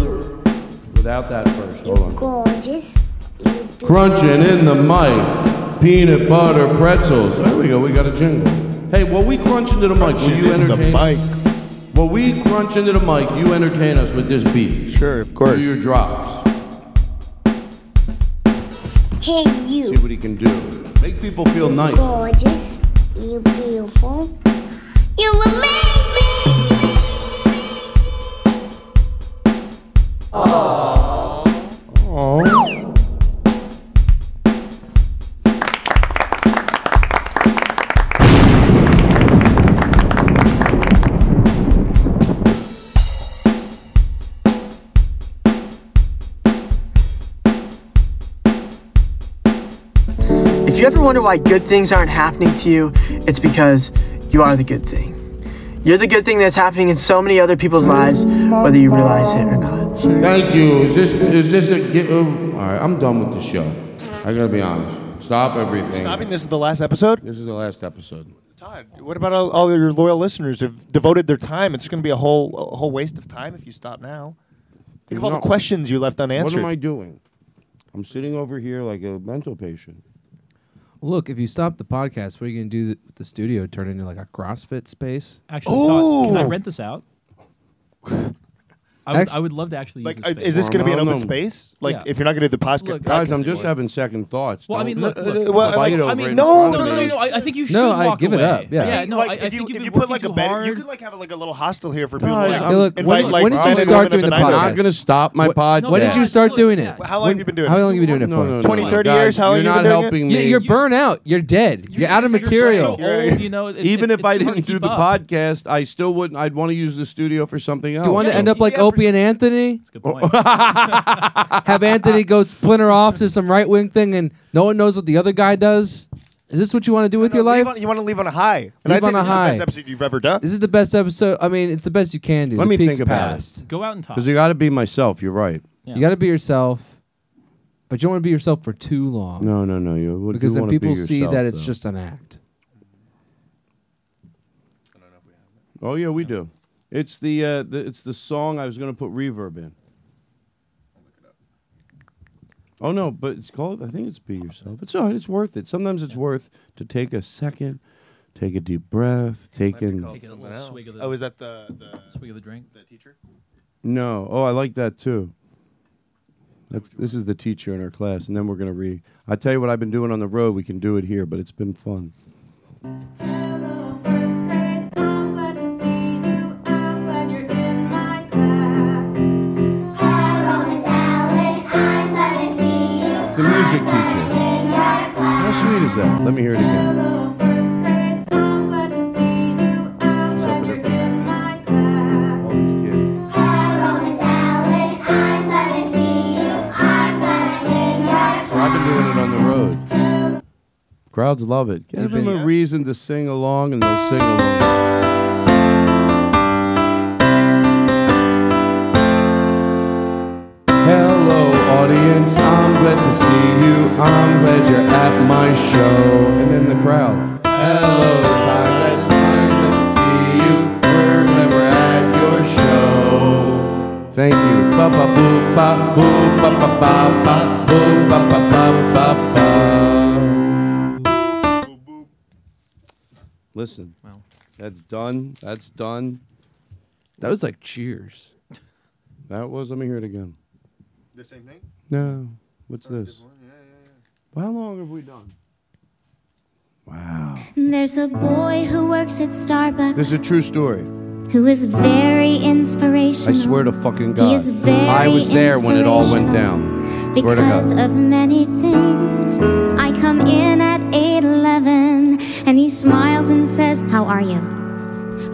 Speaker 2: Without that first, hold on.
Speaker 11: Gorgeous.
Speaker 2: Crunching in the mic, peanut butter pretzels. There we go. We got a jingle. Hey, while we crunch into the mic, will you
Speaker 1: in the
Speaker 2: entertain? mic. While we crunch into the mic, you entertain us with this beat.
Speaker 1: Sure, of course.
Speaker 2: Do your drops.
Speaker 11: Hey, you.
Speaker 2: See what he can do. Make people feel nice.
Speaker 11: Gorgeous. You beautiful. You amazing.
Speaker 2: Oh.
Speaker 7: If you ever wonder why good things aren't happening to you, it's because you are the good thing.
Speaker 20: You're the good thing that's happening in so many other people's lives, whether you realize it or not.
Speaker 2: Thank you. Is this is this a get, uh, all right? I'm done with the show. I gotta be honest. Stop everything.
Speaker 1: Stopping this is the last episode?
Speaker 2: This is the last episode.
Speaker 1: What about all, all your loyal listeners who've devoted their time? It's going to be a whole a whole waste of time if you stop now. Think of all
Speaker 2: No.
Speaker 1: the questions you left unanswered.
Speaker 2: What am I doing? I'm sitting over here like a mental patient.
Speaker 3: Look, if you stop the podcast, what are you going to do th- with the studio? Turn it into like a CrossFit space?
Speaker 18: Actually, Todd, can I rent this out? I would,
Speaker 3: Actu-
Speaker 18: I would love to actually
Speaker 1: Like,
Speaker 18: use
Speaker 1: uh,
Speaker 18: this space.
Speaker 1: is this going to be an open space? Like,
Speaker 18: Yeah.
Speaker 1: if you're not going to do the podcast,
Speaker 18: Look,
Speaker 2: Guys, I'm
Speaker 1: podcast
Speaker 2: just
Speaker 1: anymore.
Speaker 2: having second thoughts.
Speaker 18: Well, I
Speaker 2: Don't-
Speaker 18: mean, look,
Speaker 2: uh,
Speaker 18: look,
Speaker 2: uh,
Speaker 18: well,
Speaker 2: bite
Speaker 18: like,
Speaker 2: it
Speaker 18: I
Speaker 2: over
Speaker 18: mean,
Speaker 2: in
Speaker 18: no,
Speaker 2: front
Speaker 18: no,
Speaker 2: of
Speaker 18: no, no,
Speaker 2: me.
Speaker 18: no, I- I think you should
Speaker 3: No, I
Speaker 18: walk
Speaker 3: give it
Speaker 18: away.
Speaker 3: up, yeah.
Speaker 18: yeah, no,
Speaker 1: like,
Speaker 18: I, I
Speaker 1: if you,
Speaker 18: think you've
Speaker 1: if
Speaker 18: been
Speaker 1: you put like
Speaker 18: working
Speaker 1: a
Speaker 18: too
Speaker 1: bed, you
Speaker 18: hard.
Speaker 1: could like have like a little hostel here for people.
Speaker 2: Guys,
Speaker 1: like,
Speaker 2: I'm-
Speaker 3: look, when,
Speaker 1: invite, like,
Speaker 3: when did you
Speaker 1: men and
Speaker 3: start
Speaker 1: women of
Speaker 3: doing the
Speaker 1: night.
Speaker 2: I'm
Speaker 3: podcast?
Speaker 2: not gonna stop my
Speaker 3: What-
Speaker 2: pod.
Speaker 3: When did you start doing it?
Speaker 1: How long have you been doing
Speaker 3: How
Speaker 1: it?
Speaker 3: long have you been doing it
Speaker 2: No, no,
Speaker 3: for?
Speaker 2: no,
Speaker 1: 20,
Speaker 2: no.
Speaker 1: 30
Speaker 2: Guys,
Speaker 1: years? How long
Speaker 2: You're
Speaker 1: you
Speaker 2: not
Speaker 1: been doing it?
Speaker 2: helping
Speaker 3: You-
Speaker 2: me.
Speaker 3: You're burnt out. You're dead. You're out of material.
Speaker 18: You're so old, you know. It's,
Speaker 2: Even
Speaker 18: it's,
Speaker 2: if I
Speaker 18: it's hard to
Speaker 2: didn't do
Speaker 18: keep
Speaker 2: the
Speaker 18: up.
Speaker 2: podcast, I still wouldn't. I'd want to use the studio for something else.
Speaker 3: Do you want to end up like Opie and Anthony?
Speaker 18: That's a good point.
Speaker 3: Have Anthony go splinter off to some right wing thing, and no one knows what the other guy does. Is this what you want to do with your
Speaker 1: Leave
Speaker 3: life?
Speaker 1: on- you want to leave on a high? And I think
Speaker 3: Leave on a
Speaker 1: this is the best
Speaker 3: high.
Speaker 1: episode you've ever done.
Speaker 3: This is the best episode. I mean, it's the best you can do.
Speaker 2: Let
Speaker 3: The
Speaker 2: me
Speaker 3: peak's
Speaker 2: think about it.
Speaker 3: past.
Speaker 18: Go out and talk.
Speaker 2: Because you got to be myself. You're right.
Speaker 3: You got to be yourself, but you don't want to be yourself for too long
Speaker 2: No, no, no. You would-
Speaker 3: because
Speaker 2: you
Speaker 3: then
Speaker 2: wanna be
Speaker 3: people see
Speaker 2: yourself,
Speaker 3: that it's
Speaker 2: though.
Speaker 3: just an act.
Speaker 2: Oh yeah, we do. It's the, uh, the it's the song I was going to put reverb in. Oh no, but it's called. I think it's "Be Yourself." It's all right. It's worth it. Sometimes it's worth to take a second, take a deep breath, take in.
Speaker 18: Take a little swig of the.
Speaker 1: Oh, is that the, the
Speaker 18: swig of the drink?
Speaker 1: The teacher?
Speaker 2: No. Oh, I like that too. That's, this is the teacher in our class, and then we're gonna re. I tell you what I've been doing on the road. We can do it here, but it's been fun. It's a music teacher. How sweet is that? Let me hear it again. She's up in her All these kids. So I've been doing it on the road. Crowds love it. Give them a reason to sing along, and they'll sing along. Hello, audience. I'm glad to see you. I'm glad you're at my show. And then the crowd. Hello, time. That's time. Glad to see you. We're glad we're at your show. Thank you. Ba ba boo ba boo ba ba ba ba boo ba ba ba ba ba. Listen.
Speaker 18: Wow.
Speaker 2: That's done. That's done.
Speaker 3: That was like Cheers.
Speaker 2: That was. Let me hear it again.
Speaker 1: The same thing?
Speaker 2: No. What's this?
Speaker 1: Yeah, yeah, yeah.
Speaker 2: How long have we done?
Speaker 11: There's a boy who works at Starbucks
Speaker 2: This is a true story.
Speaker 11: who is very inspirational.
Speaker 2: I swear to fucking God.
Speaker 11: He is very
Speaker 2: I was there when it all went down. Swear to
Speaker 11: because
Speaker 2: God.
Speaker 11: of many things. I come in at 8:11 and he smiles and says, "How are you?"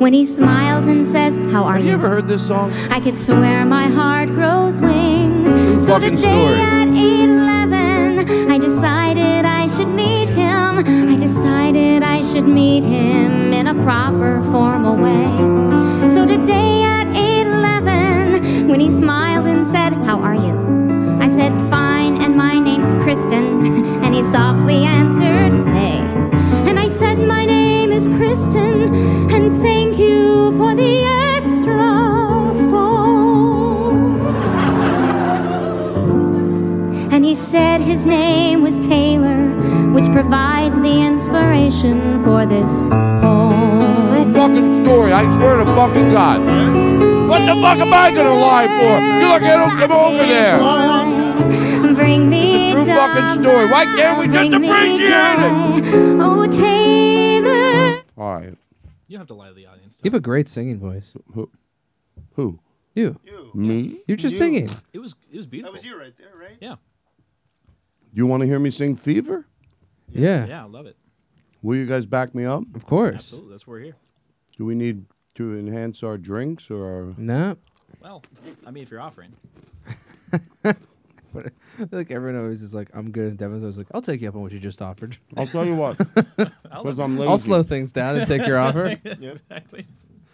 Speaker 11: When he smiles and says, "How are
Speaker 2: Have
Speaker 11: you?"
Speaker 2: you ever heard this song?
Speaker 11: I could swear my heart grows wings. So
Speaker 2: fucking
Speaker 11: today
Speaker 2: story.
Speaker 11: at 8:11, I decided I should meet him. I decided I should meet him in a proper formal way. So today at 8:11, when he smiled and said, "How are you?" I said, "Fine, and my name's Kristen." and he softly answered, "Hey." And I said, My name is Kristen, and thank you for the extra phone. and he said his name was Taylor, which provides the inspiration for this poem.
Speaker 2: True fucking story. I swear to fucking God. What the fuck am I gonna lie for? You like I don't come over there.
Speaker 11: Bring me
Speaker 2: True fucking story. Why can't we just bring you in? it?
Speaker 11: Oh, Taylor.
Speaker 2: All right.
Speaker 18: You don't have to lie to the audience.
Speaker 3: You have a great singing voice.
Speaker 2: Who? Who?
Speaker 3: You.
Speaker 2: Me?
Speaker 3: You're just singing.
Speaker 18: It was it was beautiful. That was
Speaker 1: you right there, right?
Speaker 18: Yeah,
Speaker 2: You want to hear me sing Fever?
Speaker 3: Yeah.
Speaker 18: yeah, I love it.
Speaker 2: Will you guys back me up?
Speaker 3: Of course.
Speaker 18: Absolutely, that's why we're here.
Speaker 2: Do we need to enhance our drinks or our?
Speaker 3: No.
Speaker 18: Well, I mean, if you're offering,
Speaker 3: But I feel like everyone always is like, I'm good. And Devin's always like, I'll take you up on what you just offered.
Speaker 2: I'll tell you what. Because I'm lazy.
Speaker 3: I'll slow things down and take your offer.
Speaker 18: exactly.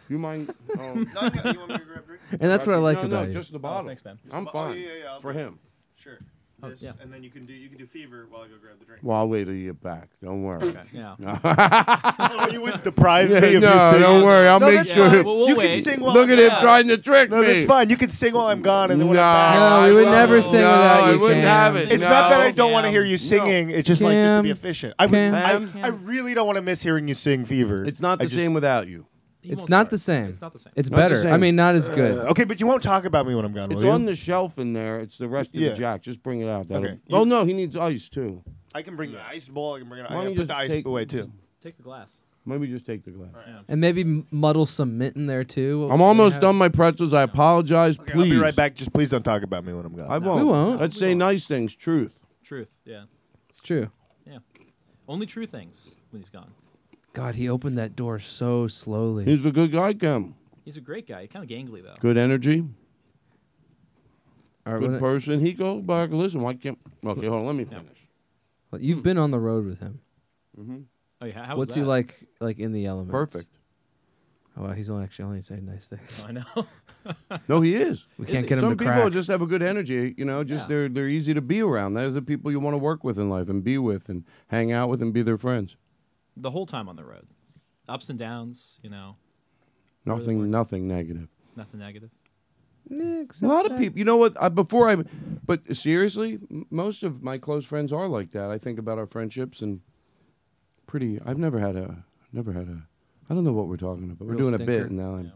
Speaker 2: You mind? Oh.
Speaker 1: No, no, you want me to grab drinks?
Speaker 3: And that's what I like
Speaker 2: no,
Speaker 3: about
Speaker 2: no,
Speaker 3: you.
Speaker 2: just the
Speaker 3: Oh,
Speaker 2: bottle.
Speaker 3: thanks, man.
Speaker 2: I'm
Speaker 1: Bo-
Speaker 2: fine.
Speaker 1: Oh, yeah, yeah, yeah, I'll
Speaker 2: for
Speaker 1: do it.
Speaker 2: him.
Speaker 1: Sure.
Speaker 2: Oh,
Speaker 1: This,
Speaker 2: yeah.
Speaker 1: And then you can do you can do fever while I go grab the drink.
Speaker 2: Well, I'll wait till you get back. Don't worry.
Speaker 1: Okay. Yeah.
Speaker 2: oh,
Speaker 1: you wouldn't deprive me
Speaker 2: yeah,
Speaker 1: of your
Speaker 2: No,
Speaker 1: singing?
Speaker 2: don't worry. I'll
Speaker 1: No,
Speaker 2: make
Speaker 1: that's
Speaker 2: sure.
Speaker 1: fine.
Speaker 2: him-
Speaker 1: Well, we'll You can wait. sing while
Speaker 2: Look
Speaker 1: I'm
Speaker 2: at him
Speaker 1: gone.
Speaker 2: trying to trick
Speaker 1: No,
Speaker 2: me.
Speaker 1: that's fine. You can sing while I'm gone, and then when
Speaker 2: No,
Speaker 1: I'm back,
Speaker 2: No, you would never sing
Speaker 1: no,
Speaker 2: without
Speaker 1: I
Speaker 2: you,
Speaker 1: wouldn't
Speaker 2: Cam.
Speaker 1: have it. It's
Speaker 2: No.
Speaker 1: not that I don't
Speaker 2: Cam.
Speaker 1: want to hear you singing. It's just like just to be
Speaker 2: Cam.
Speaker 1: efficient. I would.
Speaker 2: Cam.
Speaker 1: I, I really don't want to miss hearing you sing fever.
Speaker 2: It's not
Speaker 1: I
Speaker 2: the
Speaker 1: just-
Speaker 2: same without you.
Speaker 3: It's not the same. It's not the same. It's better. I mean, not as good.
Speaker 1: okay, but you won't talk about me when I'm gone.
Speaker 2: It's
Speaker 1: will you?
Speaker 2: on the shelf in there. It's the rest of
Speaker 1: Yeah.
Speaker 2: the jack. Just bring it out. That'll-
Speaker 1: Okay.
Speaker 2: Oh no, he needs ice too.
Speaker 1: I can bring the ice ball. I can bring it.
Speaker 2: Why don't
Speaker 1: I can
Speaker 2: you just
Speaker 1: put the ice
Speaker 2: take-
Speaker 1: away too.
Speaker 18: Take the glass.
Speaker 2: Maybe just take the glass.
Speaker 3: And maybe m- muddle some mint in there too.
Speaker 2: I'm almost done my pretzels. I apologize.
Speaker 1: I'll
Speaker 2: please.
Speaker 1: be right back. Just please don't talk about me when I'm gone.
Speaker 2: I won't. Let's say nice things. Truth.
Speaker 18: Truth. Yeah.
Speaker 3: It's true.
Speaker 18: Yeah. Only true things when he's gone.
Speaker 3: God, he opened that door so slowly.
Speaker 2: He's the good guy, Kim.
Speaker 18: He's a great guy. Kind of gangly though.
Speaker 2: Good energy.
Speaker 3: All right,
Speaker 2: good
Speaker 3: when I-
Speaker 2: person. He goes back. Listen, why can't? Okay, hold on. Let me finish.
Speaker 3: Well, You've been on the road with him.
Speaker 2: Mhm.
Speaker 18: Oh, yeah, how was
Speaker 3: What's he
Speaker 18: that?
Speaker 3: like? Like in the elements?
Speaker 2: Perfect.
Speaker 3: Oh, wow, he's only actually only saying nice things.
Speaker 18: I know.
Speaker 2: No, he is.
Speaker 3: We can't get him
Speaker 2: Some
Speaker 3: to
Speaker 2: people
Speaker 3: crack.
Speaker 2: just have a good energy. You know, just they're they're easy to be around. They're the people you want to work with in life and be with and hang out with and be their friends.
Speaker 18: the whole time on the road, ups and downs. You know,
Speaker 2: Nothing, nothing negative.
Speaker 18: nothing negative.
Speaker 3: A
Speaker 2: lot of people, you know what? I, before I, but seriously, m- most of my close friends are like that. I think about our friendships and pretty. I've never had a, never had a. I don't know what we're talking about. We're
Speaker 3: Real
Speaker 2: doing a
Speaker 3: stinker.
Speaker 2: bit now. I'm,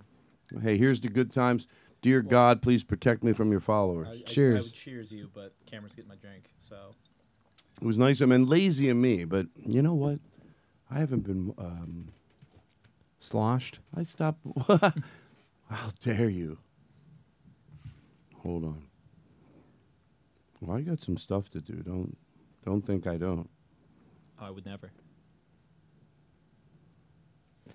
Speaker 2: Hey, here's the good times. Dear God, please protect me from your followers.
Speaker 18: I, I, I would cheers you, but Cameron's getting my drink, so
Speaker 2: It was nice of him and lazy of me, but you know what? I haven't been um,
Speaker 3: sloshed.
Speaker 2: I stopped. How dare you? Hold on. Well, I got some stuff to do. Don't don't think I don't.
Speaker 18: oh, I would never.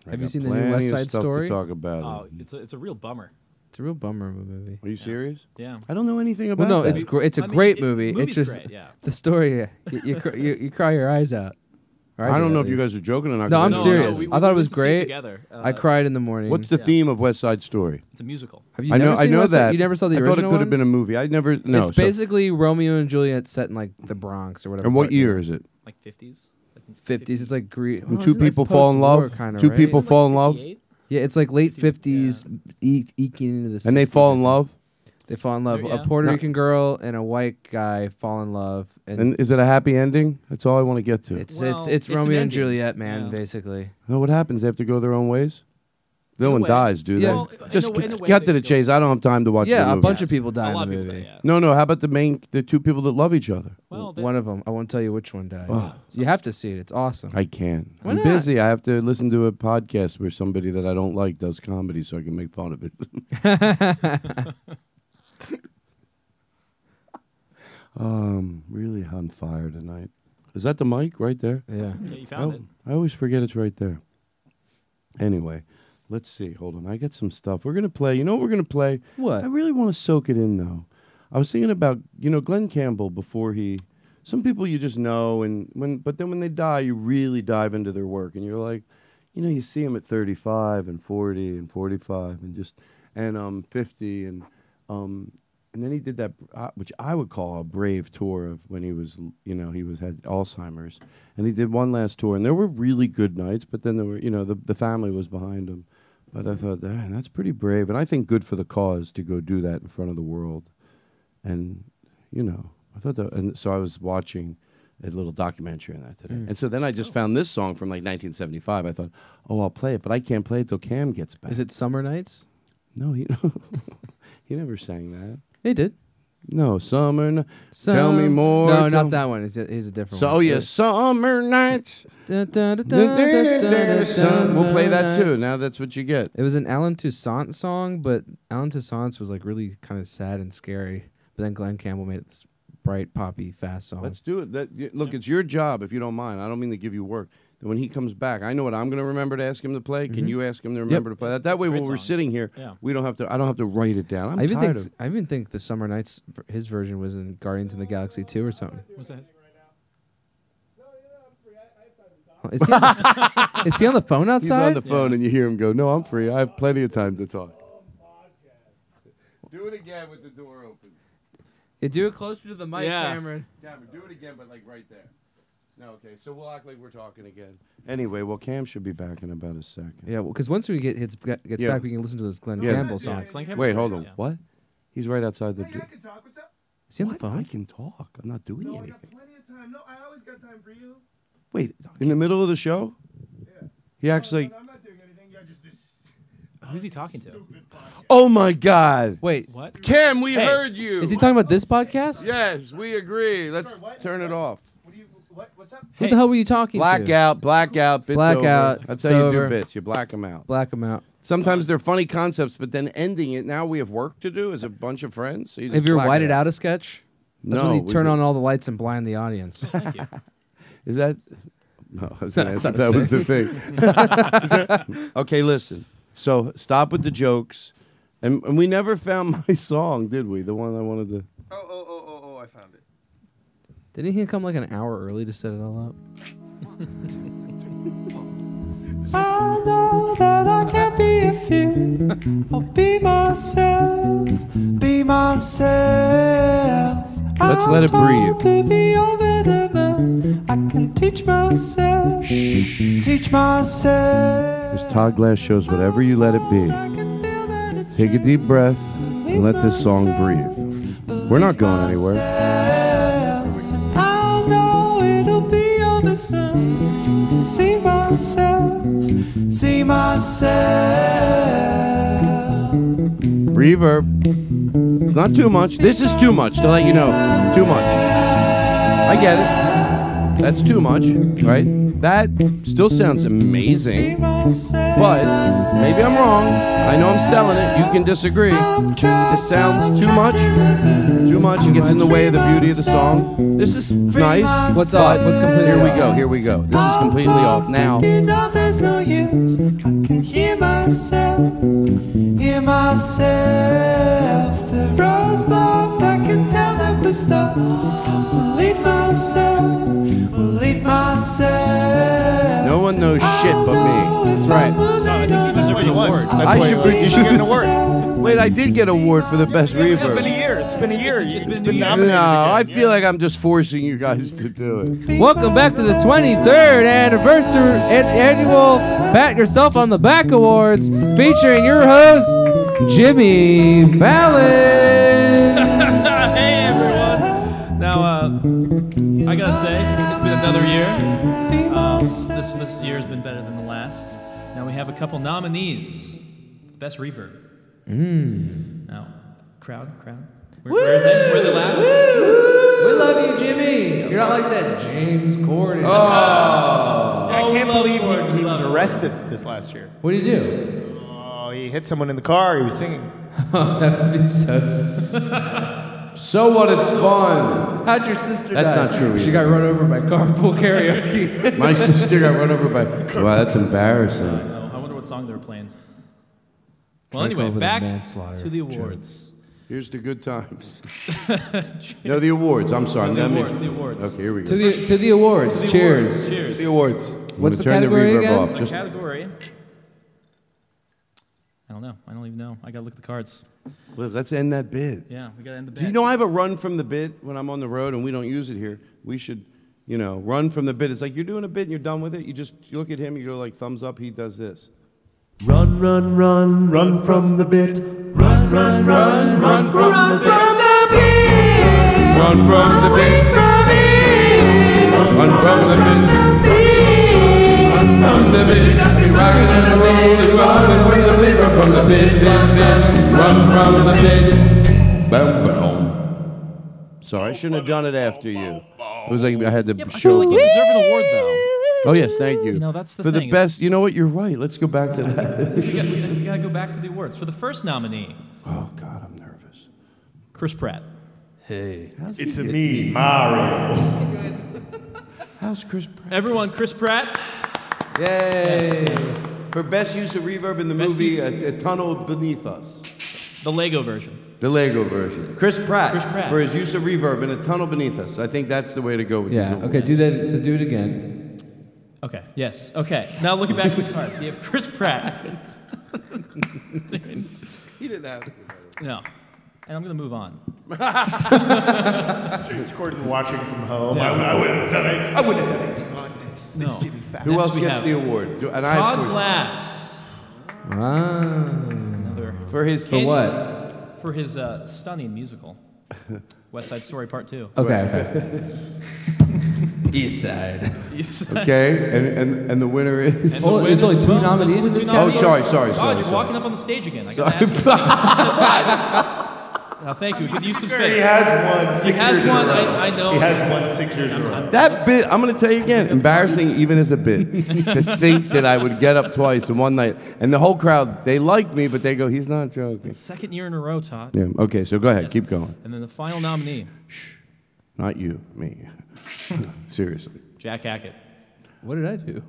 Speaker 2: I
Speaker 3: Have you
Speaker 2: got
Speaker 3: seen the new
Speaker 2: plenty
Speaker 3: West
Speaker 2: of
Speaker 3: Side
Speaker 2: stuff
Speaker 3: Story?
Speaker 2: To talk about.
Speaker 18: Oh, it's a, it's a real bummer.
Speaker 3: It's a real bummer of a movie.
Speaker 2: Are you serious?
Speaker 18: Yeah.
Speaker 2: I don't know anything
Speaker 3: Well,
Speaker 2: about.
Speaker 3: no,
Speaker 2: that.
Speaker 3: it's gr- it's a
Speaker 18: I mean,
Speaker 3: great
Speaker 18: it-
Speaker 3: movie. It's
Speaker 18: movie's
Speaker 3: just
Speaker 18: great, yeah.
Speaker 3: the story. uh, You you, cr- you, you cry your eyes out. Or
Speaker 2: I
Speaker 3: did
Speaker 2: don't know
Speaker 3: at
Speaker 2: if you
Speaker 3: least.
Speaker 2: guys are joking or not,
Speaker 3: No,
Speaker 2: 'cause
Speaker 3: I'm
Speaker 2: I don't
Speaker 3: serious.
Speaker 2: know.
Speaker 3: I thought it was
Speaker 18: went to see it
Speaker 3: great.
Speaker 18: together,
Speaker 3: I
Speaker 18: uh,
Speaker 3: cried in the morning.
Speaker 2: What's the theme of West Side Story?
Speaker 18: It's a musical.
Speaker 3: Have you
Speaker 2: I know.
Speaker 3: never seen
Speaker 2: I know
Speaker 3: West Side-
Speaker 2: that.
Speaker 3: you never saw the
Speaker 2: I thought it
Speaker 3: original
Speaker 2: could have
Speaker 3: one?
Speaker 2: been a movie. I never. No.
Speaker 3: it's
Speaker 2: so-
Speaker 3: basically Romeo and Juliet set in like the Bronx or whatever.
Speaker 2: and what
Speaker 3: part it
Speaker 2: year is it?
Speaker 18: Like fifties.
Speaker 3: Fifties. It's like Greek.
Speaker 2: When two people fall in love.
Speaker 3: Kind of.
Speaker 2: two people fall in love.
Speaker 3: Yeah, it's like late fifties, e- eking into the.
Speaker 2: And they
Speaker 3: 60s,
Speaker 2: fall
Speaker 3: I
Speaker 2: in
Speaker 3: think.
Speaker 2: love?
Speaker 3: They fall in love.
Speaker 18: They're-
Speaker 3: A
Speaker 18: yeah.
Speaker 3: Puerto
Speaker 2: No.
Speaker 3: Rican girl and a white guy fall in love, and,
Speaker 2: And is it a happy ending? That's all I want to get to.
Speaker 3: it's
Speaker 18: Well,
Speaker 3: it's
Speaker 18: it's
Speaker 3: it's
Speaker 18: an
Speaker 3: Romeo and
Speaker 18: ending.
Speaker 3: Juliet, man,
Speaker 18: Yeah.
Speaker 3: basically.
Speaker 2: No, what happens? They have to go their own ways. No one
Speaker 3: way.
Speaker 2: dies, do
Speaker 3: Yeah.
Speaker 2: they?
Speaker 3: Well, in
Speaker 2: Just
Speaker 3: a way- in a
Speaker 2: c-
Speaker 3: way
Speaker 2: cut
Speaker 3: they
Speaker 2: to the chase. I don't have time to watch.
Speaker 3: yeah,
Speaker 2: the
Speaker 3: a
Speaker 2: movie.
Speaker 3: bunch of people die
Speaker 18: A lot
Speaker 3: in the
Speaker 18: of people
Speaker 3: movie.
Speaker 2: No, no. How about the main, the two people that love each other?
Speaker 18: Well,
Speaker 3: One of them. I won't tell you which one dies.
Speaker 2: Ugh.
Speaker 3: You have to see it. It's awesome.
Speaker 2: I can't.
Speaker 3: Why
Speaker 2: I'm
Speaker 3: not?
Speaker 2: busy. I have to listen to a podcast where somebody that I don't like does comedy, so I can make fun of it. um, really on fire tonight. Is that the mic right there?
Speaker 3: Yeah.
Speaker 18: Yeah, you found
Speaker 2: I,
Speaker 18: it.
Speaker 2: Oh, I always forget it's right there. Anyway, let's see. Hold on. I got some stuff. We're gonna play. You know what we're gonna play?
Speaker 3: What?
Speaker 2: I really want to soak it in though. I was thinking about you know Glenn Campbell before he. Some people you just know, and when but then when they die, you really dive into their work, and you're like, you know, you see them at 35 and 40 and 45 and just and um 50 and um and then he did that, uh, which I would call a brave tour of when he was, you know, he was had Alzheimer's, and he did one last tour, and there were really good nights, but then there were, you know, the the family was behind him, but I thought, "Man, that's pretty brave, and I think good for the cause to go do that in front of the world, and you know, I thought that, and so I was watching a little documentary on that today,
Speaker 3: Mm.
Speaker 2: and so then I just found this song from like 1975. I thought, oh, I'll play it, but I can't play it till Cam gets back.
Speaker 3: Is it Summer Nights?
Speaker 2: No, he he never sang that.
Speaker 3: He did.
Speaker 2: No, summer. N- tell me
Speaker 3: Some-
Speaker 2: more.
Speaker 3: No,
Speaker 2: tell-
Speaker 3: not that one. It's a, it's a different
Speaker 2: So
Speaker 3: one.
Speaker 2: oh yeah, summer nights.
Speaker 3: We'll
Speaker 2: We'll play that too. Now that's what you get.
Speaker 3: It was an Alan Toussaint song, but Alan Toussaint was like really kind of sad and scary. But then Glenn Campbell made it this bright, poppy, fast song.
Speaker 2: Let's do it. That, y- look, it's your job if you don't mind. I don't mean to give you work. When he comes back, I know what I'm going to remember to ask him to play. Can
Speaker 3: Mhm.
Speaker 2: you ask him to remember to play that? That
Speaker 3: it's a
Speaker 2: way,
Speaker 3: great
Speaker 2: when we're
Speaker 3: song.
Speaker 2: sitting here,
Speaker 3: Yeah.
Speaker 2: we don't have to. I don't have to write it down. I'm
Speaker 3: I even
Speaker 2: tired
Speaker 3: think
Speaker 2: of.
Speaker 3: I even think the Summer Nights v- his version was in Guardians of the Galaxy 2 or something.
Speaker 18: What's that?
Speaker 3: Is he, on the, is he on the phone outside?
Speaker 2: He's on the phone, and you hear him go, "No, I'm free. I have plenty of time to talk."
Speaker 21: Do it again with the door open.
Speaker 3: Yeah, do it closer to the mic, Cameron.
Speaker 2: Cameron, do it again, but like right there. No, okay. So we'll act like we're talking again. Anyway, well, Cam should be back in about a second.
Speaker 3: Yeah, because once we get hits, gets
Speaker 2: Yeah.
Speaker 3: back, we can listen to those Glenn
Speaker 2: Yeah.
Speaker 3: Campbell songs.
Speaker 2: Wait, hold on. What? He's right outside the door.
Speaker 3: Is he on the phone?
Speaker 2: I can talk. I'm not doing anything.
Speaker 1: Plenty of time. No, I always got time for you.
Speaker 2: Wait, in the middle of the show? He actually.
Speaker 22: Who's he talking to?
Speaker 2: Oh my God!
Speaker 3: Wait,
Speaker 22: what?
Speaker 2: Cam, we
Speaker 3: Hey.
Speaker 2: heard you.
Speaker 3: Is he talking about this podcast?
Speaker 2: Yes, we agree. Let's turn it off.
Speaker 3: What the hell were you talking to?
Speaker 2: Blackout, blackout, bits
Speaker 3: Blackout,
Speaker 2: over.
Speaker 3: it's
Speaker 2: That's how you
Speaker 3: over.
Speaker 2: do bits. You black them out.
Speaker 3: Black them out.
Speaker 2: Sometimes they're funny concepts, but then ending it. Now we have work to do as a bunch of friends. So you just
Speaker 3: Have you ever
Speaker 2: black
Speaker 3: whited out a sketch? That's
Speaker 2: No,
Speaker 3: when you
Speaker 2: we
Speaker 3: turn
Speaker 2: didn't.
Speaker 3: on all the lights and blind the audience. Thank you.
Speaker 2: Is that? No, I was gonna
Speaker 3: That's
Speaker 2: ask if
Speaker 3: not
Speaker 2: that
Speaker 3: a
Speaker 2: was the
Speaker 3: thing.
Speaker 2: thing. okay, listen. So stop with the jokes, and, and we never found my song, did we? The one I wanted to.
Speaker 1: Oh, oh, oh, oh, oh! I found it.
Speaker 3: Didn't he come like an hour early to set it all up?
Speaker 23: I know that I can be a few. I'll be myself, be myself.
Speaker 2: Let's let it breathe.
Speaker 23: To be over the moon, I can teach myself, teach myself.
Speaker 2: As Todd Glass shows, whatever you let it be. Take a deep breath and let this song breathe. We're not going anywhere.
Speaker 23: I know it'll be over soon. See myself, see myself.
Speaker 2: Reverb. It's not too much. This is too much to let you know. Too much. I get it. That's too much, right? That still sounds amazing. But maybe I'm wrong. I know I'm selling it. You can disagree. It sounds too much. Too much. It gets in the way of the beauty of the song. This is nice.
Speaker 3: What's off? What's completely
Speaker 2: Here we
Speaker 3: off?
Speaker 2: go. Here we go. This is completely off now.
Speaker 23: You know there's no use. I can hear myself, hear myself. The rose bump, I can tell that we stop. Will lead myself, will lead myself.
Speaker 2: No one knows shit but me. That's right. I should be. Wait, I did get an award for the best reverb.
Speaker 7: year. It's been a year. It's been a
Speaker 2: No, I feel like I'm just forcing you guys to do it.
Speaker 3: Welcome back to the 23rd anniversary an- annual Bat Yourself on the Back Awards, featuring your host Jimmy Fallon.
Speaker 5: hey everyone! Now, uh, I gotta say, it's been another year. Um, this this year has been better than the last. Now we have a couple nominees. Best reverb.
Speaker 3: Hmm.
Speaker 5: Now, crowd, crowd. Where, where is that? Where the laugh?
Speaker 3: We love you, Jimmy. You're not like that James Corden.
Speaker 2: Oh.
Speaker 1: I can't believe he, he was
Speaker 3: love it.
Speaker 1: arrested this last year.
Speaker 3: What did he do?
Speaker 1: Oh, he hit someone in the car. He was singing.
Speaker 3: that would be so.
Speaker 2: So what? It's fun.
Speaker 3: How'd your sister
Speaker 2: That's
Speaker 3: die?
Speaker 2: not true
Speaker 3: She
Speaker 2: either.
Speaker 3: got run over by carpool karaoke.
Speaker 2: My sister got run over by. Wow, that's embarrassing.
Speaker 5: Oh, I wonder what song they were playing.
Speaker 2: Can't
Speaker 5: Well,
Speaker 2: call
Speaker 5: anyway,
Speaker 2: it a
Speaker 5: back
Speaker 2: manslaughter,
Speaker 5: to the
Speaker 2: Jared.
Speaker 5: awards.
Speaker 2: Here's the good times. no, the awards. I'm sorry.
Speaker 5: The
Speaker 2: That may-
Speaker 5: awards, the awards.
Speaker 2: Okay, here we go.
Speaker 3: to the to the awards.
Speaker 5: To the
Speaker 3: Cheers.
Speaker 5: awards, cheers.
Speaker 2: The awards.
Speaker 3: What's
Speaker 2: I'm
Speaker 3: the
Speaker 2: gonna turn
Speaker 3: category
Speaker 2: the reverb
Speaker 3: again?
Speaker 2: Off.
Speaker 5: My
Speaker 2: Just
Speaker 5: category. I don't know. I don't even know. I gotta look at the cards.
Speaker 2: Well, let's end that bit.
Speaker 5: Yeah, we gotta end the
Speaker 2: Do you
Speaker 5: bit.
Speaker 2: know I have a run from the bit when I'm on the road and we don't use it here? We should, you know, run from the bit. It's like you're doing a bit and you're done with it. You just you look at him, you go like thumbs up, he does this.
Speaker 7: Run, run, run, run from the bit. Run, run, run, run from the bit. Run from the bit. Run from the bit. Run from the bit. Be rocking and rolling, rolling with the river from the bit. bit, bit. Run from the bit.
Speaker 2: Boom, boom. Sorry, I shouldn't have done it after you. It was like I had to
Speaker 5: I
Speaker 2: show.
Speaker 5: feel like you deserve an award though.
Speaker 2: oh yes, thank you.
Speaker 5: You know, that's the
Speaker 2: for
Speaker 5: thing,
Speaker 2: the best. You know what? You're right. Let's go back to that.
Speaker 5: We gotta, we gotta- we gotta go back for the awards for the first nominee.
Speaker 2: Oh God, I'm nervous.
Speaker 5: Chris Pratt.
Speaker 2: Hey, how's
Speaker 7: It's
Speaker 2: he
Speaker 7: a
Speaker 2: get-
Speaker 7: me, Mario.
Speaker 2: How's Chris Pratt?
Speaker 5: Everyone, Chris Pratt.
Speaker 2: Yay! For best use of reverb in the movie, a, a Tunnel Beneath Us.
Speaker 5: The Lego version.
Speaker 2: The Lego version. Chris Pratt,
Speaker 5: Chris Pratt.
Speaker 2: for his use of reverb in a tunnel beneath us. I think that's the way to go with these
Speaker 3: Yeah.
Speaker 2: awards.
Speaker 3: Okay. Do that. So do it again.
Speaker 5: Okay. Yes. Okay. Now looking back at the cards, we have Chris Pratt.
Speaker 19: He didn't have to.
Speaker 5: No. And I'm going to move on.
Speaker 1: James Corden watching from home.
Speaker 5: Yeah.
Speaker 1: I, would- I wouldn't have done it. I wouldn't have done anything like this. This
Speaker 5: No.
Speaker 1: Jimmy Fallon.
Speaker 2: Who
Speaker 5: Next
Speaker 2: else
Speaker 5: we
Speaker 2: gets
Speaker 5: have
Speaker 2: the award? Do- and I-
Speaker 5: Todd Glass.
Speaker 3: Ah.
Speaker 2: For his
Speaker 5: Can-
Speaker 2: what?
Speaker 5: For his uh, stunning musical, West Side Story Part Two.
Speaker 2: Okay.
Speaker 3: East Side.
Speaker 5: East Side.
Speaker 2: Okay, and, and, and the winner is.
Speaker 5: And the winner- well, there's two nominees.
Speaker 2: Oh, sorry, sorry, sorry.
Speaker 5: Todd, you're
Speaker 2: sorry.
Speaker 5: walking up on the stage again. I
Speaker 2: Sorry.
Speaker 5: got to ask you. now, thank you. Could you use some space?
Speaker 1: Oh, He has won six
Speaker 5: He has
Speaker 1: years in a
Speaker 5: won.
Speaker 1: row.
Speaker 5: I, I know.
Speaker 1: He has won six years in a row.
Speaker 2: That bit, I'm going to tell you again, embarrassing even as a bit. to think that I would get up twice in one night. And the whole crowd, they like me, but they go, he's not joking.
Speaker 5: Second year in a row, Todd.
Speaker 2: Yeah, okay, so go ahead, keep going.
Speaker 5: And then the final nominee,
Speaker 2: Not you, me. Seriously.
Speaker 5: Jack Hackett.
Speaker 3: What did I do?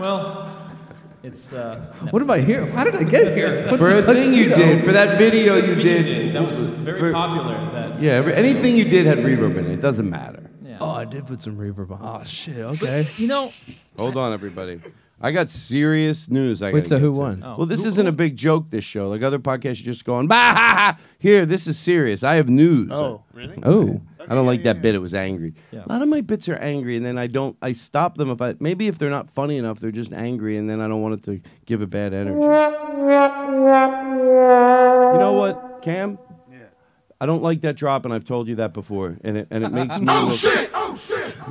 Speaker 5: well, it's. Uh,
Speaker 3: What am I here? How did I get here? What's
Speaker 2: for a
Speaker 3: this
Speaker 2: thing you
Speaker 3: tuxedo?
Speaker 2: did, for that video you
Speaker 5: Video
Speaker 2: did.
Speaker 5: did, that was very popular, that-
Speaker 2: yeah, every- anything you did had reverb in it. It doesn't matter.
Speaker 3: Oh, I did put some reverb on. Oh shit. Okay.
Speaker 5: You know,
Speaker 2: Hold on, everybody. I got serious news. I
Speaker 3: Wait,
Speaker 2: gotta
Speaker 3: so
Speaker 2: get
Speaker 3: who
Speaker 2: to.
Speaker 3: won? Oh.
Speaker 2: Well, this isn't a big joke. This show, like other podcasts, you're just going bah ha, ha. Here, this is serious. I have news.
Speaker 3: Oh,
Speaker 2: really?
Speaker 3: Oh.
Speaker 2: I don't like that bit. It was angry. A lot of my bits are angry, and then I don't. I stop them if I maybe if they're not funny enough, they're just angry, and then I don't want it to give a bad energy. You know what, Cam? I don't like that drop, and I've told you that before, and it and it makes me.
Speaker 6: Oh
Speaker 2: look-
Speaker 6: shit! Oh shit!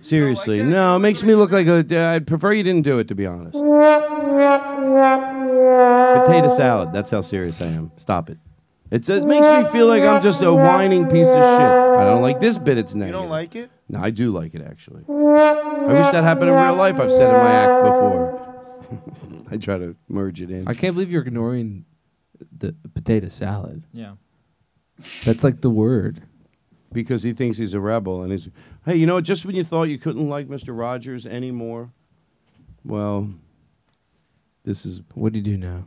Speaker 2: Seriously, no, it makes me look like a. I'd prefer you didn't do it, to be honest. Potato
Speaker 9: Potato
Speaker 2: salad. That's how serious I am. Stop it. It's, it makes me feel like I'm just a whining piece of shit. I don't like this bit. It's
Speaker 1: You
Speaker 2: negative.
Speaker 1: don't like it?
Speaker 2: No, I do like it actually. I wish that happened in real life. I've said in my act before. I try to merge it in.
Speaker 3: I can't believe you're ignoring the potato salad.
Speaker 5: Yeah.
Speaker 3: That's like the word.
Speaker 2: because he thinks he's a rebel and he's hey you know what just when you thought you couldn't like mr rogers anymore well this is
Speaker 3: what do you do now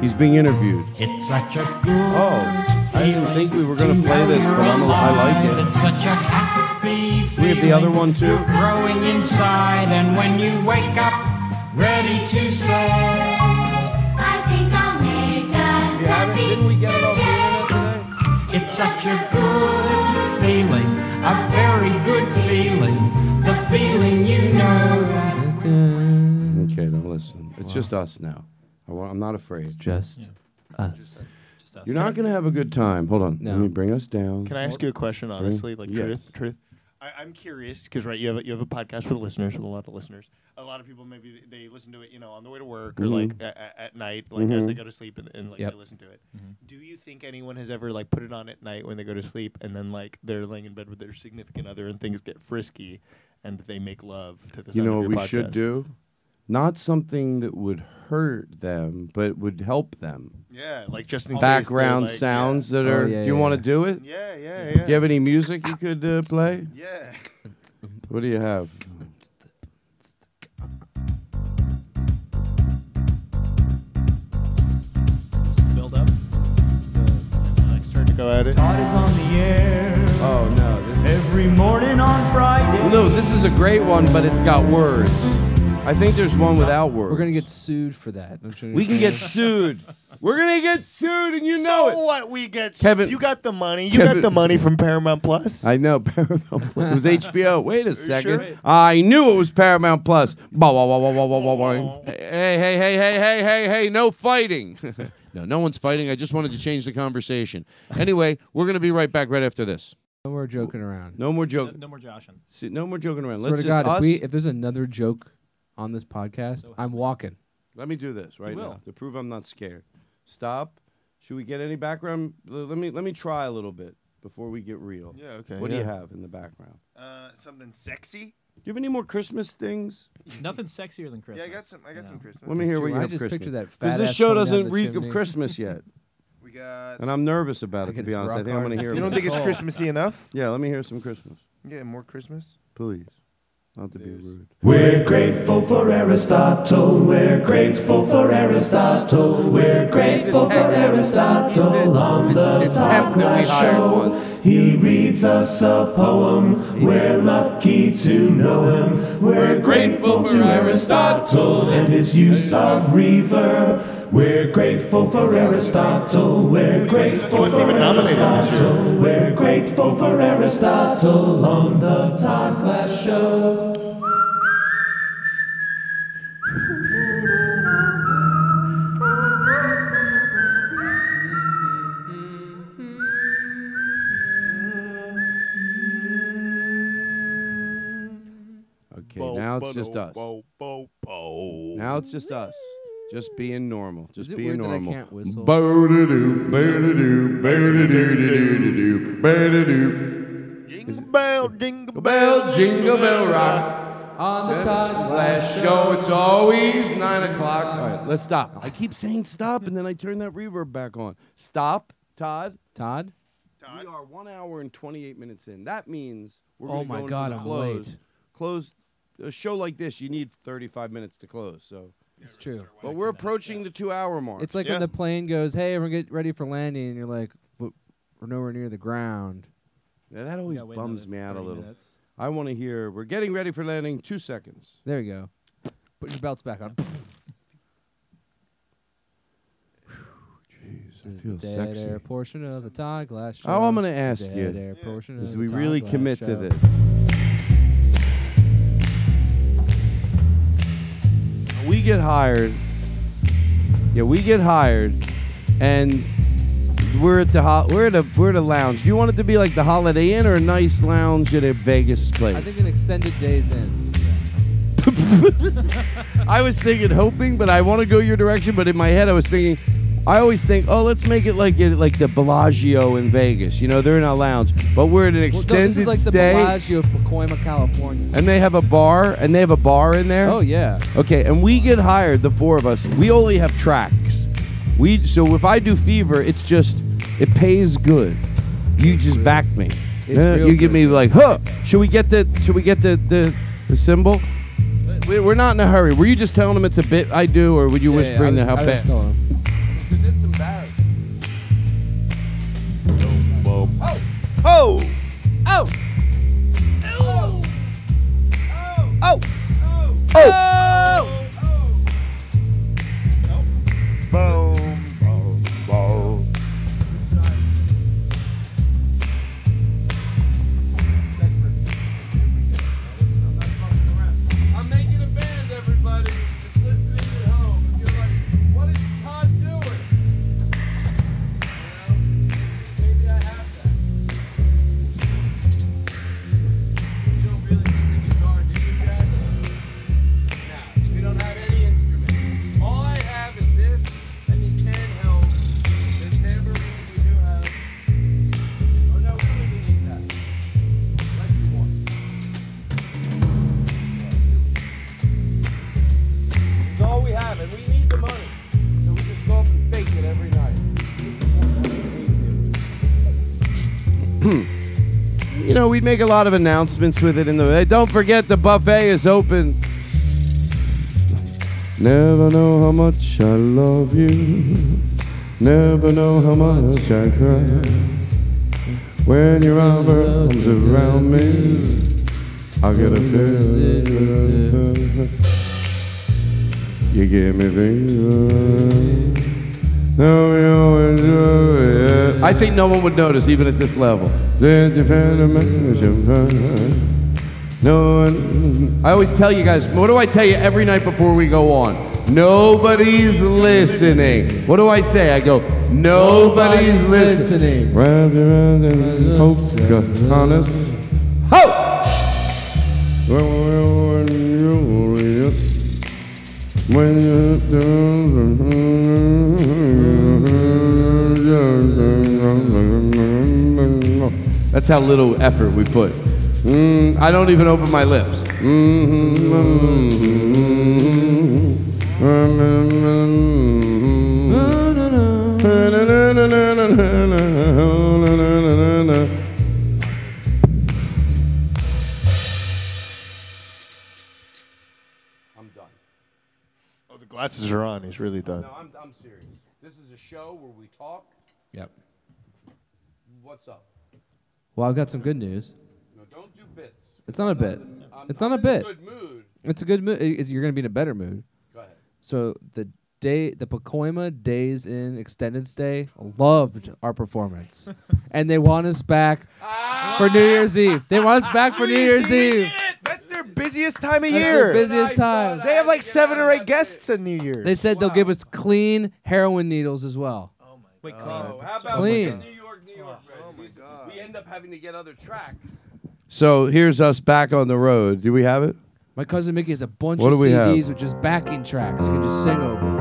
Speaker 2: he's being interviewed
Speaker 6: It's such a good
Speaker 2: oh i didn't think we were going to play this but I'm, i like it
Speaker 6: It's such a happy
Speaker 2: we have the other one too
Speaker 6: growing inside, and when you wake up, ready to say, I think I'll make us happy. Didn't we get it off the internet today? It's such a good feeling, a very good feeling, the feeling you know.
Speaker 2: okay now listen it's just us now I want, i'm not afraid it's
Speaker 3: just us
Speaker 2: you're not going to have a good time hold on let me bring us down
Speaker 1: Can I ask you a question,
Speaker 2: Bring-
Speaker 1: honestly? Like
Speaker 2: Yes.
Speaker 1: truth, truth. I, I'm curious because right, you have a, you have a podcast with listeners, with a lot of listeners. A lot of people maybe they they listen to it, you know, on the way to work or like
Speaker 2: Mhm.
Speaker 1: at, at night, like as they
Speaker 2: Mhm.
Speaker 1: go to sleep, and, and like
Speaker 2: Yep. Mm-hmm.
Speaker 1: they listen to it. Do you think anyone has ever like put it on at night when they go to sleep, and then like they're laying in bed with their significant other, and things get frisky, and they make love to the
Speaker 2: you
Speaker 1: sound
Speaker 2: know
Speaker 1: of
Speaker 2: what
Speaker 1: your
Speaker 2: we should
Speaker 1: podcast?
Speaker 2: do not something that would hurt them but would help them
Speaker 1: Yeah, like just in case they're,
Speaker 2: background
Speaker 1: like, yeah.
Speaker 2: sounds that
Speaker 1: Oh,
Speaker 2: are
Speaker 1: yeah,
Speaker 2: do you
Speaker 1: yeah,
Speaker 2: want
Speaker 1: yeah.
Speaker 2: to do it
Speaker 1: Yeah, yeah,
Speaker 2: do
Speaker 1: yeah.
Speaker 2: you have any music you could uh, play
Speaker 1: Yeah.
Speaker 2: what do you have
Speaker 5: build up.
Speaker 1: Start to go at it.
Speaker 6: God is on the air.
Speaker 2: Oh no!
Speaker 6: Every morning on Friday.
Speaker 2: Well, no, this is a great one, but it's got words. I think there's one without words.
Speaker 3: We're gonna get sued for that. Don't you
Speaker 2: We can get
Speaker 3: understand?
Speaker 2: sued. We're gonna get sued, and you know
Speaker 1: so what we get?
Speaker 2: Kevin-
Speaker 1: you got the money. You
Speaker 2: Kevin-
Speaker 1: got the money from Paramount Plus.
Speaker 2: it. I know Paramount. Plus. It was HBO. Wait a second.
Speaker 1: sure?
Speaker 2: I knew it was Paramount Plus. Bah, bah, bah, bah, bah, bah, bah, bah. Hey, hey, hey, hey, hey, hey, hey! No fighting. no, no one's fighting. I just wanted to change the conversation. Anyway, we're gonna be right back right after this.
Speaker 3: No more joking around.
Speaker 2: No more joking.
Speaker 5: No more joshing.
Speaker 2: See, no more joking around.
Speaker 3: Swear
Speaker 2: Let's
Speaker 3: to
Speaker 2: just
Speaker 3: God, if,
Speaker 2: us.
Speaker 3: we, if there's another joke on this podcast, I'm walking.
Speaker 2: Let me do this right
Speaker 3: will.
Speaker 2: now to prove I'm not scared. Stop. Should we get any background? L- Let me let me try a little bit before we get real.
Speaker 1: Yeah, okay,
Speaker 2: What do you
Speaker 1: yeah.
Speaker 2: have in the background?
Speaker 1: Uh, something sexy.
Speaker 2: Do you have any more Christmas things?
Speaker 5: Nothing sexier than Christmas.
Speaker 1: Yeah, I got some. I got some Christmas.
Speaker 2: Let me hear what you
Speaker 3: I
Speaker 2: have.
Speaker 3: just
Speaker 2: Christmas.
Speaker 3: pictured that fat
Speaker 2: Because this
Speaker 3: ass
Speaker 2: show
Speaker 3: coming down
Speaker 2: doesn't
Speaker 3: the
Speaker 2: reek of
Speaker 3: chimney.
Speaker 2: Christmas yet.
Speaker 1: We got.
Speaker 2: And I'm nervous about it to be honest. I think I'm gonna hear.
Speaker 1: You don't think it's Christmassy enough?
Speaker 2: Yeah, let me hear some Christmas,
Speaker 1: Yeah, more Christmas.
Speaker 2: please. Not to be rude.
Speaker 23: We're grateful for Aristotle. We're grateful for Aristotle. We're grateful for Aristotle on the Top Glass Show. He reads us a poem. We're lucky to know him. We're grateful to Aristotle and his use of reverb. We're grateful for Aristotle. We're grateful for Aristotle. We're grateful for Aristotle on the Todd Glass Show.
Speaker 2: Okay, now it's just us. Now it's just us. Just being normal. Just
Speaker 3: it
Speaker 2: being
Speaker 3: weird that I
Speaker 2: normal.
Speaker 3: can't whistle?
Speaker 2: Bo-da-doo, bo-da-doo, bo-da-doo-doo-doo-doo, bo-da-doo.
Speaker 1: Bell, jingle
Speaker 2: bell, jingle bell rock.
Speaker 3: On the Todd
Speaker 2: Last
Speaker 3: Glass
Speaker 2: show, it's always 9 o'clock. All right, let's stop. I keep saying stop, and then I turn that reverb back on. Stop, Todd.
Speaker 3: Todd?
Speaker 2: We are one hour and 28 minutes in. That means we're
Speaker 3: Oh
Speaker 2: gonna
Speaker 3: my
Speaker 2: go into
Speaker 3: God,
Speaker 2: the
Speaker 3: I'm
Speaker 2: close.
Speaker 3: late.
Speaker 2: Close a show like this, you need 35 minutes to close. So
Speaker 3: it's true.
Speaker 2: But we're approaching the two-hour mark.
Speaker 3: It's like when the plane goes, "Hey, we're get ready for landing," and you're like, but "We're nowhere near the ground."
Speaker 2: Yeah, that always bums me out a little. I want to hear. We're getting ready for landing. Two seconds.
Speaker 3: There you go. Put your belts back on.
Speaker 2: This
Speaker 3: is
Speaker 2: feel
Speaker 3: the dead
Speaker 2: sexy.
Speaker 3: air portion of the Todd Glass show.
Speaker 2: All I'm going
Speaker 3: The
Speaker 2: to ask
Speaker 3: dead
Speaker 2: you
Speaker 3: air portion
Speaker 2: is
Speaker 3: of
Speaker 2: we
Speaker 3: the
Speaker 2: really
Speaker 3: Todd Glass
Speaker 2: commit to
Speaker 3: Show.
Speaker 2: this. We get hired. Yeah, we get hired, and we're at the ho- we're at a we're at a lounge. You want it to be like the Holiday Inn or a nice lounge at a Vegas place?
Speaker 3: I think an extended days in.
Speaker 2: I was thinking hoping, but I want to go your direction. But in my head, I was thinking, I always think, oh, let's make it like it, like the Bellagio in Vegas. You know, they're in a lounge, but we're at an
Speaker 3: Well, no, this
Speaker 2: extended
Speaker 3: is like the
Speaker 2: stay,
Speaker 3: Bellagio of Pacoima, California.
Speaker 2: and they have a bar, and they have a bar in there.
Speaker 3: Oh, yeah.
Speaker 2: Okay, and we get hired, the four of us. We only have tracks. We so if I do Fever, it's just it pays good. You just back me.
Speaker 3: It's
Speaker 2: Yeah,
Speaker 3: real
Speaker 2: you give me like, huh? Should we get the should we get the the, the symbol? We- We're not in a hurry. Were you just telling them it's a bit I do, or were you
Speaker 3: Yeah, yeah,
Speaker 2: whispering
Speaker 3: I
Speaker 2: the
Speaker 3: was-
Speaker 2: how
Speaker 3: I was
Speaker 2: bad?
Speaker 3: telling
Speaker 2: Oh,
Speaker 1: Oh!
Speaker 3: Oh!
Speaker 1: Oh! Oh!
Speaker 2: Oh!
Speaker 7: Boom, boom, boom.
Speaker 2: I'm making a band, everybody. Just listening at home. If you're like, what is Todd doing? Maybe I have that. You don't really need the guitar, do you, Jack? No, we don't have any instruments. All I have is this and these handhelds. The tambourines we do have. Oh no, we don't even need that. Unless you want. It's all we have, and we need the money. So we just go up and fake it every night. you know, we'd make a lot of announcements with it in the. Hey, don't forget the buffet is open. Never know how much I love you. Never know how much I cry. When your arm arms around me, I get a feeling. You give me fever. No, we always do it. I think no one would notice, even at this level. Did you find a message of mine? No one. I always tell you guys, what do I tell you every night before we go on? Nobody's listening. What do I say? I go, nobody's listening. Wrap your hand in polka harness. Ho! When you're up to- That's how little effort we put. Mm, I don't even open my lips.
Speaker 1: Oh, He's really done.
Speaker 2: No, I'm, I'm serious. This is a show where we talk.
Speaker 3: Yep.
Speaker 2: What's up?
Speaker 3: Well, I've got some good news.
Speaker 2: No, don't do bits.
Speaker 3: It's not a bit.
Speaker 2: I'm-
Speaker 3: It's not a
Speaker 2: I'm in
Speaker 3: bit.
Speaker 2: good mood.
Speaker 3: It's a good mood. You're gonna be in a better mood.
Speaker 2: Go ahead.
Speaker 3: So the day, the Pacoima Days in Extended Stay loved our performance, and they want us back for New Year's Eve. They want us back for New Year's Eve.
Speaker 1: That's their busiest time of
Speaker 3: That's
Speaker 1: year.
Speaker 3: their busiest time.
Speaker 1: They have like seven or eight guests in New Year's.
Speaker 3: They said they'll give us clean heroin needles as well.
Speaker 5: Wait, clean.
Speaker 2: Oh, how about
Speaker 3: Clean.
Speaker 2: New York, New York? Oh, my God. We end up having to get other tracks.
Speaker 3: So
Speaker 2: here's us back on the road. Do we have it?
Speaker 3: My cousin Mickey has a bunch
Speaker 2: What
Speaker 3: of
Speaker 2: do we have?
Speaker 3: CDs with just backing tracks. You can just sing over.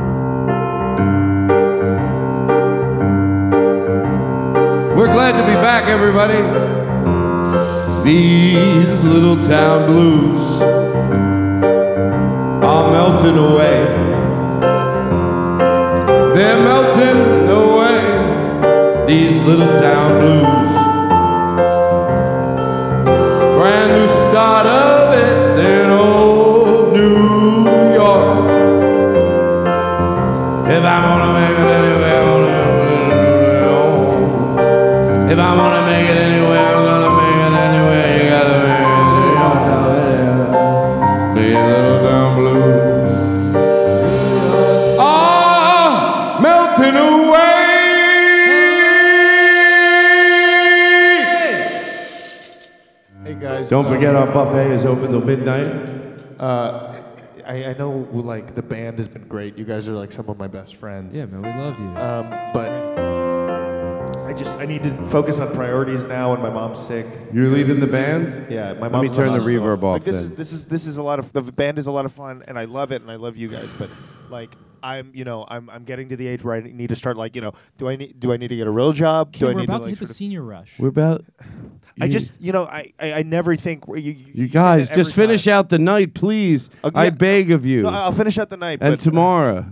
Speaker 2: We're glad to be back, everybody.
Speaker 23: These little town blues are melting away. They're melting away. These little town blues. Brand new start of it, then old New York. If I wanna make it anywhere, I'm gonna- if I wanna make it anywhere, I'm gonna make it anywhere. You gotta make it anywhere. Be a little down blue. Ah, melting away.
Speaker 1: Hey guys. Um,
Speaker 2: Don't forget our buffet is open till midnight.
Speaker 1: Uh, I, I know like the band has been great. You guys are like some of my best friends. Yeah,
Speaker 3: man, we love you.
Speaker 1: Um, but I just I need to focus on priorities now. And my mom's sick.
Speaker 2: You're leaving the band?
Speaker 1: Yeah, my
Speaker 2: Let
Speaker 1: mom's.
Speaker 2: me
Speaker 1: in
Speaker 2: turn the
Speaker 1: hospital.
Speaker 2: reverb
Speaker 1: Like,
Speaker 2: off
Speaker 1: this
Speaker 2: then.
Speaker 1: is this is this is a lot of the band is a lot of fun, and I love it, and I love you guys. But like. I'm, you know, I'm, I'm getting to the age where I need to start, like, you know, do I need, do I need to get a real job?
Speaker 5: Okay,
Speaker 1: do I
Speaker 5: we're
Speaker 1: need
Speaker 5: about
Speaker 1: to,
Speaker 5: to,
Speaker 1: like,
Speaker 5: hit the senior rush.
Speaker 2: We're about.
Speaker 1: I just, you know, I, I, I never think you, you,
Speaker 2: You guys,
Speaker 1: that
Speaker 2: just
Speaker 1: every Uh,
Speaker 2: finish out the night, please. I
Speaker 1: yeah.
Speaker 2: beg of you.
Speaker 1: No, I'll finish out the night,
Speaker 2: And
Speaker 1: but- uh,
Speaker 2: tomorrow,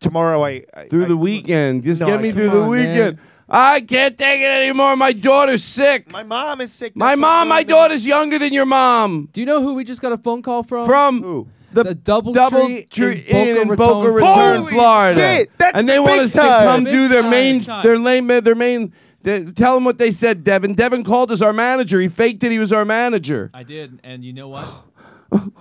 Speaker 1: tomorrow I, I
Speaker 2: through the weekend, just
Speaker 1: No,
Speaker 2: get
Speaker 1: I-
Speaker 2: me
Speaker 1: come
Speaker 2: through the
Speaker 1: on, man.
Speaker 2: weekend. I can't take it anymore. My daughter's sick.
Speaker 1: My mom is sick.
Speaker 2: My mom, my daughter's younger than your mom.
Speaker 3: Do you know who we just got a phone call from?
Speaker 2: From
Speaker 3: The, double,
Speaker 2: Double Tree Inn in Boca Raton, Florida,
Speaker 3: shit, that's
Speaker 2: and they want
Speaker 3: big
Speaker 2: us to
Speaker 3: time.
Speaker 2: come
Speaker 3: Big
Speaker 2: do their
Speaker 3: time.
Speaker 2: main,
Speaker 3: Big time.
Speaker 2: their lame, their main. they- tell them what they said, Devin. Devin called us our manager. He faked that he was our manager.
Speaker 5: I did, and you know what?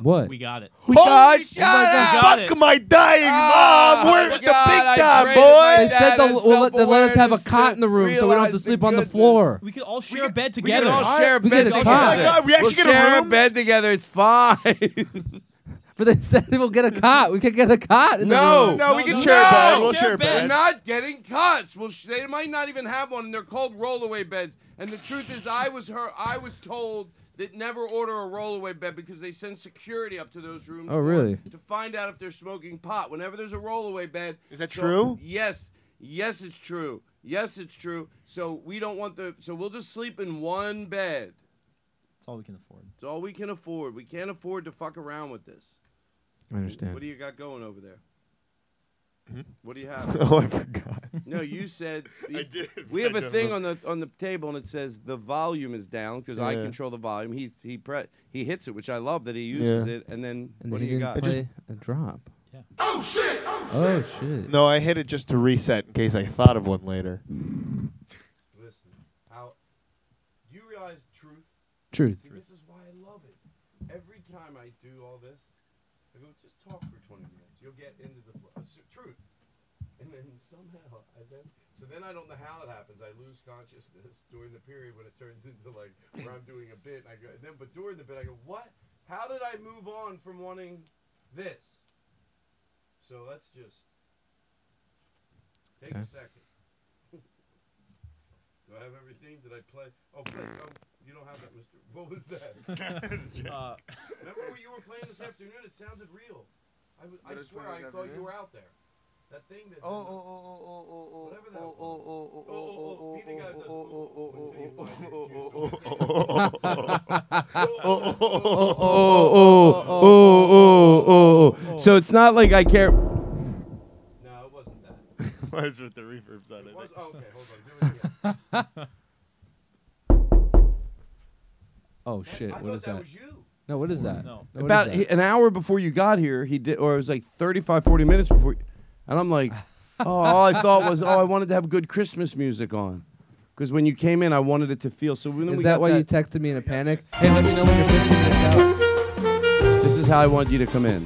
Speaker 3: What?
Speaker 5: We got it.
Speaker 2: We got,
Speaker 3: Oh
Speaker 2: shut
Speaker 5: God.
Speaker 2: up.
Speaker 5: Got
Speaker 1: Fuck
Speaker 5: it.
Speaker 1: my dying
Speaker 2: Ah,
Speaker 1: mom. Where's the
Speaker 2: God, I
Speaker 1: big time,
Speaker 2: prayed
Speaker 1: boy?
Speaker 3: They said they'll, we'll let, they let us have a cot in the room so we don't have to sleep on the floor.
Speaker 5: We could all share a bed
Speaker 2: We can
Speaker 5: together.
Speaker 2: all share a
Speaker 3: We get
Speaker 2: bed
Speaker 3: a
Speaker 2: together.
Speaker 3: cot. Oh my God, we
Speaker 2: we'll
Speaker 3: actually get a
Speaker 2: share
Speaker 3: room?
Speaker 2: bed together. It's fine.
Speaker 3: But they said we'll get a cot. We could get a cot. In
Speaker 2: No.
Speaker 3: the room.
Speaker 2: No, we can No, share a bed. no. We'll
Speaker 3: share a
Speaker 2: We're not getting cuts. Well, sh- they might not even have one, and they're called rollaway beds. And the truth is, I was her. I was told that never order a rollaway bed because they send security up to those rooms.
Speaker 3: Oh, really?
Speaker 2: To find out if they're smoking pot. Whenever there's a rollaway bed. Is
Speaker 1: that true?
Speaker 2: Yes. Yes, it's true. Yes, it's true. So we don't want the. So we'll just sleep in one bed.
Speaker 5: That's all we can afford.
Speaker 2: It's all we can afford. We can't afford to fuck around with this.
Speaker 3: I understand.
Speaker 2: What do you got going over there?
Speaker 1: Hmm?
Speaker 2: What do you have?
Speaker 1: Oh, I forgot.
Speaker 2: No, you said
Speaker 1: I did.
Speaker 2: We have
Speaker 1: I
Speaker 2: a
Speaker 1: don't
Speaker 2: thing
Speaker 1: know.
Speaker 2: on the on the table, and it says the volume is down because I
Speaker 1: Yeah.
Speaker 2: control the volume. He he pre- he hits it, which I love that he uses
Speaker 1: Yeah.
Speaker 2: it. And then
Speaker 3: And
Speaker 2: what
Speaker 3: then
Speaker 2: do
Speaker 3: he
Speaker 2: you
Speaker 3: didn't
Speaker 2: got?
Speaker 3: play a drop. Oh shit!
Speaker 1: No, I hit it just to reset in case I thought of one later.
Speaker 2: Listen, how you realize truth?
Speaker 3: Truth.
Speaker 2: See, this is why I love it. Every time I do all this, I go just talk for twenty minutes. You'll get into the fl- uh, s- truth, and then somehow I then so then I don't know how it happens. I lose consciousness during the period when it turns into like where I'm doing a bit. And I go and then but during the bit I go what? How did I move on from wanting this? So let's just take
Speaker 3: Okay.
Speaker 2: a second. Do I have everything? Did I play? Oh, play. Um, you don't have that, Mister. What was that?
Speaker 5: Uh,
Speaker 2: Remember what you were playing this afternoon? It sounded real. I, w- I
Speaker 12: What is
Speaker 2: swear
Speaker 12: playing
Speaker 2: I
Speaker 12: this
Speaker 2: thought you
Speaker 12: afternoon?
Speaker 2: were out there. That thing that.
Speaker 12: Oh,
Speaker 2: did the-
Speaker 12: oh, oh, oh, oh, oh,
Speaker 2: Whatever that
Speaker 12: oh,
Speaker 2: was.
Speaker 12: oh, oh, oh,
Speaker 2: Oh, oh, oh,
Speaker 12: oh,
Speaker 2: be the guy that does-
Speaker 12: oh,
Speaker 2: oh, oh, oh. So it's not like I care.
Speaker 1: Why is with the reverbs on it? Was,
Speaker 2: okay, hold on. Do it again.
Speaker 3: Oh shit! What is
Speaker 2: that
Speaker 3: that?
Speaker 2: was you.
Speaker 3: No, what is that?
Speaker 5: No.
Speaker 3: what is
Speaker 2: About
Speaker 3: that?
Speaker 2: he- an hour before you got here, he did, or it was like 35, 40 minutes before. You, And I'm like, oh, all I thought was, oh, I wanted to have good Christmas music on. Because when you came in, I wanted it to feel. So when
Speaker 3: Is
Speaker 2: we
Speaker 3: that
Speaker 2: got
Speaker 3: why you texted me in a panic? Hey, let me know when you're 15 minutes out.
Speaker 2: This is how I want you to come in.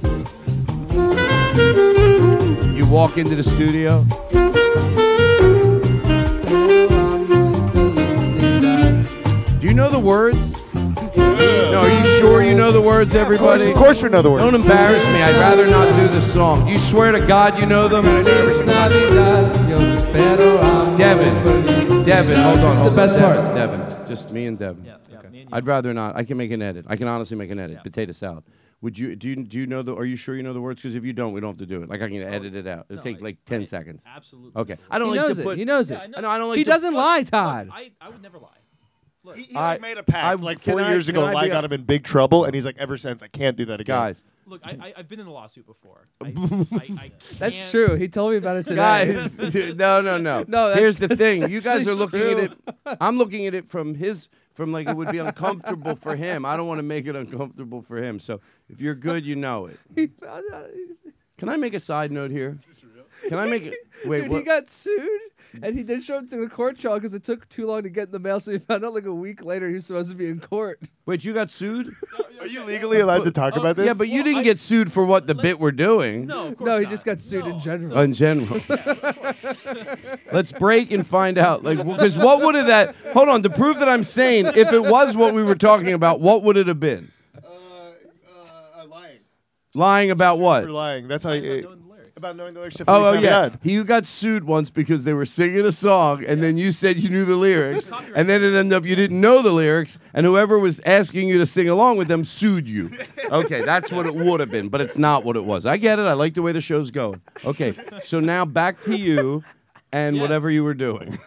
Speaker 2: You walk into the studio. Do you know the words? No, are you sure you know the words, everybody?
Speaker 1: Of course we know the words.
Speaker 2: Don't embarrass me. I'd rather not do the song. Do you swear to God you know them? Devin, Devin, hold on.
Speaker 3: It's the
Speaker 2: hold on.
Speaker 3: best part.
Speaker 2: Devin, Devin, just me and Devin. Okay. I'd rather not. I can make an edit. I can honestly make an edit. Potato salad. Would you do you do you know the? Are you sure you know the words? Because if you don't, we don't have to do it. Like I can edit it out. It'll take like ten seconds.
Speaker 5: Absolutely.
Speaker 2: Okay. I don't
Speaker 3: He
Speaker 2: like
Speaker 3: knows
Speaker 2: to
Speaker 3: it.
Speaker 2: put.
Speaker 3: He knows it.
Speaker 2: I know. I don't like.
Speaker 3: He
Speaker 2: to-
Speaker 3: doesn't lie, Todd.
Speaker 5: I, I would never lie. Look,
Speaker 1: He,
Speaker 2: I-
Speaker 1: made a pact
Speaker 2: I-
Speaker 1: like
Speaker 2: can
Speaker 1: four
Speaker 2: I-
Speaker 1: years
Speaker 2: can
Speaker 1: ago.
Speaker 2: I
Speaker 1: and I
Speaker 2: be
Speaker 1: got
Speaker 2: a-
Speaker 1: him in big trouble, and he's like, ever since I can't do that again.
Speaker 2: Guys.
Speaker 5: Look, I, I, I've been in a lawsuit before.
Speaker 3: That's true. He told me about it today.
Speaker 2: Guys, no, no, no.
Speaker 3: No, that's-
Speaker 2: here's the thing.
Speaker 3: that's
Speaker 2: You guys are
Speaker 3: actually
Speaker 2: looking
Speaker 3: true.
Speaker 2: at it. I'm looking at it from his, from like it would be uncomfortable for him. I don't want to make it uncomfortable for him. So if you're good, you know it. Can I make a side note here? Can I make it? Wait,
Speaker 3: Dude,
Speaker 2: what?
Speaker 3: he got sued, and he didn't show up to the court trial because it took too long to get in the mail. So he found out like a week later he was supposed to be in court.
Speaker 2: Wait, you got sued?
Speaker 1: Are you legally allowed to talk about this?
Speaker 2: Oh, Yeah, but you didn't get sued for what the bit we're doing.
Speaker 5: No,
Speaker 3: no, he just got sued in general.
Speaker 2: In general. Let's break and find out. Like, because what would have that? Hold on, to prove that I'm sane. If it was what we were talking about, what would it have been?
Speaker 1: Uh,
Speaker 2: Lying about what?
Speaker 1: for lying. That's how you. About knowing the lyrics. to
Speaker 2: Oh, oh
Speaker 1: Feliz
Speaker 2: yeah.
Speaker 1: Navidad.
Speaker 2: He you got sued once because they were singing a song, and then you said you knew the lyrics, and then it ended up you didn't know the lyrics, and whoever was asking you to sing along with them sued you. Okay, that's what it would have been, but it's not what it was. I get it. I like the way the show's going. Okay, so now back to you and whatever you were doing.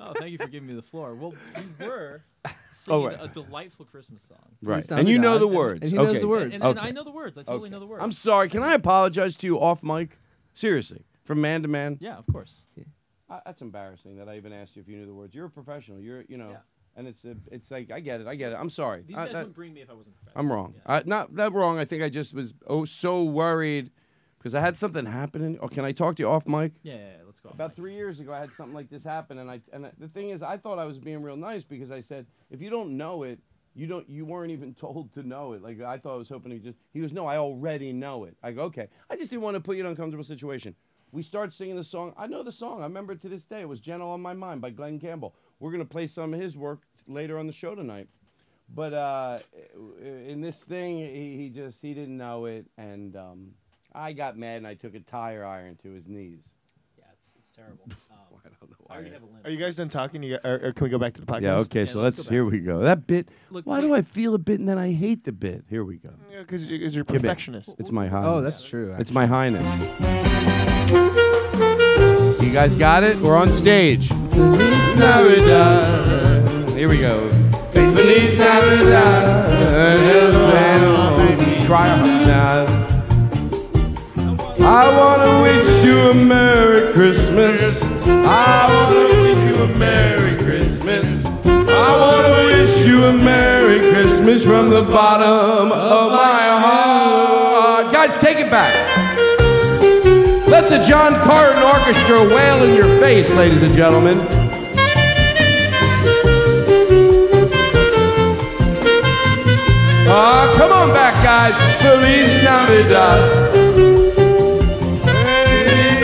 Speaker 5: oh, thank you for giving me the floor. Well, we were singing
Speaker 2: Oh, right.
Speaker 5: a delightful Christmas song.
Speaker 2: Right. And you know the words.
Speaker 3: and he knows
Speaker 2: Okay.
Speaker 3: the words.
Speaker 5: And, and
Speaker 2: Okay.
Speaker 5: I know the words. I totally know the words.
Speaker 2: I'm sorry. Can I apologize to you off mic? Seriously, from man to man.
Speaker 5: Yeah, of course.
Speaker 2: Uh, that's embarrassing that I even asked you if you knew the words. You're a professional. You're, you know, and it's a, it's like I get it. I get it. I'm sorry.
Speaker 5: These
Speaker 2: I-
Speaker 5: guys
Speaker 2: Uh, that-
Speaker 5: wouldn't bring me if I wasn't professional.
Speaker 2: I'm wrong. I, not that wrong. I think I just was oh so worried because I had something happening. Oh, can I talk to you off mic?
Speaker 5: Yeah, yeah, yeah, let's go. on.
Speaker 2: About three years ago, I had something like this happen, and I and the thing is, I thought I was being real nice because I said, if you don't know it, you don't, you weren't even told to know it. Like I thought I was hoping he just. He goes, no, I already know it. I go, okay. I just didn't want to put you in an uncomfortable situation. We start singing the song. I know the song. I remember it to this day. It was "Gentle on My Mind" by Glenn Campbell. We're gonna play some of his work later on the show tonight. But uh, in this thing, he, he just he didn't know it, and um, I got mad and I took a tire iron to his knees.
Speaker 5: Yeah, it's, it's terrible. Um, I don't know why. already have a limp.
Speaker 1: Are you guys done talking? You gu- or, or can we go back to the podcast?
Speaker 2: Yeah, okay, so let's,
Speaker 1: go back.
Speaker 2: here we go. That bit.
Speaker 5: Look,
Speaker 2: why do I feel a bit and then I hate the bit? Here we go.
Speaker 1: Yeah, 'cause you- 'cause you're
Speaker 2: Give it.
Speaker 1: perfectionist.
Speaker 2: It's my highness.
Speaker 3: Oh, that's true,
Speaker 2: It's my highness. You guys got it? We're on stage. Here we go. Feliz Navidad. Try hard. I want to wish you a Merry Christmas. I want to wish you a Merry Christmas. I want to wish you a Merry Christmas from the bottom of my heart. Guys, take it back. Let the John Carton Orchestra wail in your face, ladies and gentlemen. Ah, come on back, guys. Feliz Navidad.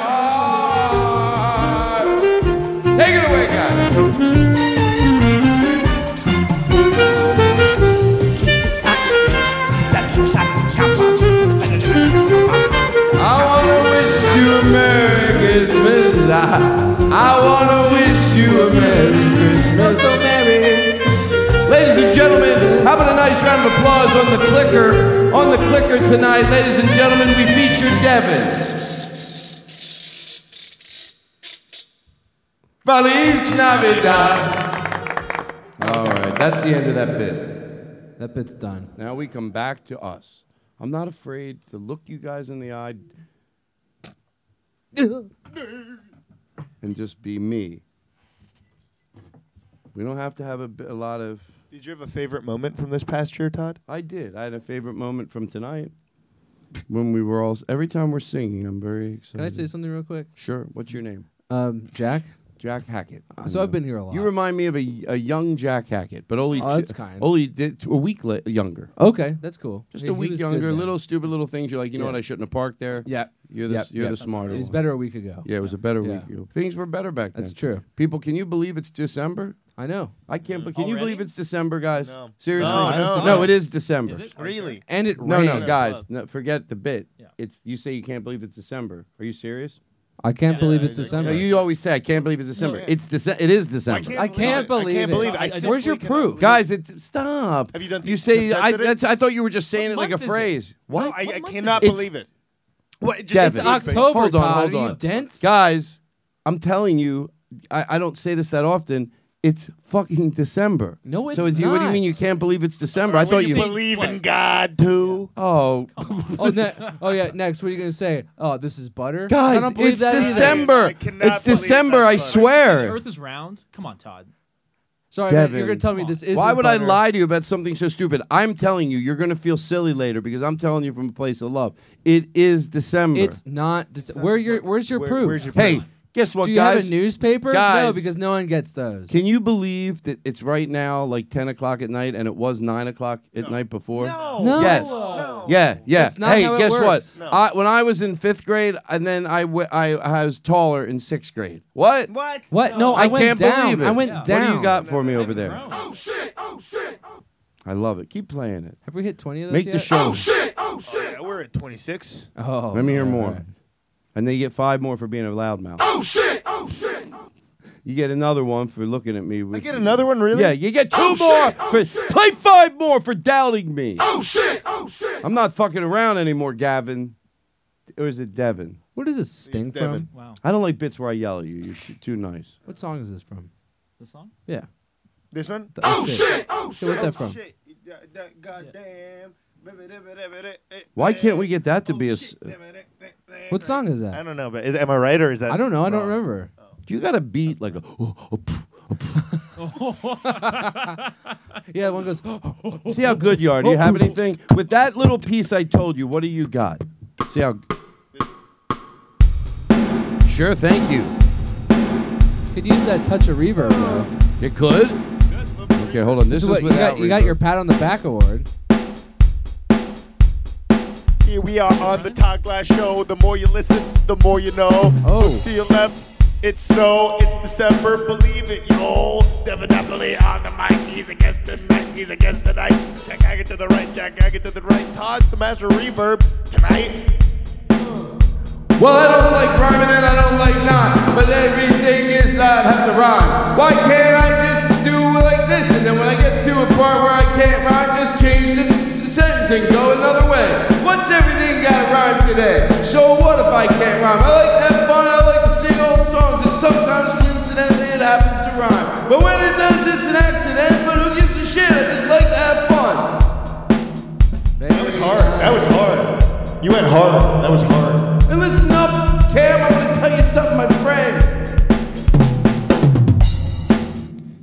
Speaker 2: heart. Take it away, guys. I wanna wish you a Merry Christmas. I, I wanna wish you a Merry Christmas. so merry. Ladies and gentlemen, how about a nice round of applause on the clicker? On the clicker tonight, ladies and gentlemen, we feature Devin. Feliz Navidad.
Speaker 3: That's the end of that bit. That bit's done.
Speaker 2: Now we come back to us. I'm not afraid to look you guys in the eye and just be me. We don't have to have a, b- a lot of.
Speaker 1: Did you have a favorite moment from this past year, Todd?
Speaker 2: I did. I had a favorite moment from tonight when we were all. s- Every time we're singing, I'm very excited.
Speaker 3: Can I say something real quick?
Speaker 2: Sure. What's your name?
Speaker 3: Um, Jack.
Speaker 2: Jack Hackett.
Speaker 3: Uh, So I've been here a lot.
Speaker 2: You remind me of a, a young Jack Hackett, but only
Speaker 3: Oh,
Speaker 2: two-
Speaker 3: that's kind.
Speaker 2: only di- t- a week la- younger.
Speaker 3: Okay, that's cool.
Speaker 2: Just
Speaker 3: He-
Speaker 2: a
Speaker 3: he
Speaker 2: week
Speaker 3: was good
Speaker 2: younger.
Speaker 3: then.
Speaker 2: Little stupid little things. You're like, you know
Speaker 3: Yeah.
Speaker 2: what? I shouldn't have parked there.
Speaker 3: Yeah.
Speaker 2: You're the
Speaker 3: Yeah,
Speaker 2: s- you're
Speaker 3: yeah.
Speaker 2: the smarter.
Speaker 3: It was
Speaker 2: one.
Speaker 3: better a week ago.
Speaker 2: Yeah, it was a better
Speaker 3: Yeah.
Speaker 2: week ago. Things were better back then.
Speaker 3: That's true.
Speaker 2: People, can you believe it's December?
Speaker 3: I know.
Speaker 2: I can't. But can you believe it's December, guys?
Speaker 3: No.
Speaker 2: Seriously?
Speaker 3: No, no, no.
Speaker 2: it is December.
Speaker 3: Is it?
Speaker 1: Really?
Speaker 3: And it
Speaker 2: No, no,
Speaker 3: rained.
Speaker 2: guys, no, forget the bit. It's you say you can't believe it's December. Are you serious?
Speaker 3: I can't believe it's
Speaker 2: No,
Speaker 3: December.
Speaker 2: you always say I can't believe it's December. It's Dece- It is December.
Speaker 3: I can't believe it. Where's your proof?
Speaker 2: guys? It's stop. Have you done? You say I.
Speaker 1: tested it?
Speaker 2: That's, I thought you were just saying it like
Speaker 1: month
Speaker 2: a
Speaker 1: is it?
Speaker 2: phrase. What?
Speaker 1: No, I, I cannot
Speaker 2: It's-
Speaker 1: believe it. What? It
Speaker 2: Devin. Hold on, hold
Speaker 1: Are you
Speaker 2: on. Guys, I'm telling you, I, I don't say this that often. It's fucking December.
Speaker 3: No,
Speaker 2: so
Speaker 3: it's
Speaker 2: you- What do you mean
Speaker 3: not.
Speaker 2: you can't believe it's December? I
Speaker 1: Will
Speaker 2: thought
Speaker 1: you
Speaker 2: you
Speaker 1: believe in God too.
Speaker 2: Oh,
Speaker 3: oh, ne- oh yeah. Next, what are you gonna say? Oh, this is butter. I
Speaker 2: guys,
Speaker 3: don't believe
Speaker 2: it's
Speaker 3: that either.
Speaker 2: December. It's December. I
Speaker 5: The
Speaker 2: swear.
Speaker 5: Earth is round. Come on, Todd.
Speaker 3: Sorry,
Speaker 2: Devin.
Speaker 3: you're gonna tell me this is.
Speaker 2: Why would I lie to you about something so stupid? I'm telling you, you're gonna feel silly later because I'm telling you from a place of love. It is December.
Speaker 3: It's not. Dece- where your Where's your proof?
Speaker 2: Hey, guess what,
Speaker 3: Do you
Speaker 2: guys?
Speaker 3: have a newspaper? no,
Speaker 2: Guys.
Speaker 3: because no one gets those.
Speaker 2: Can you believe that it's right now like 10 o'clock at night and it was 9 o'clock at night before?
Speaker 3: No. No.
Speaker 2: Yes.
Speaker 3: No.
Speaker 2: Yeah, yeah.
Speaker 3: That's not
Speaker 2: hey,
Speaker 3: how it
Speaker 2: guess
Speaker 3: works.
Speaker 2: what?
Speaker 3: No.
Speaker 2: I, when I was in fifth grade and then I wa- I- I was taller in sixth grade. What?
Speaker 1: What?
Speaker 3: What? No,
Speaker 1: Oh,
Speaker 3: I went
Speaker 2: can't
Speaker 3: down.
Speaker 2: believe it.
Speaker 3: I went
Speaker 2: What do
Speaker 3: down.
Speaker 2: you got for me over there? Oh, shit. Oh, shit. I love it. Keep playing it.
Speaker 3: Have we hit twenty of those
Speaker 2: Make
Speaker 3: yet?
Speaker 2: the show.
Speaker 1: Oh shit! we're at 26.
Speaker 3: Oh,
Speaker 2: Let me hear more. And then you get five more for being a loudmouth.
Speaker 1: Oh shit! Oh shit!
Speaker 2: You get another one for looking at me.
Speaker 1: I
Speaker 2: with-
Speaker 1: get another one, really?
Speaker 2: Yeah, you get two
Speaker 1: Oh,
Speaker 2: more
Speaker 1: shit! Oh,
Speaker 2: for
Speaker 1: shit!
Speaker 2: play five more for doubting me.
Speaker 1: Oh shit! Oh shit!
Speaker 2: I'm not fucking around anymore, Gavin. Or is it Devin?
Speaker 3: What is this sting
Speaker 2: Devin.
Speaker 3: from?
Speaker 2: I don't like bits where I yell at you. You're too, too nice.
Speaker 3: What song is this from?
Speaker 5: The song?
Speaker 3: Yeah.
Speaker 1: This one?
Speaker 3: Th-
Speaker 1: Oh
Speaker 3: that's it.
Speaker 1: shit! Oh
Speaker 3: So
Speaker 1: shit!
Speaker 3: what's that from?
Speaker 2: Why can't we get that to be a? s-
Speaker 3: What song is that?
Speaker 1: Oh, I don't know, but is, am I right or is that?
Speaker 3: I don't know. I don't remember.
Speaker 2: You got a beat like a.
Speaker 3: Yeah, one goes.
Speaker 2: See how good you are. Do you have anything with that little piece I told you? What do you got? See how. Sure, thank you.
Speaker 3: Could use that touch of reverb. Though.
Speaker 2: You could. Okay, hold on. This,
Speaker 3: is what you
Speaker 2: without
Speaker 3: got. You got
Speaker 2: reverb.
Speaker 3: your pat on the back award.
Speaker 1: Here we are on the Todd Glass Show. The more you listen, the more you know. Oh. Look to your left, it's snow, it's December, believe it, yo. Definitely on the mic, he's against the night, he's against the night. Jack, I get to the right, Jack, I get to the right. Todd's the master of reverb tonight.
Speaker 2: Well, I don't like rhyming and I don't like not, but everything is not have to rhyme. Why can't I just do it like this? And then when I get to a part where I can't rhyme, just change the, the sentence and go another way. What's everything got to rhyme today? So what if I can't rhyme? I like to have fun. I like to sing old songs, and sometimes coincidentally it happens to rhyme. But when it does, it's an accident. But who gives a shit? I just like to have fun.
Speaker 1: That was hard. That was hard. You went hard. That was hard.
Speaker 2: And listen up, Cam. I'm gonna tell you something, my friend.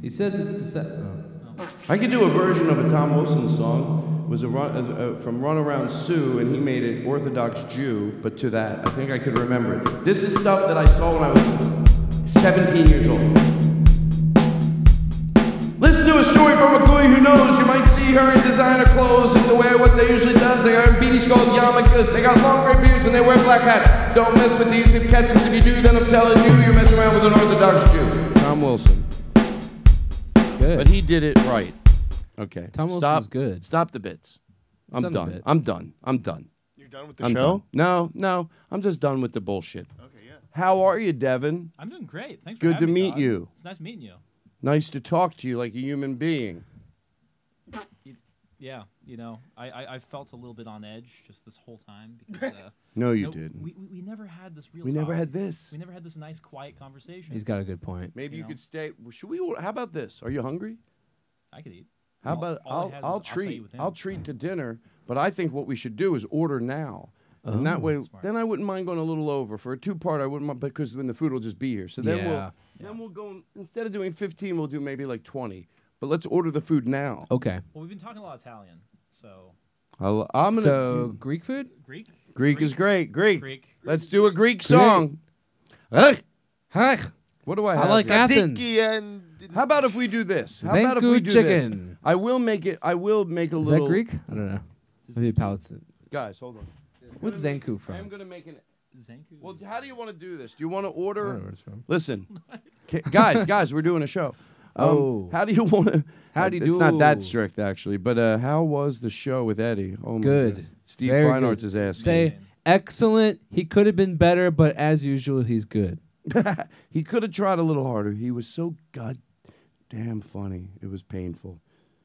Speaker 3: He says it's the set. Oh.
Speaker 2: I could do a version of a Tom Wilson song. It was a run, uh, uh, from Run Around Sue, and he made it Orthodox Jew, but to that, I think I could remember it. This is stuff that I saw when I was 17 years old. Listen to a story from a boy who knows. You might see her in designer clothes and the way what they usually does. They iron beady skull yarmulkes. They got long gray beards and they wear black hats. Don't mess with these hip cats, 'cause if you do, then I'm telling you, you're messing around with an Orthodox Jew. Tom Wilson.
Speaker 3: Good.
Speaker 2: But he did it right. Okay.
Speaker 3: Tom Wilson
Speaker 2: Stop-
Speaker 3: is good.
Speaker 2: Stop the bits. I'm
Speaker 3: Stop the
Speaker 2: done.
Speaker 3: bit.
Speaker 2: I'm done. I'm done. You're
Speaker 1: done with
Speaker 5: the
Speaker 2: I'm
Speaker 5: show?
Speaker 2: done. No, no. I'm just done with the bullshit. Okay, yeah. How are you, Devin?
Speaker 5: I'm doing great. Thanks for
Speaker 2: Good to
Speaker 5: having me,
Speaker 2: meet
Speaker 5: Todd.
Speaker 2: you.
Speaker 5: It's nice meeting you.
Speaker 2: Nice to talk to you like a human being.
Speaker 5: Yeah, you know, I, I, I felt a little bit on edge just this whole time because uh,
Speaker 2: No, you didn't.
Speaker 5: We, we, we never had this real.
Speaker 2: We never
Speaker 5: talk.
Speaker 2: had this.
Speaker 5: We never had this nice quiet conversation.
Speaker 3: He's got a good point.
Speaker 2: Maybe you,
Speaker 5: know?
Speaker 2: could stay. Should we? How about this? Are you hungry?
Speaker 18: I could eat.
Speaker 2: How
Speaker 18: All-
Speaker 2: about
Speaker 18: all I
Speaker 2: I'll
Speaker 18: had was
Speaker 2: I'll
Speaker 18: acai
Speaker 2: treat
Speaker 18: with him.
Speaker 2: I'll treat to dinner, but I think what we should do is order now. and that way, then I wouldn't mind going a little over for a two part. I wouldn't mind because then the food will just be here. So then
Speaker 3: Yeah.
Speaker 2: we'll then we'll go instead of doing fifteen, we'll do maybe like twenty. But let's order the food now.
Speaker 3: Okay.
Speaker 18: Well, we've been talking a lot Italian, so
Speaker 2: I'll, I'm gonna
Speaker 3: So, Greek food?
Speaker 18: Greek?
Speaker 2: Greek is great. Greek.
Speaker 18: Greek.
Speaker 2: Let's do a Greek song. Ugh. What do I
Speaker 3: I
Speaker 2: have?
Speaker 3: like
Speaker 2: here?
Speaker 3: Athens.
Speaker 2: How about if we do this? How about if
Speaker 3: Zanku
Speaker 2: we do this?
Speaker 3: chicken.
Speaker 2: I will make it. I will make a
Speaker 3: Is
Speaker 2: little.
Speaker 3: that Greek? I don't know. Maybe Palestinian.
Speaker 2: Guys, hold on.
Speaker 3: What's Zanku from?
Speaker 2: I'm gonna make an. Well, how do you want to do this? Do you want to order? Listen, K- guys, guys, we're doing a show. Um,
Speaker 3: Oh.
Speaker 2: how do you want to?
Speaker 3: Howdy
Speaker 2: It's not that
Speaker 3: do.
Speaker 2: strict actually, but uh, how was the show with Eddie? Oh my
Speaker 3: Good.
Speaker 2: goodness. Steve
Speaker 3: Very
Speaker 2: Fine
Speaker 3: good.
Speaker 2: Arts is asking.
Speaker 3: Say excellent. He could have been better, but as usual, he's good.
Speaker 2: he could have tried a little harder. He was so goddamn funny. It was painful.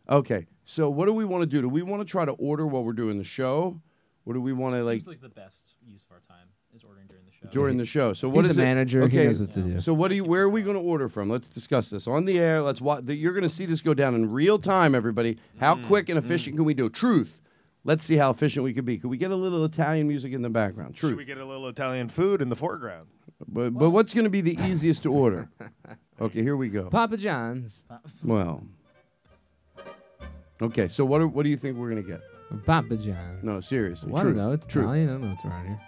Speaker 2: Okay, so what do we want to do? Do we want to try to order while we're doing the show, or do we want to like
Speaker 18: seems like the best use of our time is ordering during the show.
Speaker 2: during the show? So what
Speaker 3: He's
Speaker 2: is
Speaker 3: a
Speaker 2: it-
Speaker 3: manager. He
Speaker 2: Okay,
Speaker 3: knows what to do.
Speaker 2: So what do you? Where are we going to order from? Let's discuss this on the air. Let's watch. You're going to see this go down in real time, everybody. How
Speaker 1: Mm,
Speaker 2: quick and efficient can we do? Truth. Let's see how efficient we could be. Could we get a little Italian music in the background? Truth.
Speaker 1: Should we get a little Italian food in the foreground?
Speaker 2: But, but what's going to be the easiest to order? Okay, here we go.
Speaker 3: Papa John's.
Speaker 2: Well. Okay, so what, are, what do you think we're going to get?
Speaker 3: Papa John's.
Speaker 2: No, seriously.
Speaker 3: Well, I
Speaker 2: truth,
Speaker 3: don't know. It's
Speaker 2: truth.
Speaker 3: Italian. I don't know what's around here.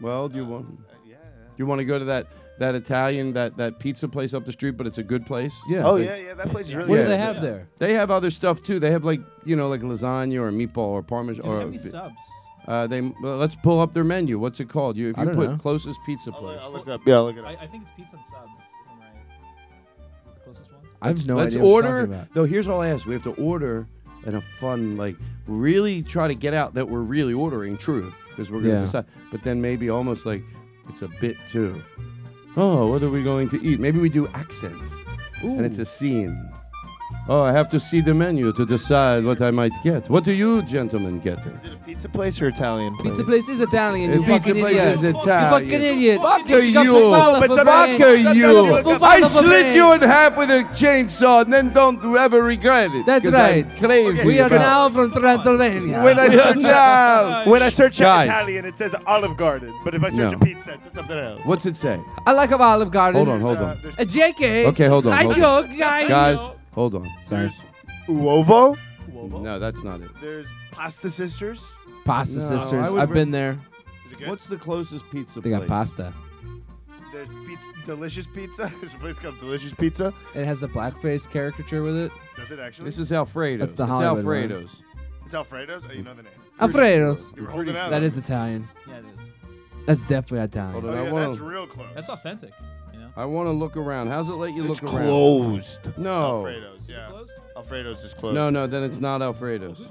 Speaker 2: Well,
Speaker 1: Uh,
Speaker 2: do you want you want to go to that that Italian that that pizza place up the street, but it's a good place?
Speaker 3: Yeah.
Speaker 1: Oh, yeah, yeah, that place is really
Speaker 3: What do they have there?
Speaker 2: They have other stuff too. They have like, you know, like lasagna or meatball or parmesan
Speaker 18: Do you
Speaker 2: or
Speaker 18: have any subs?
Speaker 2: Uh, they well, let's pull up their menu. What's it called? You if
Speaker 3: I
Speaker 2: you
Speaker 3: don't
Speaker 2: put
Speaker 3: know.
Speaker 2: closest pizza
Speaker 18: Oh,
Speaker 2: place.
Speaker 1: Yeah, look it up.
Speaker 18: I, I think it's pizza and subs. If I'm right. Is it the closest one?
Speaker 3: I have no
Speaker 2: Let's
Speaker 3: idea what you're talking
Speaker 2: order.
Speaker 3: about.
Speaker 2: Though here's all I ask: we have to order in a fun, like, really try to get out that we're really ordering truth because we're gonna
Speaker 3: Yeah.
Speaker 2: decide. But then maybe almost like it's a bit too. Oh, what are we going to eat? Maybe we do accents, and it's a scene. Oh, I have to see the menu to decide what I might get. What do you gentlemen get?
Speaker 1: Pizza place or Italian place?
Speaker 3: Pizza place is Italian.
Speaker 2: Uh,
Speaker 3: You
Speaker 2: pizza
Speaker 3: fucking
Speaker 2: place
Speaker 3: idiot.
Speaker 2: is
Speaker 3: You
Speaker 2: Italian.
Speaker 3: fucking idiot.
Speaker 2: Fuck
Speaker 3: You
Speaker 2: you!
Speaker 3: got bufala for
Speaker 2: Fuck
Speaker 3: brain.
Speaker 2: you!
Speaker 3: Bufala
Speaker 2: I
Speaker 3: for
Speaker 2: slit
Speaker 3: brain.
Speaker 2: you in half with a chainsaw, and then don't ever regret it.
Speaker 3: That's
Speaker 2: 'cause I'm
Speaker 3: right.
Speaker 2: Crazy.
Speaker 3: We are
Speaker 2: about-
Speaker 3: now from Transylvania.
Speaker 1: When I
Speaker 2: We are
Speaker 1: search,
Speaker 2: now-
Speaker 1: when I search
Speaker 2: Guys.
Speaker 1: Italian, it says Olive Garden. But if I search
Speaker 2: No.
Speaker 1: a pizza, it says something else.
Speaker 2: What's it say?
Speaker 3: I like a Olive Garden.
Speaker 2: Hold on, hold on.
Speaker 3: Uh, JK.
Speaker 2: Okay, hold on.
Speaker 3: I
Speaker 2: hold
Speaker 3: joke,
Speaker 2: on.
Speaker 3: guys.
Speaker 2: hold on.
Speaker 3: Sorry.
Speaker 1: Uovo?
Speaker 2: No, that's not it.
Speaker 1: There's Pasta Sisters.
Speaker 3: Pasta
Speaker 2: No, I
Speaker 3: Sisters.
Speaker 2: would
Speaker 3: I've
Speaker 2: re-
Speaker 3: been there.
Speaker 2: What's the closest pizza
Speaker 3: They got pasta.
Speaker 1: There's pizza, Delicious Pizza. There's a place called Delicious Pizza.
Speaker 3: It has the blackface caricature with it.
Speaker 1: Does it actually?
Speaker 2: This is Alfredo's.
Speaker 3: That's the
Speaker 2: it's
Speaker 3: Hollywood one.
Speaker 2: Alfredo's.
Speaker 1: It's Alfredo's. Oh, you know the name.
Speaker 3: Alfredo's.
Speaker 1: You were holding out.
Speaker 3: That is Italian.
Speaker 18: Yeah, it is.
Speaker 3: That's definitely Italian.
Speaker 2: Hold on,
Speaker 1: Oh,
Speaker 2: I
Speaker 1: yeah,
Speaker 2: wanna-
Speaker 1: that's real close.
Speaker 18: That's authentic. You know.
Speaker 2: I want to look around. How's it let you
Speaker 1: It's
Speaker 2: look around?
Speaker 1: closed. Oh.
Speaker 2: No.
Speaker 1: Alfredo's. Yeah. Alfredo's is closed.
Speaker 2: No, no, then it's not Alfredo's.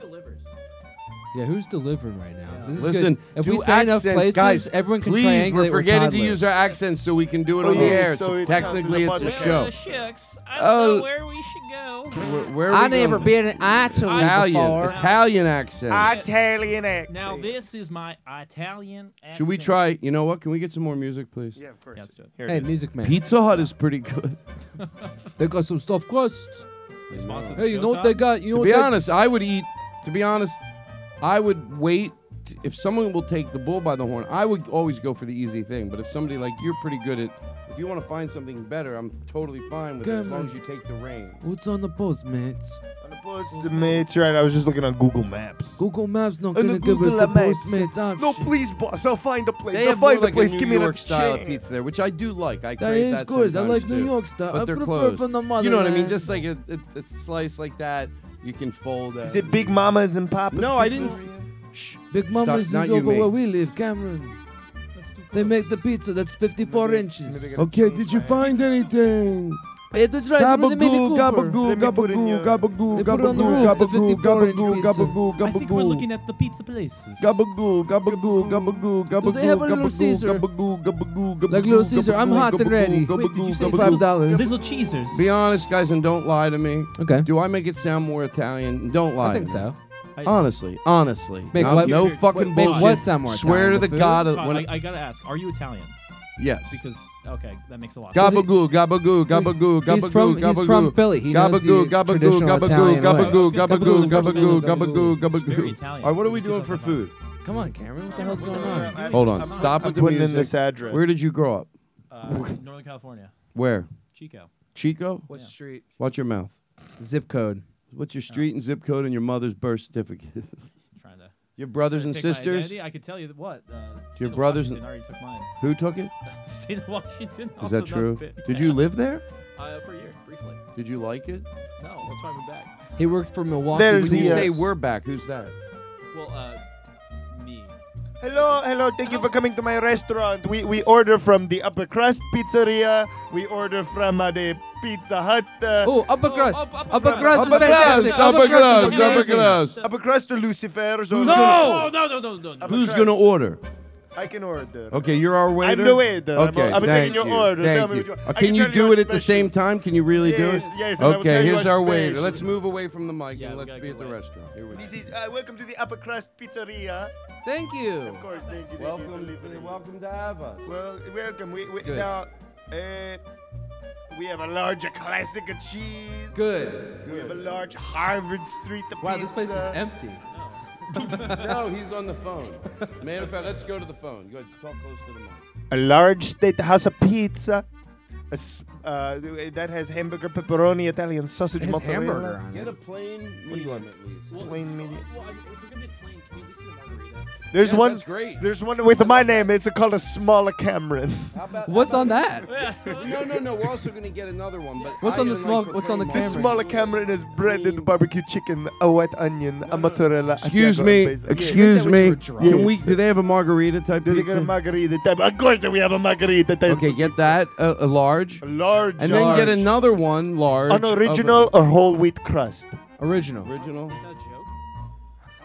Speaker 3: Yeah, who's delivering right now? This is
Speaker 2: Listen,
Speaker 3: good. if
Speaker 2: do
Speaker 3: we say enough
Speaker 2: accents,
Speaker 3: places,
Speaker 2: guys,
Speaker 3: everyone can
Speaker 2: please,
Speaker 3: triangulate
Speaker 2: we're
Speaker 3: where
Speaker 2: forgetting
Speaker 3: Todd
Speaker 2: to use our
Speaker 3: lives.
Speaker 2: accents so we can do it on
Speaker 1: Oh,
Speaker 2: the
Speaker 1: yeah,
Speaker 2: air.
Speaker 1: so
Speaker 2: So,
Speaker 1: it counts as a
Speaker 2: technically, it's a
Speaker 1: podcast.
Speaker 2: show.
Speaker 18: Shucks, I
Speaker 2: don't know Oh.
Speaker 18: where we should go.
Speaker 2: Where, where
Speaker 3: I
Speaker 2: we
Speaker 3: never
Speaker 2: going?
Speaker 3: been in Italy
Speaker 2: Italian,
Speaker 3: before.
Speaker 2: Italian accent.
Speaker 1: Italian accent.
Speaker 18: Now this is my Italian accent.
Speaker 2: Should we try? You know what? Can we get some more music, please?
Speaker 1: Yeah, of course.
Speaker 18: Yeah, let's do it.
Speaker 3: Hey, music man.
Speaker 2: Pizza Hut is pretty good.
Speaker 3: They got some stuffed crusts.
Speaker 18: They sponsor the
Speaker 3: Hey, you
Speaker 18: show,
Speaker 3: know what they
Speaker 18: Todd?
Speaker 3: got? You know
Speaker 2: to
Speaker 3: what
Speaker 2: be
Speaker 3: they-
Speaker 2: honest, I would eat. To be honest, I would wait. t- If someone will take the bull by the horn, I would always go for the easy thing. But if somebody like you're pretty good at, if you want to find something better, I'm totally fine with it as
Speaker 3: Come
Speaker 2: long
Speaker 3: on.
Speaker 2: as you take the reins.
Speaker 3: What's on the bus, mates?
Speaker 1: The mates, right? I was just looking on Google Maps.
Speaker 3: Google Maps not
Speaker 1: Oh,
Speaker 3: gonna
Speaker 1: no,
Speaker 3: give us
Speaker 1: Google
Speaker 3: the
Speaker 1: Maps.
Speaker 3: bus, mates. Ah,
Speaker 1: No, please, boss. I'll find the place.
Speaker 2: They
Speaker 1: I'll
Speaker 2: have more
Speaker 1: find the
Speaker 2: like a
Speaker 1: place.
Speaker 2: New
Speaker 1: Give me
Speaker 2: York
Speaker 1: a
Speaker 2: style
Speaker 1: chance.
Speaker 2: pizza there, which I do like. I crave
Speaker 3: That
Speaker 2: that
Speaker 3: is good. I
Speaker 2: sometimes
Speaker 3: like New
Speaker 2: too.
Speaker 3: York style.
Speaker 2: But
Speaker 3: I
Speaker 2: they're
Speaker 3: prefer
Speaker 2: closed.
Speaker 3: from the
Speaker 2: you know what I mean?
Speaker 3: motherland.
Speaker 2: Just like a, a, a slice like that, you can fold.
Speaker 1: Is it Big Mamas and Papas?
Speaker 2: No, I didn't.
Speaker 1: pizzeria?
Speaker 2: Shh.
Speaker 3: Big Mama's
Speaker 2: not
Speaker 3: is
Speaker 2: you,
Speaker 3: over
Speaker 2: mate.
Speaker 3: where we live, Cameron. They make the pizza that's 54 inches.
Speaker 2: Okay, did you find anything?
Speaker 3: Hey, that's right.
Speaker 2: Gabagoo,
Speaker 3: the Mini Cooper.
Speaker 2: gabagoo, gabagoo, gabagoo,
Speaker 3: They put it on the
Speaker 2: gabagoo,
Speaker 3: roof, the
Speaker 2: gabagoo,
Speaker 3: 54 inch
Speaker 2: gabagoo, gabagoo,
Speaker 3: pizza. I think we're
Speaker 2: gabagoo.
Speaker 18: Looking at the pizza places.
Speaker 2: Gabagoo, gabagoo, gabagoo,
Speaker 3: Do
Speaker 2: gabagoo,
Speaker 3: they have a Little
Speaker 2: gabagoo,
Speaker 3: Caesar?
Speaker 2: gabagoo, gabagoo, gabagoo,
Speaker 3: Like Little Caesar, I'm
Speaker 2: gabagoo,
Speaker 3: hot and
Speaker 2: gabagoo,
Speaker 3: ready.
Speaker 2: gabagoo,
Speaker 3: Wait, did you say
Speaker 2: gabagoo.
Speaker 3: five dollars?
Speaker 18: Little cheesers.
Speaker 2: Be honest, guys, and don't lie to me.
Speaker 3: Okay.
Speaker 2: Do I make it sound more Italian? Don't lie.
Speaker 3: I think
Speaker 2: to me.
Speaker 3: so.
Speaker 2: Honestly, honestly,
Speaker 3: Make
Speaker 2: no,
Speaker 3: what-
Speaker 2: no
Speaker 3: Wait,
Speaker 2: fucking
Speaker 3: make
Speaker 2: bullshit.
Speaker 3: what sound more
Speaker 2: Swear
Speaker 3: Italian?
Speaker 2: to
Speaker 3: The
Speaker 2: the
Speaker 3: food?
Speaker 2: God, of,
Speaker 18: Todd,
Speaker 2: when
Speaker 18: I, I gotta ask, are you Italian?
Speaker 2: Yes.
Speaker 5: Because okay, that makes a lot. of sense.
Speaker 2: Gabagoo, gabagoo, gabagoo, gabagoo,
Speaker 5: He's from-
Speaker 2: gabagoo.
Speaker 5: he's from Philly. He knows
Speaker 2: gabagoo,
Speaker 5: the
Speaker 2: gabagoo,
Speaker 5: traditional
Speaker 2: gabagoo,
Speaker 5: Italian
Speaker 2: gabagoo,
Speaker 5: way. I was gonna say,
Speaker 2: gabagoo,
Speaker 5: but it
Speaker 2: gabagoo,
Speaker 5: was
Speaker 2: gabagoo,
Speaker 5: the first thing that was- Very
Speaker 2: gabagoo. All
Speaker 5: Italian.
Speaker 2: right, what are we
Speaker 5: It's
Speaker 2: doing
Speaker 5: just
Speaker 2: for
Speaker 5: like a-
Speaker 2: food?
Speaker 3: Come on, Cameron. What the hell's going on?
Speaker 2: Hold on. Stop
Speaker 1: I'm
Speaker 2: with the
Speaker 1: putting in
Speaker 2: music.
Speaker 1: this address.
Speaker 2: Where did you grow up?
Speaker 5: Uh, Northern California.
Speaker 2: Where?
Speaker 5: Chico.
Speaker 2: Chico?
Speaker 5: What Yeah. street?
Speaker 2: Watch your mouth.
Speaker 3: Zip code.
Speaker 2: What's your street and zip code and your mother's birth certificate?
Speaker 5: Trying to.
Speaker 2: Your brothers and
Speaker 5: Trying to take my
Speaker 2: sisters?
Speaker 5: identity. I could tell you what. Uh, the state
Speaker 2: Your
Speaker 5: of
Speaker 2: brothers
Speaker 5: Washington
Speaker 2: and
Speaker 5: already took mine.
Speaker 2: Who took it?
Speaker 5: The state of Washington.
Speaker 2: Is
Speaker 5: also
Speaker 2: that
Speaker 5: not
Speaker 2: true?
Speaker 5: fit.
Speaker 2: Did you live there?
Speaker 5: Uh, for a year, briefly.
Speaker 2: Did you like it?
Speaker 5: No, that's why I moved back.
Speaker 3: He worked for Milwaukee.
Speaker 2: There's
Speaker 3: When
Speaker 2: the,
Speaker 3: you
Speaker 2: uh,
Speaker 3: say
Speaker 2: we're back, who's that?
Speaker 5: Well, uh, me.
Speaker 1: Hello, hello. Thank you for coming to my restaurant. We we order from the upper crust pizzeria. We order from uh, the Pizza Hut. Uh,
Speaker 3: oh, upper crust.
Speaker 1: upper,
Speaker 3: Upper crust is fantastic. Upper crust is amazing.
Speaker 1: Upper crust or Lucifer's or
Speaker 3: No!
Speaker 1: Gonna,
Speaker 5: no, no, no, no.
Speaker 1: Upper
Speaker 2: Who's
Speaker 1: crust.
Speaker 2: going to order?
Speaker 1: I can order.
Speaker 3: Oh.
Speaker 2: Okay, you're our waiter.
Speaker 1: I'm the waiter. I'm
Speaker 2: Okay,
Speaker 1: a- I'm taking
Speaker 2: thank
Speaker 1: your
Speaker 2: you,
Speaker 1: order. Tell
Speaker 2: Thank
Speaker 1: me
Speaker 2: you.
Speaker 1: what you want.
Speaker 2: Uh,
Speaker 1: I
Speaker 2: can
Speaker 1: can
Speaker 2: you
Speaker 1: tell you
Speaker 2: do
Speaker 1: what
Speaker 2: it at the same time? Can you really do it?
Speaker 1: Yes, yes, and I will tell
Speaker 2: Okay,
Speaker 1: you
Speaker 2: here's
Speaker 1: what
Speaker 2: our waiter.
Speaker 1: special.
Speaker 2: Let's move away from the mic and let's be at the restaurant. Here we go.
Speaker 1: This is uh, welcome to the upper crust pizzeria.
Speaker 3: Thank you.
Speaker 1: Of course, thank you.
Speaker 2: Welcome, welcome to have us.
Speaker 1: Well, welcome. We, we
Speaker 2: good.
Speaker 1: now uh, we have a large classic of cheese.
Speaker 3: Good.
Speaker 1: We have a large Harvard Street. The
Speaker 3: Wow, this place is empty.
Speaker 2: no, he's on the phone. Matter of fact, let's go to the phone. Go ahead, talk close to the mic.
Speaker 1: A large state house of pizza. A s- uh, that has hamburger, pepperoni, Italian sausage, mozzarella.
Speaker 2: Get a plain
Speaker 1: What do you
Speaker 2: medium
Speaker 1: want?
Speaker 2: at least.
Speaker 1: Plain medium.
Speaker 5: Well, I mean, if we're gonna get plain, can we at least get a margarita?
Speaker 1: There's
Speaker 2: Yes,
Speaker 1: one.
Speaker 2: that's great.
Speaker 1: There's one with my name. It's called a smaller Cameron.
Speaker 2: How about,
Speaker 3: What's
Speaker 2: how
Speaker 3: on
Speaker 2: about-
Speaker 3: that?
Speaker 2: no, no, no. We're also going to get another one. But
Speaker 3: What's
Speaker 2: I
Speaker 3: on the
Speaker 2: don't
Speaker 3: small-
Speaker 2: Like
Speaker 3: what's on the
Speaker 2: cocaine.
Speaker 1: This smaller Cameron is breaded barbecue chicken, a white onion, a mozzarella.
Speaker 2: Excuse
Speaker 1: asciago,
Speaker 2: me.
Speaker 1: basil.
Speaker 2: Excuse me. Can
Speaker 1: Yes.
Speaker 2: we? Do they have a margarita type
Speaker 1: Do they get
Speaker 2: pizza?
Speaker 1: a margarita type? Of course, we have a margarita type.
Speaker 2: Okay, get that a, a large,
Speaker 1: A large.
Speaker 2: and then get
Speaker 1: large.
Speaker 2: another one large.
Speaker 1: An
Speaker 2: of
Speaker 1: original or whole wheat crust?
Speaker 3: Original.
Speaker 2: Original.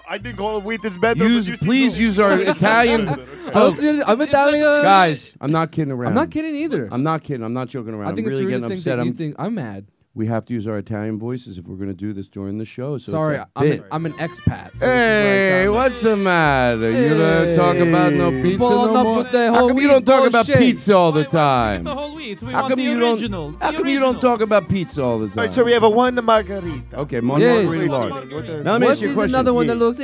Speaker 1: I think whole wheat is better. but
Speaker 2: Use
Speaker 1: you see-
Speaker 2: please use our Italian. folks.
Speaker 3: Italian- I'm Italian.
Speaker 2: Guys, I'm not kidding around.
Speaker 3: I'm not kidding either.
Speaker 2: I'm not kidding. I'm not joking around.
Speaker 3: I think
Speaker 2: am
Speaker 3: it's
Speaker 2: really
Speaker 3: rude
Speaker 2: getting
Speaker 3: to think
Speaker 2: upset.
Speaker 3: that you
Speaker 2: I'm,
Speaker 3: think I'm mad.
Speaker 2: we have to use our Italian voices if we're going to do this during the show. So
Speaker 3: Sorry,
Speaker 2: it's a
Speaker 3: I'm,
Speaker 2: bit.
Speaker 3: an, I'm an expat. So
Speaker 2: Hey, what's the matter? You don't talk about no pizza
Speaker 3: Ball
Speaker 2: no
Speaker 3: up
Speaker 2: more?
Speaker 3: with the
Speaker 2: How
Speaker 3: whole
Speaker 2: come you
Speaker 3: wheat
Speaker 2: don't talk about
Speaker 3: bullshit?
Speaker 2: pizza all the time?
Speaker 5: We
Speaker 2: How
Speaker 5: want
Speaker 2: come
Speaker 5: the
Speaker 2: you don't?
Speaker 5: original, the
Speaker 2: How come you don't talk about pizza all the time?
Speaker 1: All right, so we have a one margarita.
Speaker 2: Okay, one
Speaker 3: Yes.
Speaker 2: margarita large.
Speaker 1: What is-
Speaker 2: Now let me
Speaker 3: What
Speaker 2: ask you a
Speaker 3: is
Speaker 2: question.
Speaker 3: another one
Speaker 2: Yeah.
Speaker 3: that looks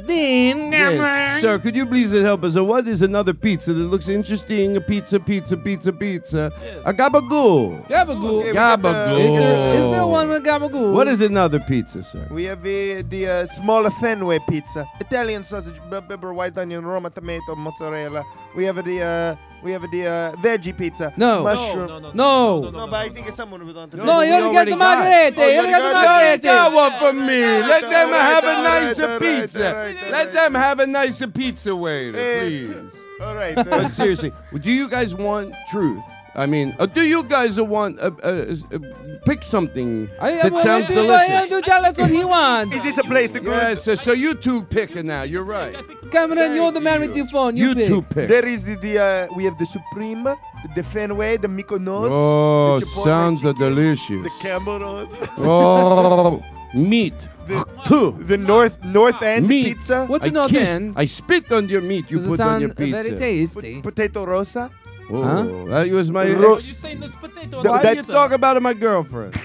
Speaker 3: interesting?
Speaker 2: Yes. Sir, could you please help us? Uh, What is another pizza that looks interesting? A pizza, pizza, pizza, pizza. A gabagoo.
Speaker 3: Gabagool.
Speaker 2: Gabagool.
Speaker 3: Is there, is there one with gabagool?
Speaker 2: Oh. What is another pizza, sir?
Speaker 1: We have uh, the uh, smaller Fenway pizza, Italian sausage, bell pepper, white onion, Roma tomato, mozzarella. We have the uh, we have the uh, veggie pizza.
Speaker 3: No. No,
Speaker 1: mushroom.
Speaker 3: no, no, no, no, no,
Speaker 1: but I think it's someone would want to.
Speaker 3: No, you only got the margarita.
Speaker 1: Oh,
Speaker 3: you only got the margarita.
Speaker 2: That one for me. Let them have a nicer
Speaker 1: right,
Speaker 2: pizza. Let them have a nicer pizza waiter, please.
Speaker 1: All right. uh,
Speaker 2: But seriously, do you guys want truth? I mean, uh, do you guys want uh, uh, uh, pick something
Speaker 3: I,
Speaker 2: that sounds delicious?
Speaker 3: You tell us what he wants.
Speaker 1: Is this a place of
Speaker 2: Yes, so, so you two picking now. You're right.
Speaker 3: Cameron, you're the man with the phone. You,
Speaker 2: You
Speaker 3: pick.
Speaker 2: two pick.
Speaker 1: There is the, the uh, we have the Supreme, the Fenway, the Mykonos.
Speaker 2: Oh,
Speaker 1: the Chipotle,
Speaker 2: sounds are delicious.
Speaker 1: The Cameron.
Speaker 2: Oh, meat. Two.
Speaker 1: The North North End
Speaker 2: Meat.
Speaker 1: pizza.
Speaker 3: What's
Speaker 2: I
Speaker 3: a North
Speaker 2: kiss-
Speaker 3: End?
Speaker 2: I spit on your meat. You
Speaker 3: Does it
Speaker 2: put on your
Speaker 3: sound
Speaker 2: pizza.
Speaker 3: very tasty?
Speaker 1: Potato rosa.
Speaker 2: Oh,
Speaker 3: Huh?
Speaker 2: that was my.
Speaker 1: Ro-
Speaker 2: ex-
Speaker 5: You saying this potato?
Speaker 2: Why do you
Speaker 1: that's-
Speaker 2: talk about my girlfriend?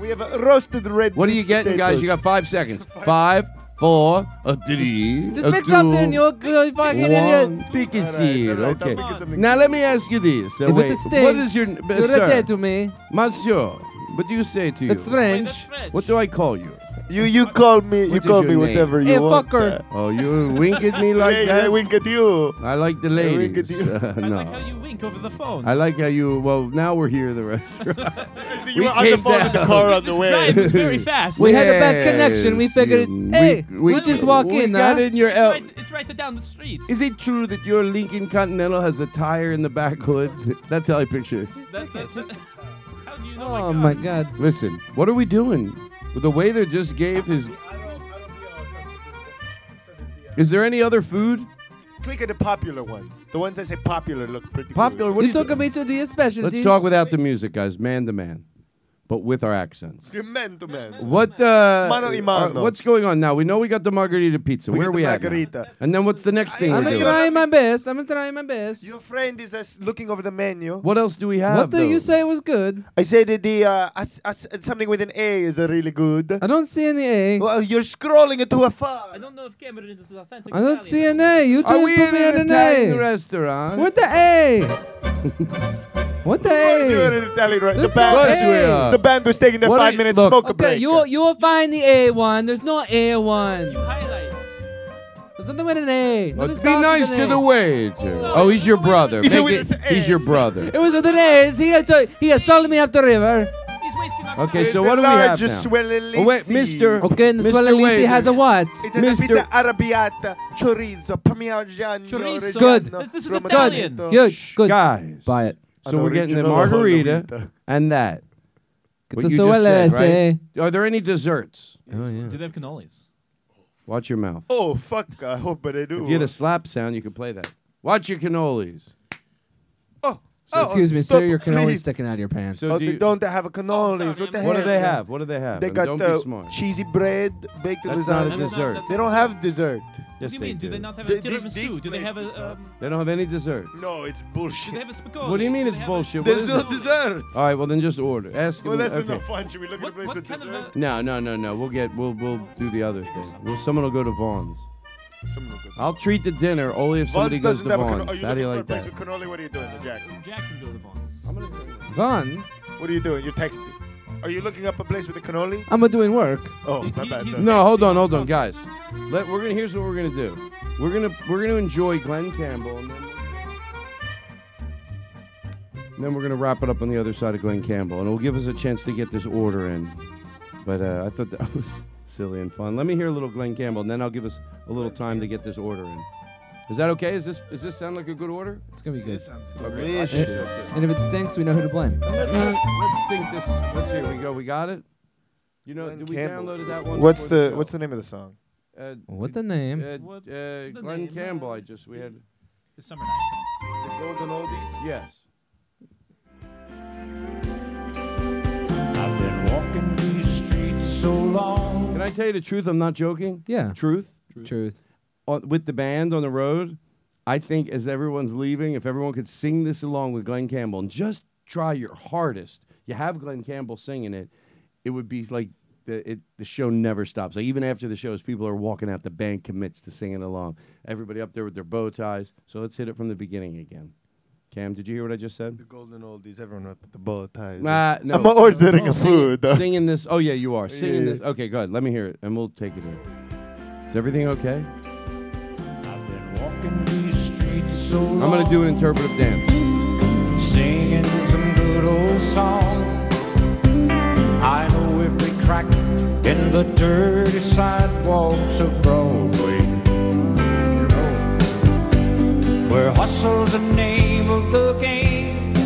Speaker 1: We have a roasted red.
Speaker 2: What are you getting, guys? You got five seconds. Five, four, a three.
Speaker 3: Just
Speaker 2: a
Speaker 3: pick
Speaker 2: two,
Speaker 3: something. You're a fucking idiot.
Speaker 2: One pick is here. okay.
Speaker 1: pick is something
Speaker 2: Now let me ask you this. Uh,
Speaker 3: If
Speaker 2: wait,
Speaker 3: it stinks,
Speaker 2: what is your n- uh,
Speaker 3: you're a
Speaker 2: sir,
Speaker 3: dead to me.
Speaker 2: Monsieur? What do you say to you?
Speaker 3: That's French. that's
Speaker 2: What do I call you?
Speaker 1: You you call me
Speaker 2: What
Speaker 1: you
Speaker 2: is
Speaker 1: call
Speaker 2: your
Speaker 1: me
Speaker 2: name?
Speaker 1: whatever you
Speaker 3: Hey,
Speaker 1: want. Uh,
Speaker 3: fucker.
Speaker 2: Oh, you wink at me like
Speaker 1: yeah,
Speaker 2: that?
Speaker 1: yeah, I wink at you.
Speaker 2: I like the
Speaker 1: I
Speaker 2: ladies.
Speaker 1: wink at you.
Speaker 2: Uh, no.
Speaker 5: You wink over the phone.
Speaker 2: I like how you. Well, now we're here, the restaurant.
Speaker 1: You were on the
Speaker 2: came
Speaker 1: phone with the
Speaker 2: down.
Speaker 1: car on the way.
Speaker 5: drive is very fast.
Speaker 3: We had a bad
Speaker 2: Yes,
Speaker 3: connection. We figured,
Speaker 2: you-
Speaker 3: hey,
Speaker 2: we-
Speaker 3: we,
Speaker 2: we-
Speaker 3: will just walk
Speaker 2: we
Speaker 3: in.
Speaker 2: got
Speaker 3: huh?
Speaker 2: in your
Speaker 5: it's,
Speaker 2: el-
Speaker 5: right, it's right down the street.
Speaker 2: Is it true that your Lincoln Continental has a tire in the back hood? That's how I picture it.
Speaker 5: That, that, that, how do you know?
Speaker 3: Oh my God.
Speaker 2: Listen, what are we doing? With The waiter just gave his. Is there any other food?
Speaker 1: Click at the popular ones. The ones that say popular look pretty.
Speaker 2: Popular? What are
Speaker 3: You
Speaker 2: you
Speaker 3: took me to the
Speaker 2: Let's
Speaker 3: specialties.
Speaker 2: talk without the music, guys. Man to man. but with our accents.
Speaker 1: De man to man.
Speaker 2: What uh,
Speaker 1: Mano y mano.
Speaker 2: uh, what's going on now? We know we got the margarita pizza.
Speaker 1: We
Speaker 2: Where
Speaker 1: got
Speaker 2: are we
Speaker 1: the
Speaker 2: at? now?
Speaker 1: margarita.
Speaker 2: And then what's the next thing?
Speaker 1: I
Speaker 2: we're
Speaker 1: think
Speaker 2: doing?
Speaker 1: I-
Speaker 3: trying my best. I'm trying my best.
Speaker 1: Your friend is just looking over the menu.
Speaker 2: What else do we have?
Speaker 3: What do you
Speaker 2: though?
Speaker 3: say was good?
Speaker 1: I said that the uh, as- as- something with an A is uh, really good. I
Speaker 3: don't see any A.
Speaker 1: Well, you're scrolling into a far.
Speaker 5: I don't know if Cameron is authentic.
Speaker 3: I don't see an A. You
Speaker 2: Are
Speaker 3: didn't
Speaker 2: we
Speaker 3: put
Speaker 2: in an
Speaker 3: me in an
Speaker 2: Italian
Speaker 3: A.
Speaker 2: restaurant?
Speaker 3: What the A? what the A?
Speaker 1: You're in Italian, right? The
Speaker 3: There's
Speaker 1: band,
Speaker 3: no Of course we A. are.
Speaker 1: the band was taking their
Speaker 3: What
Speaker 1: five
Speaker 3: are-
Speaker 1: minute
Speaker 3: look,
Speaker 1: smoke
Speaker 3: okay,
Speaker 1: break.
Speaker 3: you'll you'll find the A one. There's no A one.
Speaker 5: Highlights.
Speaker 3: There's nothing with an A.
Speaker 2: Well,
Speaker 3: Nothing
Speaker 2: be
Speaker 3: starts
Speaker 2: nice
Speaker 3: with an
Speaker 2: to the
Speaker 3: A.
Speaker 2: waiter. Oh, he's your brother.
Speaker 3: He's a
Speaker 2: Make it- he's your brother.
Speaker 3: It was with an A. He had to, he assaulted me up the river.
Speaker 2: Okay, so what do we have now? Oh, wait, Mr.
Speaker 3: Okay, and the
Speaker 2: Mr.
Speaker 3: Swellelisi
Speaker 2: Waiter.
Speaker 3: has a what?
Speaker 1: It is a pizza arrabbiata, chorizo, parmigiano,
Speaker 3: Chorizo.
Speaker 1: reggiano,
Speaker 3: Good.
Speaker 1: This
Speaker 3: is Italian.
Speaker 1: Oh,
Speaker 3: Good. Good. Good.
Speaker 2: Guys.
Speaker 3: Buy it.
Speaker 2: So we're getting the
Speaker 3: original
Speaker 2: margarita and that. What
Speaker 3: the
Speaker 2: you just said,
Speaker 3: Swellelisi.
Speaker 2: right? Are there any desserts?
Speaker 3: eh? Oh, yeah.
Speaker 5: Do they have cannolis?
Speaker 2: Watch your mouth.
Speaker 1: Oh fuck! I hope I do.
Speaker 2: If you had a slap sound, you could play that. Watch your cannolis.
Speaker 1: Oh,
Speaker 3: Excuse me,
Speaker 1: stop,
Speaker 3: sir. Your cannoli
Speaker 1: please.
Speaker 3: sticking out of your pants.
Speaker 1: oh,
Speaker 2: do
Speaker 1: they
Speaker 2: you-
Speaker 1: don't have a cannolis. what the
Speaker 2: What do
Speaker 1: heck?
Speaker 2: they have? What do they have?
Speaker 1: They
Speaker 2: And
Speaker 1: got
Speaker 2: don't
Speaker 1: uh,
Speaker 2: be smart.
Speaker 1: cheesy bread, baked
Speaker 2: That's
Speaker 1: lasagna.
Speaker 2: not a dessert.
Speaker 1: They don't have dessert.
Speaker 2: Yes,
Speaker 5: What do you mean? Do they not have a
Speaker 1: Th- this-
Speaker 5: tiramisu? Do they have a? Um,
Speaker 2: They don't have any dessert.
Speaker 1: No, it's bullshit.
Speaker 5: do they have a spaghetti?
Speaker 2: What do you mean it's bullshit? What
Speaker 1: There's
Speaker 2: is
Speaker 1: no
Speaker 2: it?
Speaker 1: dessert.
Speaker 2: All right, well then just order. Ask
Speaker 1: Well,
Speaker 2: him-
Speaker 1: that's
Speaker 2: okay.
Speaker 1: enough fun. Should we look at a place with dessert?
Speaker 2: No, no, no, no. We'll get we'll we'll do the other thing. Well, someone will go to Vaughn's.
Speaker 1: Someone will go
Speaker 2: I'll treat the dinner only if somebody
Speaker 1: Vaughn's
Speaker 2: goes
Speaker 1: doesn't
Speaker 2: to
Speaker 1: have a canno- Are
Speaker 2: Vaughn's.
Speaker 1: you
Speaker 2: How do
Speaker 1: looking
Speaker 2: you
Speaker 1: for a
Speaker 2: like
Speaker 1: place
Speaker 2: that?
Speaker 1: with cannoli? What are you doing, Jack?
Speaker 5: Jack can go to Vaughn's.
Speaker 3: Vaughn's?
Speaker 1: What are you doing? You're texting. Are you looking up a place with a cannoli?
Speaker 3: I'm a doing work.
Speaker 1: Oh, my bad. sorry.
Speaker 2: No, hold on, hold on, guys. Let, we're gonna here's what we're gonna do. We're gonna we're gonna enjoy Glenn Campbell, and then, then we're gonna wrap it up on the other side of Glenn Campbell, and it'll give us a chance to get this order in. But uh, I thought that was silly and fun. Let me hear a little Glenn Campbell, and then I'll give us a little time to get this order in. Is that okay? Is this does this sound like a good order?
Speaker 3: It's gonna be good.
Speaker 2: Okay, I think so, too.
Speaker 3: And if it stinks, we know who to blame.
Speaker 2: Let's, let's sync this. Let's here we go. We got it. You know, did we
Speaker 1: Campbell.
Speaker 2: downloaded that one?
Speaker 1: What's
Speaker 2: before
Speaker 1: the
Speaker 2: show?
Speaker 1: What's the name of the song?
Speaker 2: Uh,
Speaker 3: What the name?
Speaker 2: Uh, uh, Glenn Campbell. I just we had.
Speaker 5: The summer
Speaker 1: Is
Speaker 5: nights.
Speaker 1: it Golden Oldies?
Speaker 2: Yes.
Speaker 23: I've been walking these streets so long.
Speaker 2: Can I tell you the truth? I'm not joking.
Speaker 3: Yeah.
Speaker 2: Truth.
Speaker 3: Truth.
Speaker 2: On, with the band on the road, I think as everyone's leaving, if everyone could sing this along with Glenn Campbell and just try your hardest, you have Glenn Campbell singing it, it would be like the it, the show never stops. Like even after the shows, people are walking out. The band commits to singing along. Everybody up there with their bow ties. So let's hit it from the beginning again. Cam, did you hear what I just said?
Speaker 1: The Golden Oldies. Everyone with the bow ties.
Speaker 2: Nah, no.
Speaker 1: I'm ordering a
Speaker 2: Singing-
Speaker 1: food.
Speaker 2: Singing this. Oh yeah, you are singing
Speaker 1: Yeah.
Speaker 2: this. Okay, good. Let me hear it, and we'll take it in. Is everything okay?
Speaker 23: Walking these streets so
Speaker 2: I'm
Speaker 23: long.
Speaker 1: Oh.
Speaker 2: gonna do an interpretive dance.
Speaker 23: Singing some good old song. I know every crack in the dirty sidewalks of Broadway. You know, Where hustle's the name of the game.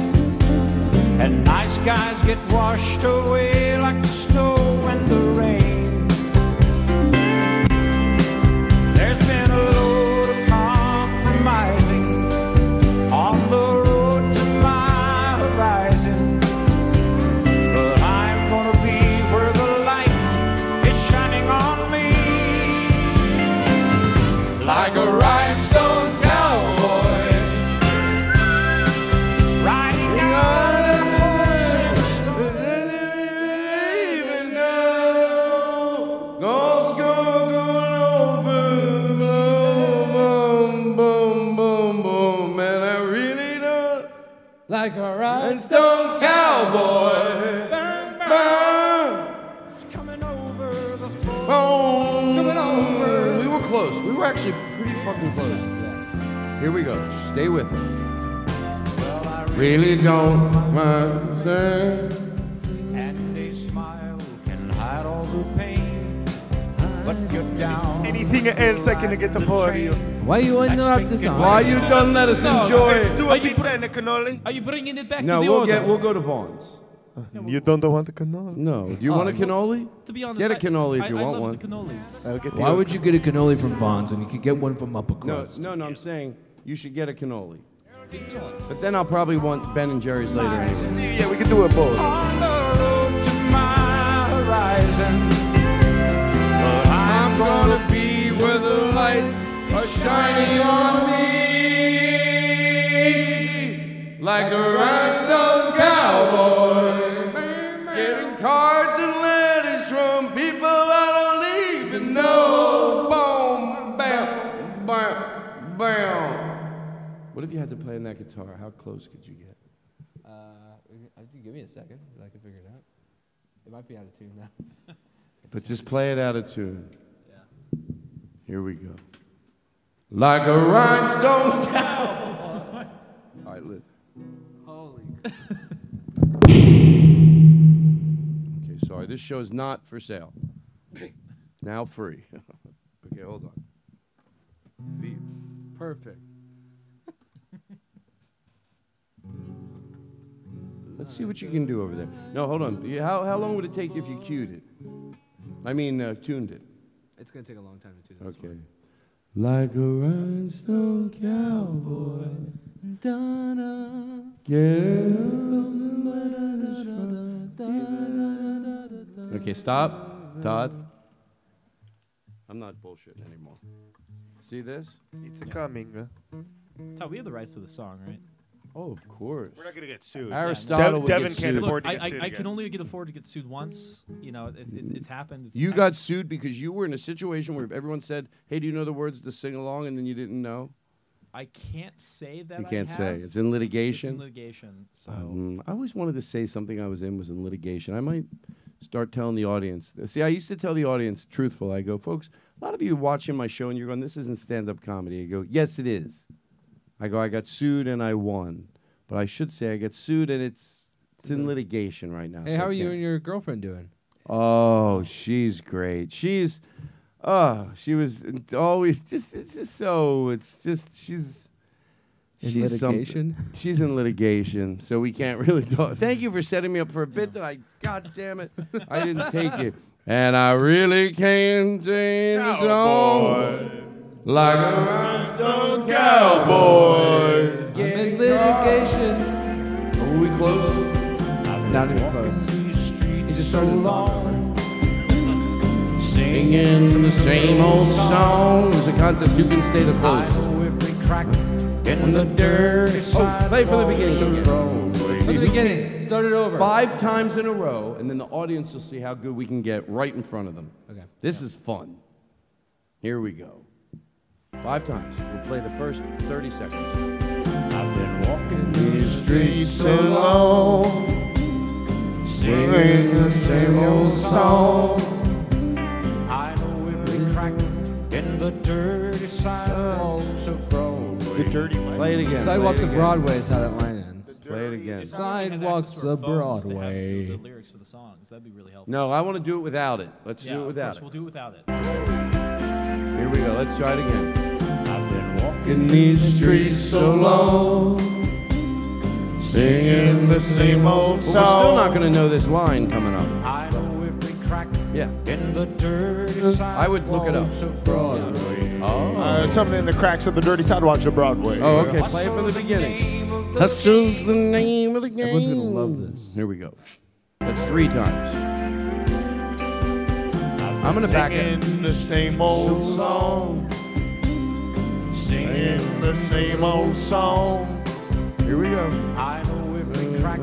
Speaker 23: And nice guys get washed away like the snow and the rain. There's been a load of compromising on the road to my horizon. But I'm gonna be where the light is shining on me. Like a rhinestone cowboy. Riding on a horse and a stone. Ghosts go, go,
Speaker 2: Boom, boom, boom, boom, and I really don't
Speaker 3: like a
Speaker 2: rhinestone cowboy. Boom. Coming over. We were close. We were actually pretty fucking close. Here we go. Stay with it. Really don't mind saying-
Speaker 23: And a smile can hide all the pain. But you're down.
Speaker 1: Anything else I can get for you?
Speaker 3: Why you interrupt the song?
Speaker 2: Why you don't let us enjoy?
Speaker 1: Do a pizza and a cannoli?
Speaker 5: Are you bringing it back
Speaker 2: No,
Speaker 5: to the
Speaker 2: we'll
Speaker 5: order?
Speaker 2: get we'll go to Vaughn's.
Speaker 1: You don't want the cannoli?
Speaker 2: No. Do you want
Speaker 1: Oh.
Speaker 2: a cannoli?
Speaker 5: To be honest,
Speaker 2: get a
Speaker 5: I-
Speaker 2: cannoli if
Speaker 5: I-
Speaker 2: you
Speaker 5: I
Speaker 2: want
Speaker 5: love
Speaker 2: one.
Speaker 5: the cannolis.
Speaker 1: I'll get the
Speaker 3: Why
Speaker 1: other
Speaker 3: would you get a cannoli from Vaughn's when you could get one from Upper
Speaker 2: No,
Speaker 3: Crust?
Speaker 2: no, no. I'm saying you should get a cannoli. But then I'll probably want Ben and Jerry's later anyway.
Speaker 1: Yeah, we can do it both.
Speaker 23: On the road to
Speaker 10: horizon. But I'm gonna be where the lights are shining on me. Like a rhinestone cowboy. Getting cards and letters from people I don't even know. Boom, bam, bam, bam.
Speaker 2: What if you had to play on that guitar? How close could you get?
Speaker 3: Uh, I think give me a second, and I can figure it out. It might be out of tune now.
Speaker 2: But just play it out of tune. Here we go.
Speaker 10: Like a rhinestone
Speaker 2: cowboy. All right, lit. Okay, sorry. This show is not for sale. now free. okay, hold on. Feet. Perfect. Let's see what you can do over there. No, hold on. You- How, how long would it take if you cued it? I mean, uh, tuned it.
Speaker 3: It's gonna take a long time to tune this
Speaker 2: Okay.
Speaker 3: one.
Speaker 2: Like a rhinestone cowboy.
Speaker 3: Donna.
Speaker 2: Okay, stop. Todd. I'm not bullshitting anymore. See this?
Speaker 1: It's a coming. uh.
Speaker 18: Todd, we have the rights to the song, right?
Speaker 2: Oh, of course.
Speaker 1: We're not gonna get sued.
Speaker 2: Aristotle would get sued.
Speaker 18: Look, I, I, I can only get afford to get sued once. You know, it's, it's, it's happened. It's
Speaker 2: You
Speaker 18: tech-
Speaker 2: got sued because you were in a situation where everyone said, "Hey, do you know the words to sing along?" and then you didn't know.
Speaker 18: I can't say that.
Speaker 2: You
Speaker 18: I
Speaker 2: can't say.
Speaker 18: have.
Speaker 2: It's in litigation.
Speaker 18: It's in litigation. So
Speaker 3: Oh.
Speaker 2: Um, I always wanted to say something I was in was in litigation. I might start telling the audience. See, I used to tell the audience truthful. I go, folks, a lot of you watching my show and you're going, this isn't stand up comedy. I go, yes, it is. I go, I got sued and I won. But I should say I got sued and it's it's in litigation right now.
Speaker 3: Hey,
Speaker 2: so
Speaker 3: how
Speaker 2: I
Speaker 3: are you
Speaker 2: can't-
Speaker 3: and your girlfriend doing?
Speaker 2: Oh, she's great. She's, oh, she was always just, it's just so, it's just, she's.
Speaker 3: In
Speaker 2: she's some-
Speaker 3: litigation?
Speaker 2: she's in litigation, so we can't really talk. Thank you for setting me up for a bit that I, god damn it, I didn't take it. And I really came to the zone like a rhinestone cowboy.
Speaker 3: I'm in litigation.
Speaker 2: Are we close?
Speaker 3: Not even close. He just started the song.
Speaker 2: Singing the same old song. It's a contest you can stay the post. In the dirt. Oh, play from the beginning. From
Speaker 3: From the beginning, start it over.
Speaker 2: Five times in a row, and then the audience will see how good we can get right in front of them.
Speaker 3: Okay.
Speaker 2: This is fun. Here we go. Five times. We'll play the first 30 seconds. I've been walking these streets
Speaker 10: so long, singing the same old songs. I know every crack in the dirty sidewalks of Broadway. The dirty
Speaker 2: Play it again.
Speaker 3: Sidewalks
Speaker 2: play it
Speaker 3: of
Speaker 2: again.
Speaker 3: Broadway is how that line ends.
Speaker 2: Play it again.
Speaker 3: Sidewalks of Broadway.
Speaker 18: the lyrics for the songs that'd be really helpful.
Speaker 2: No, I want to do it without it. Let's do it
Speaker 18: of course,
Speaker 2: without it.
Speaker 18: We'll do it without it.
Speaker 2: Here we go. Let's try it again. I've been
Speaker 10: In these streets so long, singing the same old
Speaker 2: Well, we're still not
Speaker 10: song.
Speaker 2: going to know this line coming up.
Speaker 10: I know every crack
Speaker 2: Yeah.
Speaker 10: in the dirty
Speaker 2: I would look it up.
Speaker 10: sidewalks of Broadway.
Speaker 1: Uh, something in the cracks of the dirty sidewalks of Broadway.
Speaker 2: Oh, okay. Play it from the beginning. That's just the name of the game.
Speaker 3: Everyone's gonna love this.
Speaker 2: Here we go. That's three times. I'm gonna back it.
Speaker 10: Singing the same old song. Singing the same old song.
Speaker 2: Here we go. Oh
Speaker 10: I know every crack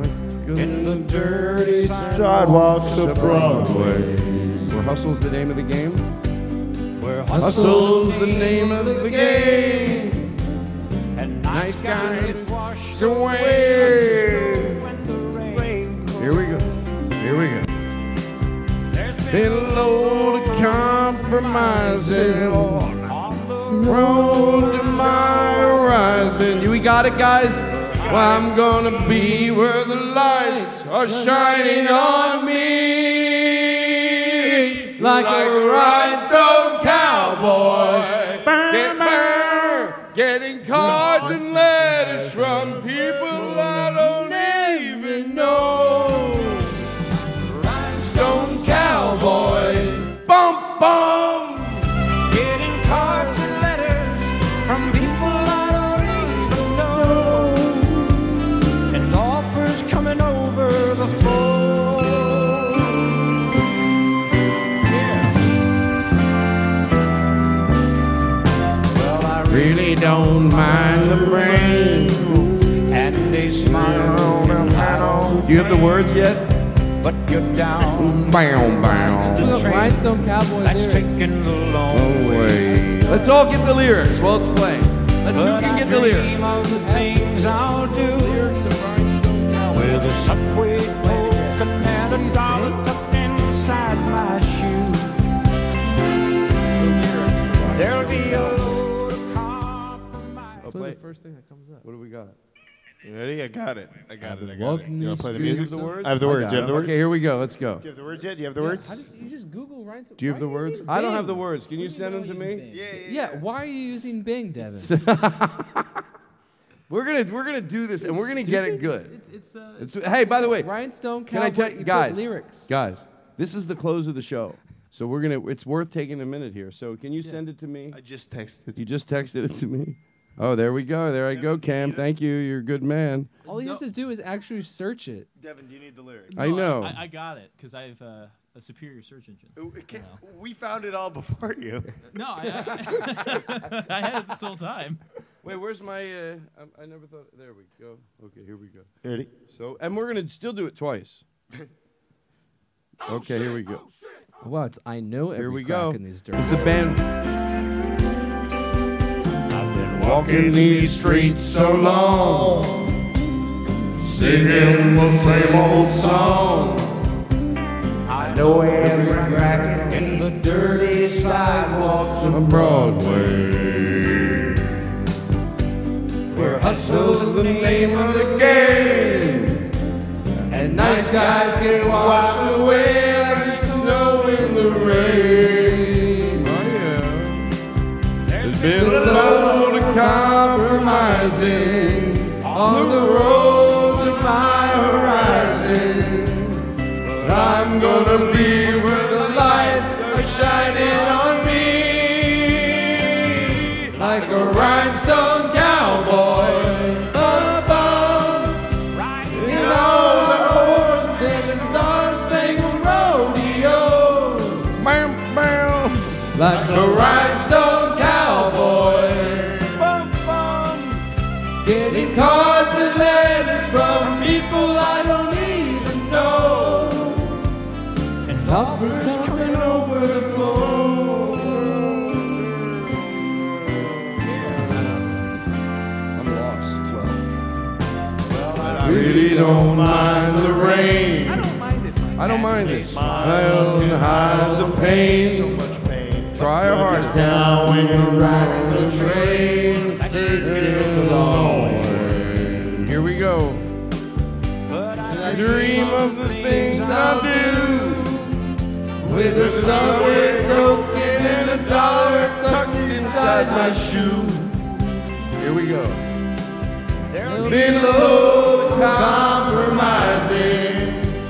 Speaker 10: in the dirty
Speaker 1: Sidewalks of Broadway.
Speaker 2: Where hustle's the name of the game?
Speaker 10: Where
Speaker 2: hustle's the name of the game.
Speaker 10: And
Speaker 2: nice guys
Speaker 10: washed
Speaker 2: away. Here we go. Here we go. Been a load of compromising. Road to my horizon. You- We got it, guys. Well, I'm gonna be where the lights are shining on me.
Speaker 10: Like a rhinestone cowboy. Get burned.
Speaker 2: Getting cards and letters from people I don't even know.
Speaker 10: Rhinestone cowboy. Bum bum. Getting cards and letters from people I don't even know. And offers coming over the phone.
Speaker 3: really don't mind the brain. And they smile and paddle.
Speaker 2: Do you have the words yet?
Speaker 3: But you're down.
Speaker 2: Bam, bam.
Speaker 24: Look, Rhinestone Cowboy
Speaker 3: That's
Speaker 24: lyrics.
Speaker 3: taking the long
Speaker 2: Oh,
Speaker 3: way.
Speaker 2: Let's all get the lyrics while it's playing. Let's who
Speaker 3: But
Speaker 2: can
Speaker 3: I
Speaker 2: get the lyrics.
Speaker 3: dream of the things I'll do. With a subway token and a dollar tucked inside my shoe. There'll be a load of
Speaker 2: play it.
Speaker 24: First thing that comes up.
Speaker 2: What do we got?
Speaker 1: You ready? I got it. I got it. I got it.
Speaker 2: Welcome
Speaker 1: You want
Speaker 2: to
Speaker 1: to play the
Speaker 2: Streets
Speaker 1: music?
Speaker 2: of Soul.
Speaker 1: I have the
Speaker 2: I
Speaker 1: words.
Speaker 2: got
Speaker 1: You have
Speaker 2: it.
Speaker 1: the words?
Speaker 2: Okay, here we go. Let's go.
Speaker 1: Do you have the words yet? Do you have the
Speaker 24: Yeah,
Speaker 1: words?
Speaker 24: how did you just Google Rhinestone?
Speaker 2: Do you have the words? I don't have the words. Can you send them to me?
Speaker 24: Yeah, why are you using Bing, Devin?
Speaker 2: We're gonna we're gonna do this and
Speaker 24: It's
Speaker 2: we're gonna get it
Speaker 24: stupid.
Speaker 2: good.
Speaker 24: It's- it's, uh,
Speaker 2: It's- hey, by the way,
Speaker 24: Rhinestone
Speaker 2: can I
Speaker 24: Cowboy,
Speaker 2: tell
Speaker 24: you
Speaker 2: you
Speaker 24: put
Speaker 2: guys
Speaker 24: lyrics.
Speaker 2: Guys, this is the close of the show, so we're gonna. It's worth taking a minute here. So can you send it to me? I
Speaker 1: just texted.
Speaker 2: You just texted it to me. Oh, there we go. There I go, Cam. Thank you. You're a good man.
Speaker 24: All he has to do is actually search it.
Speaker 1: Devin, do you need the lyrics?
Speaker 2: I know.
Speaker 5: Oh, I, I got it because I have uh, a superior search engine.
Speaker 1: We found it all before you.
Speaker 5: No, I, I, I had it this whole time.
Speaker 2: Wait, where's my? Uh, I, I never thought. There we go. Okay, here we go.
Speaker 1: Ready?
Speaker 2: So, and we're gonna still do it twice. Okay, here we go.
Speaker 24: Wow, it's I know every
Speaker 2: Here we
Speaker 24: crack
Speaker 2: go.
Speaker 24: in these dirt.
Speaker 2: It's the band.
Speaker 3: Walking these streets so long, singing the same old song. I know every crack in the dirty sidewalks of Broadway. Where hustle's the name of the game, and nice guys get washed away like snow in the rain. Oh yeah. There's been a load of compromising on the road to my horizon. But I'm gonna be where the lights are shining on me. Like a rhinestone cowboy above. In all the horses and star spangled rodeo. Bam, bam. Like a rhinestone cowboy. Bum, bum. Getting cards and letters from people I don't even know. And lovers coming over the phone.
Speaker 2: I'm lost.
Speaker 3: I really don't mind the rain. I don't mind it.
Speaker 2: I don't mind it.
Speaker 3: Smile can hide the pain. So much pain.
Speaker 2: Try your hardest.
Speaker 3: Down when you're riding the train. It's taking the long way.
Speaker 2: Here we go.
Speaker 3: And I dream of the things I'll do. With a subway token and a dollar tucked inside my shoe.
Speaker 2: Here we go.
Speaker 3: Below compromising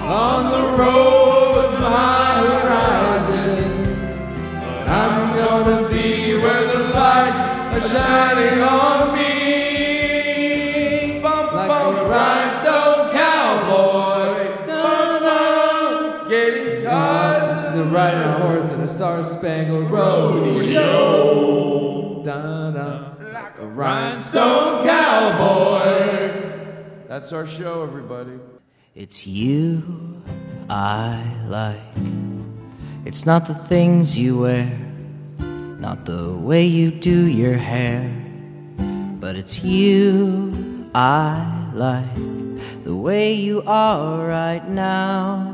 Speaker 3: on the road of my horizon. I'm gonna be where the lights are shining on me. Bum, like a rhinestone cowboy. No, no. Getting caught in the riding a horse in a star spangled rodeo. Da, da. Like a rhinestone cowboy.
Speaker 2: That's our show, everybody.
Speaker 11: It's you I like. It's not the things you wear, not the way you do your hair, but it's you I like. The way you are right now,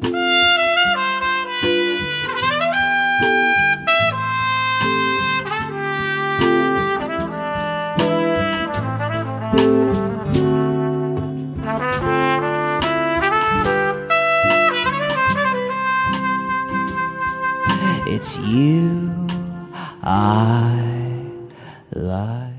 Speaker 25: Thank
Speaker 11: It's you I like.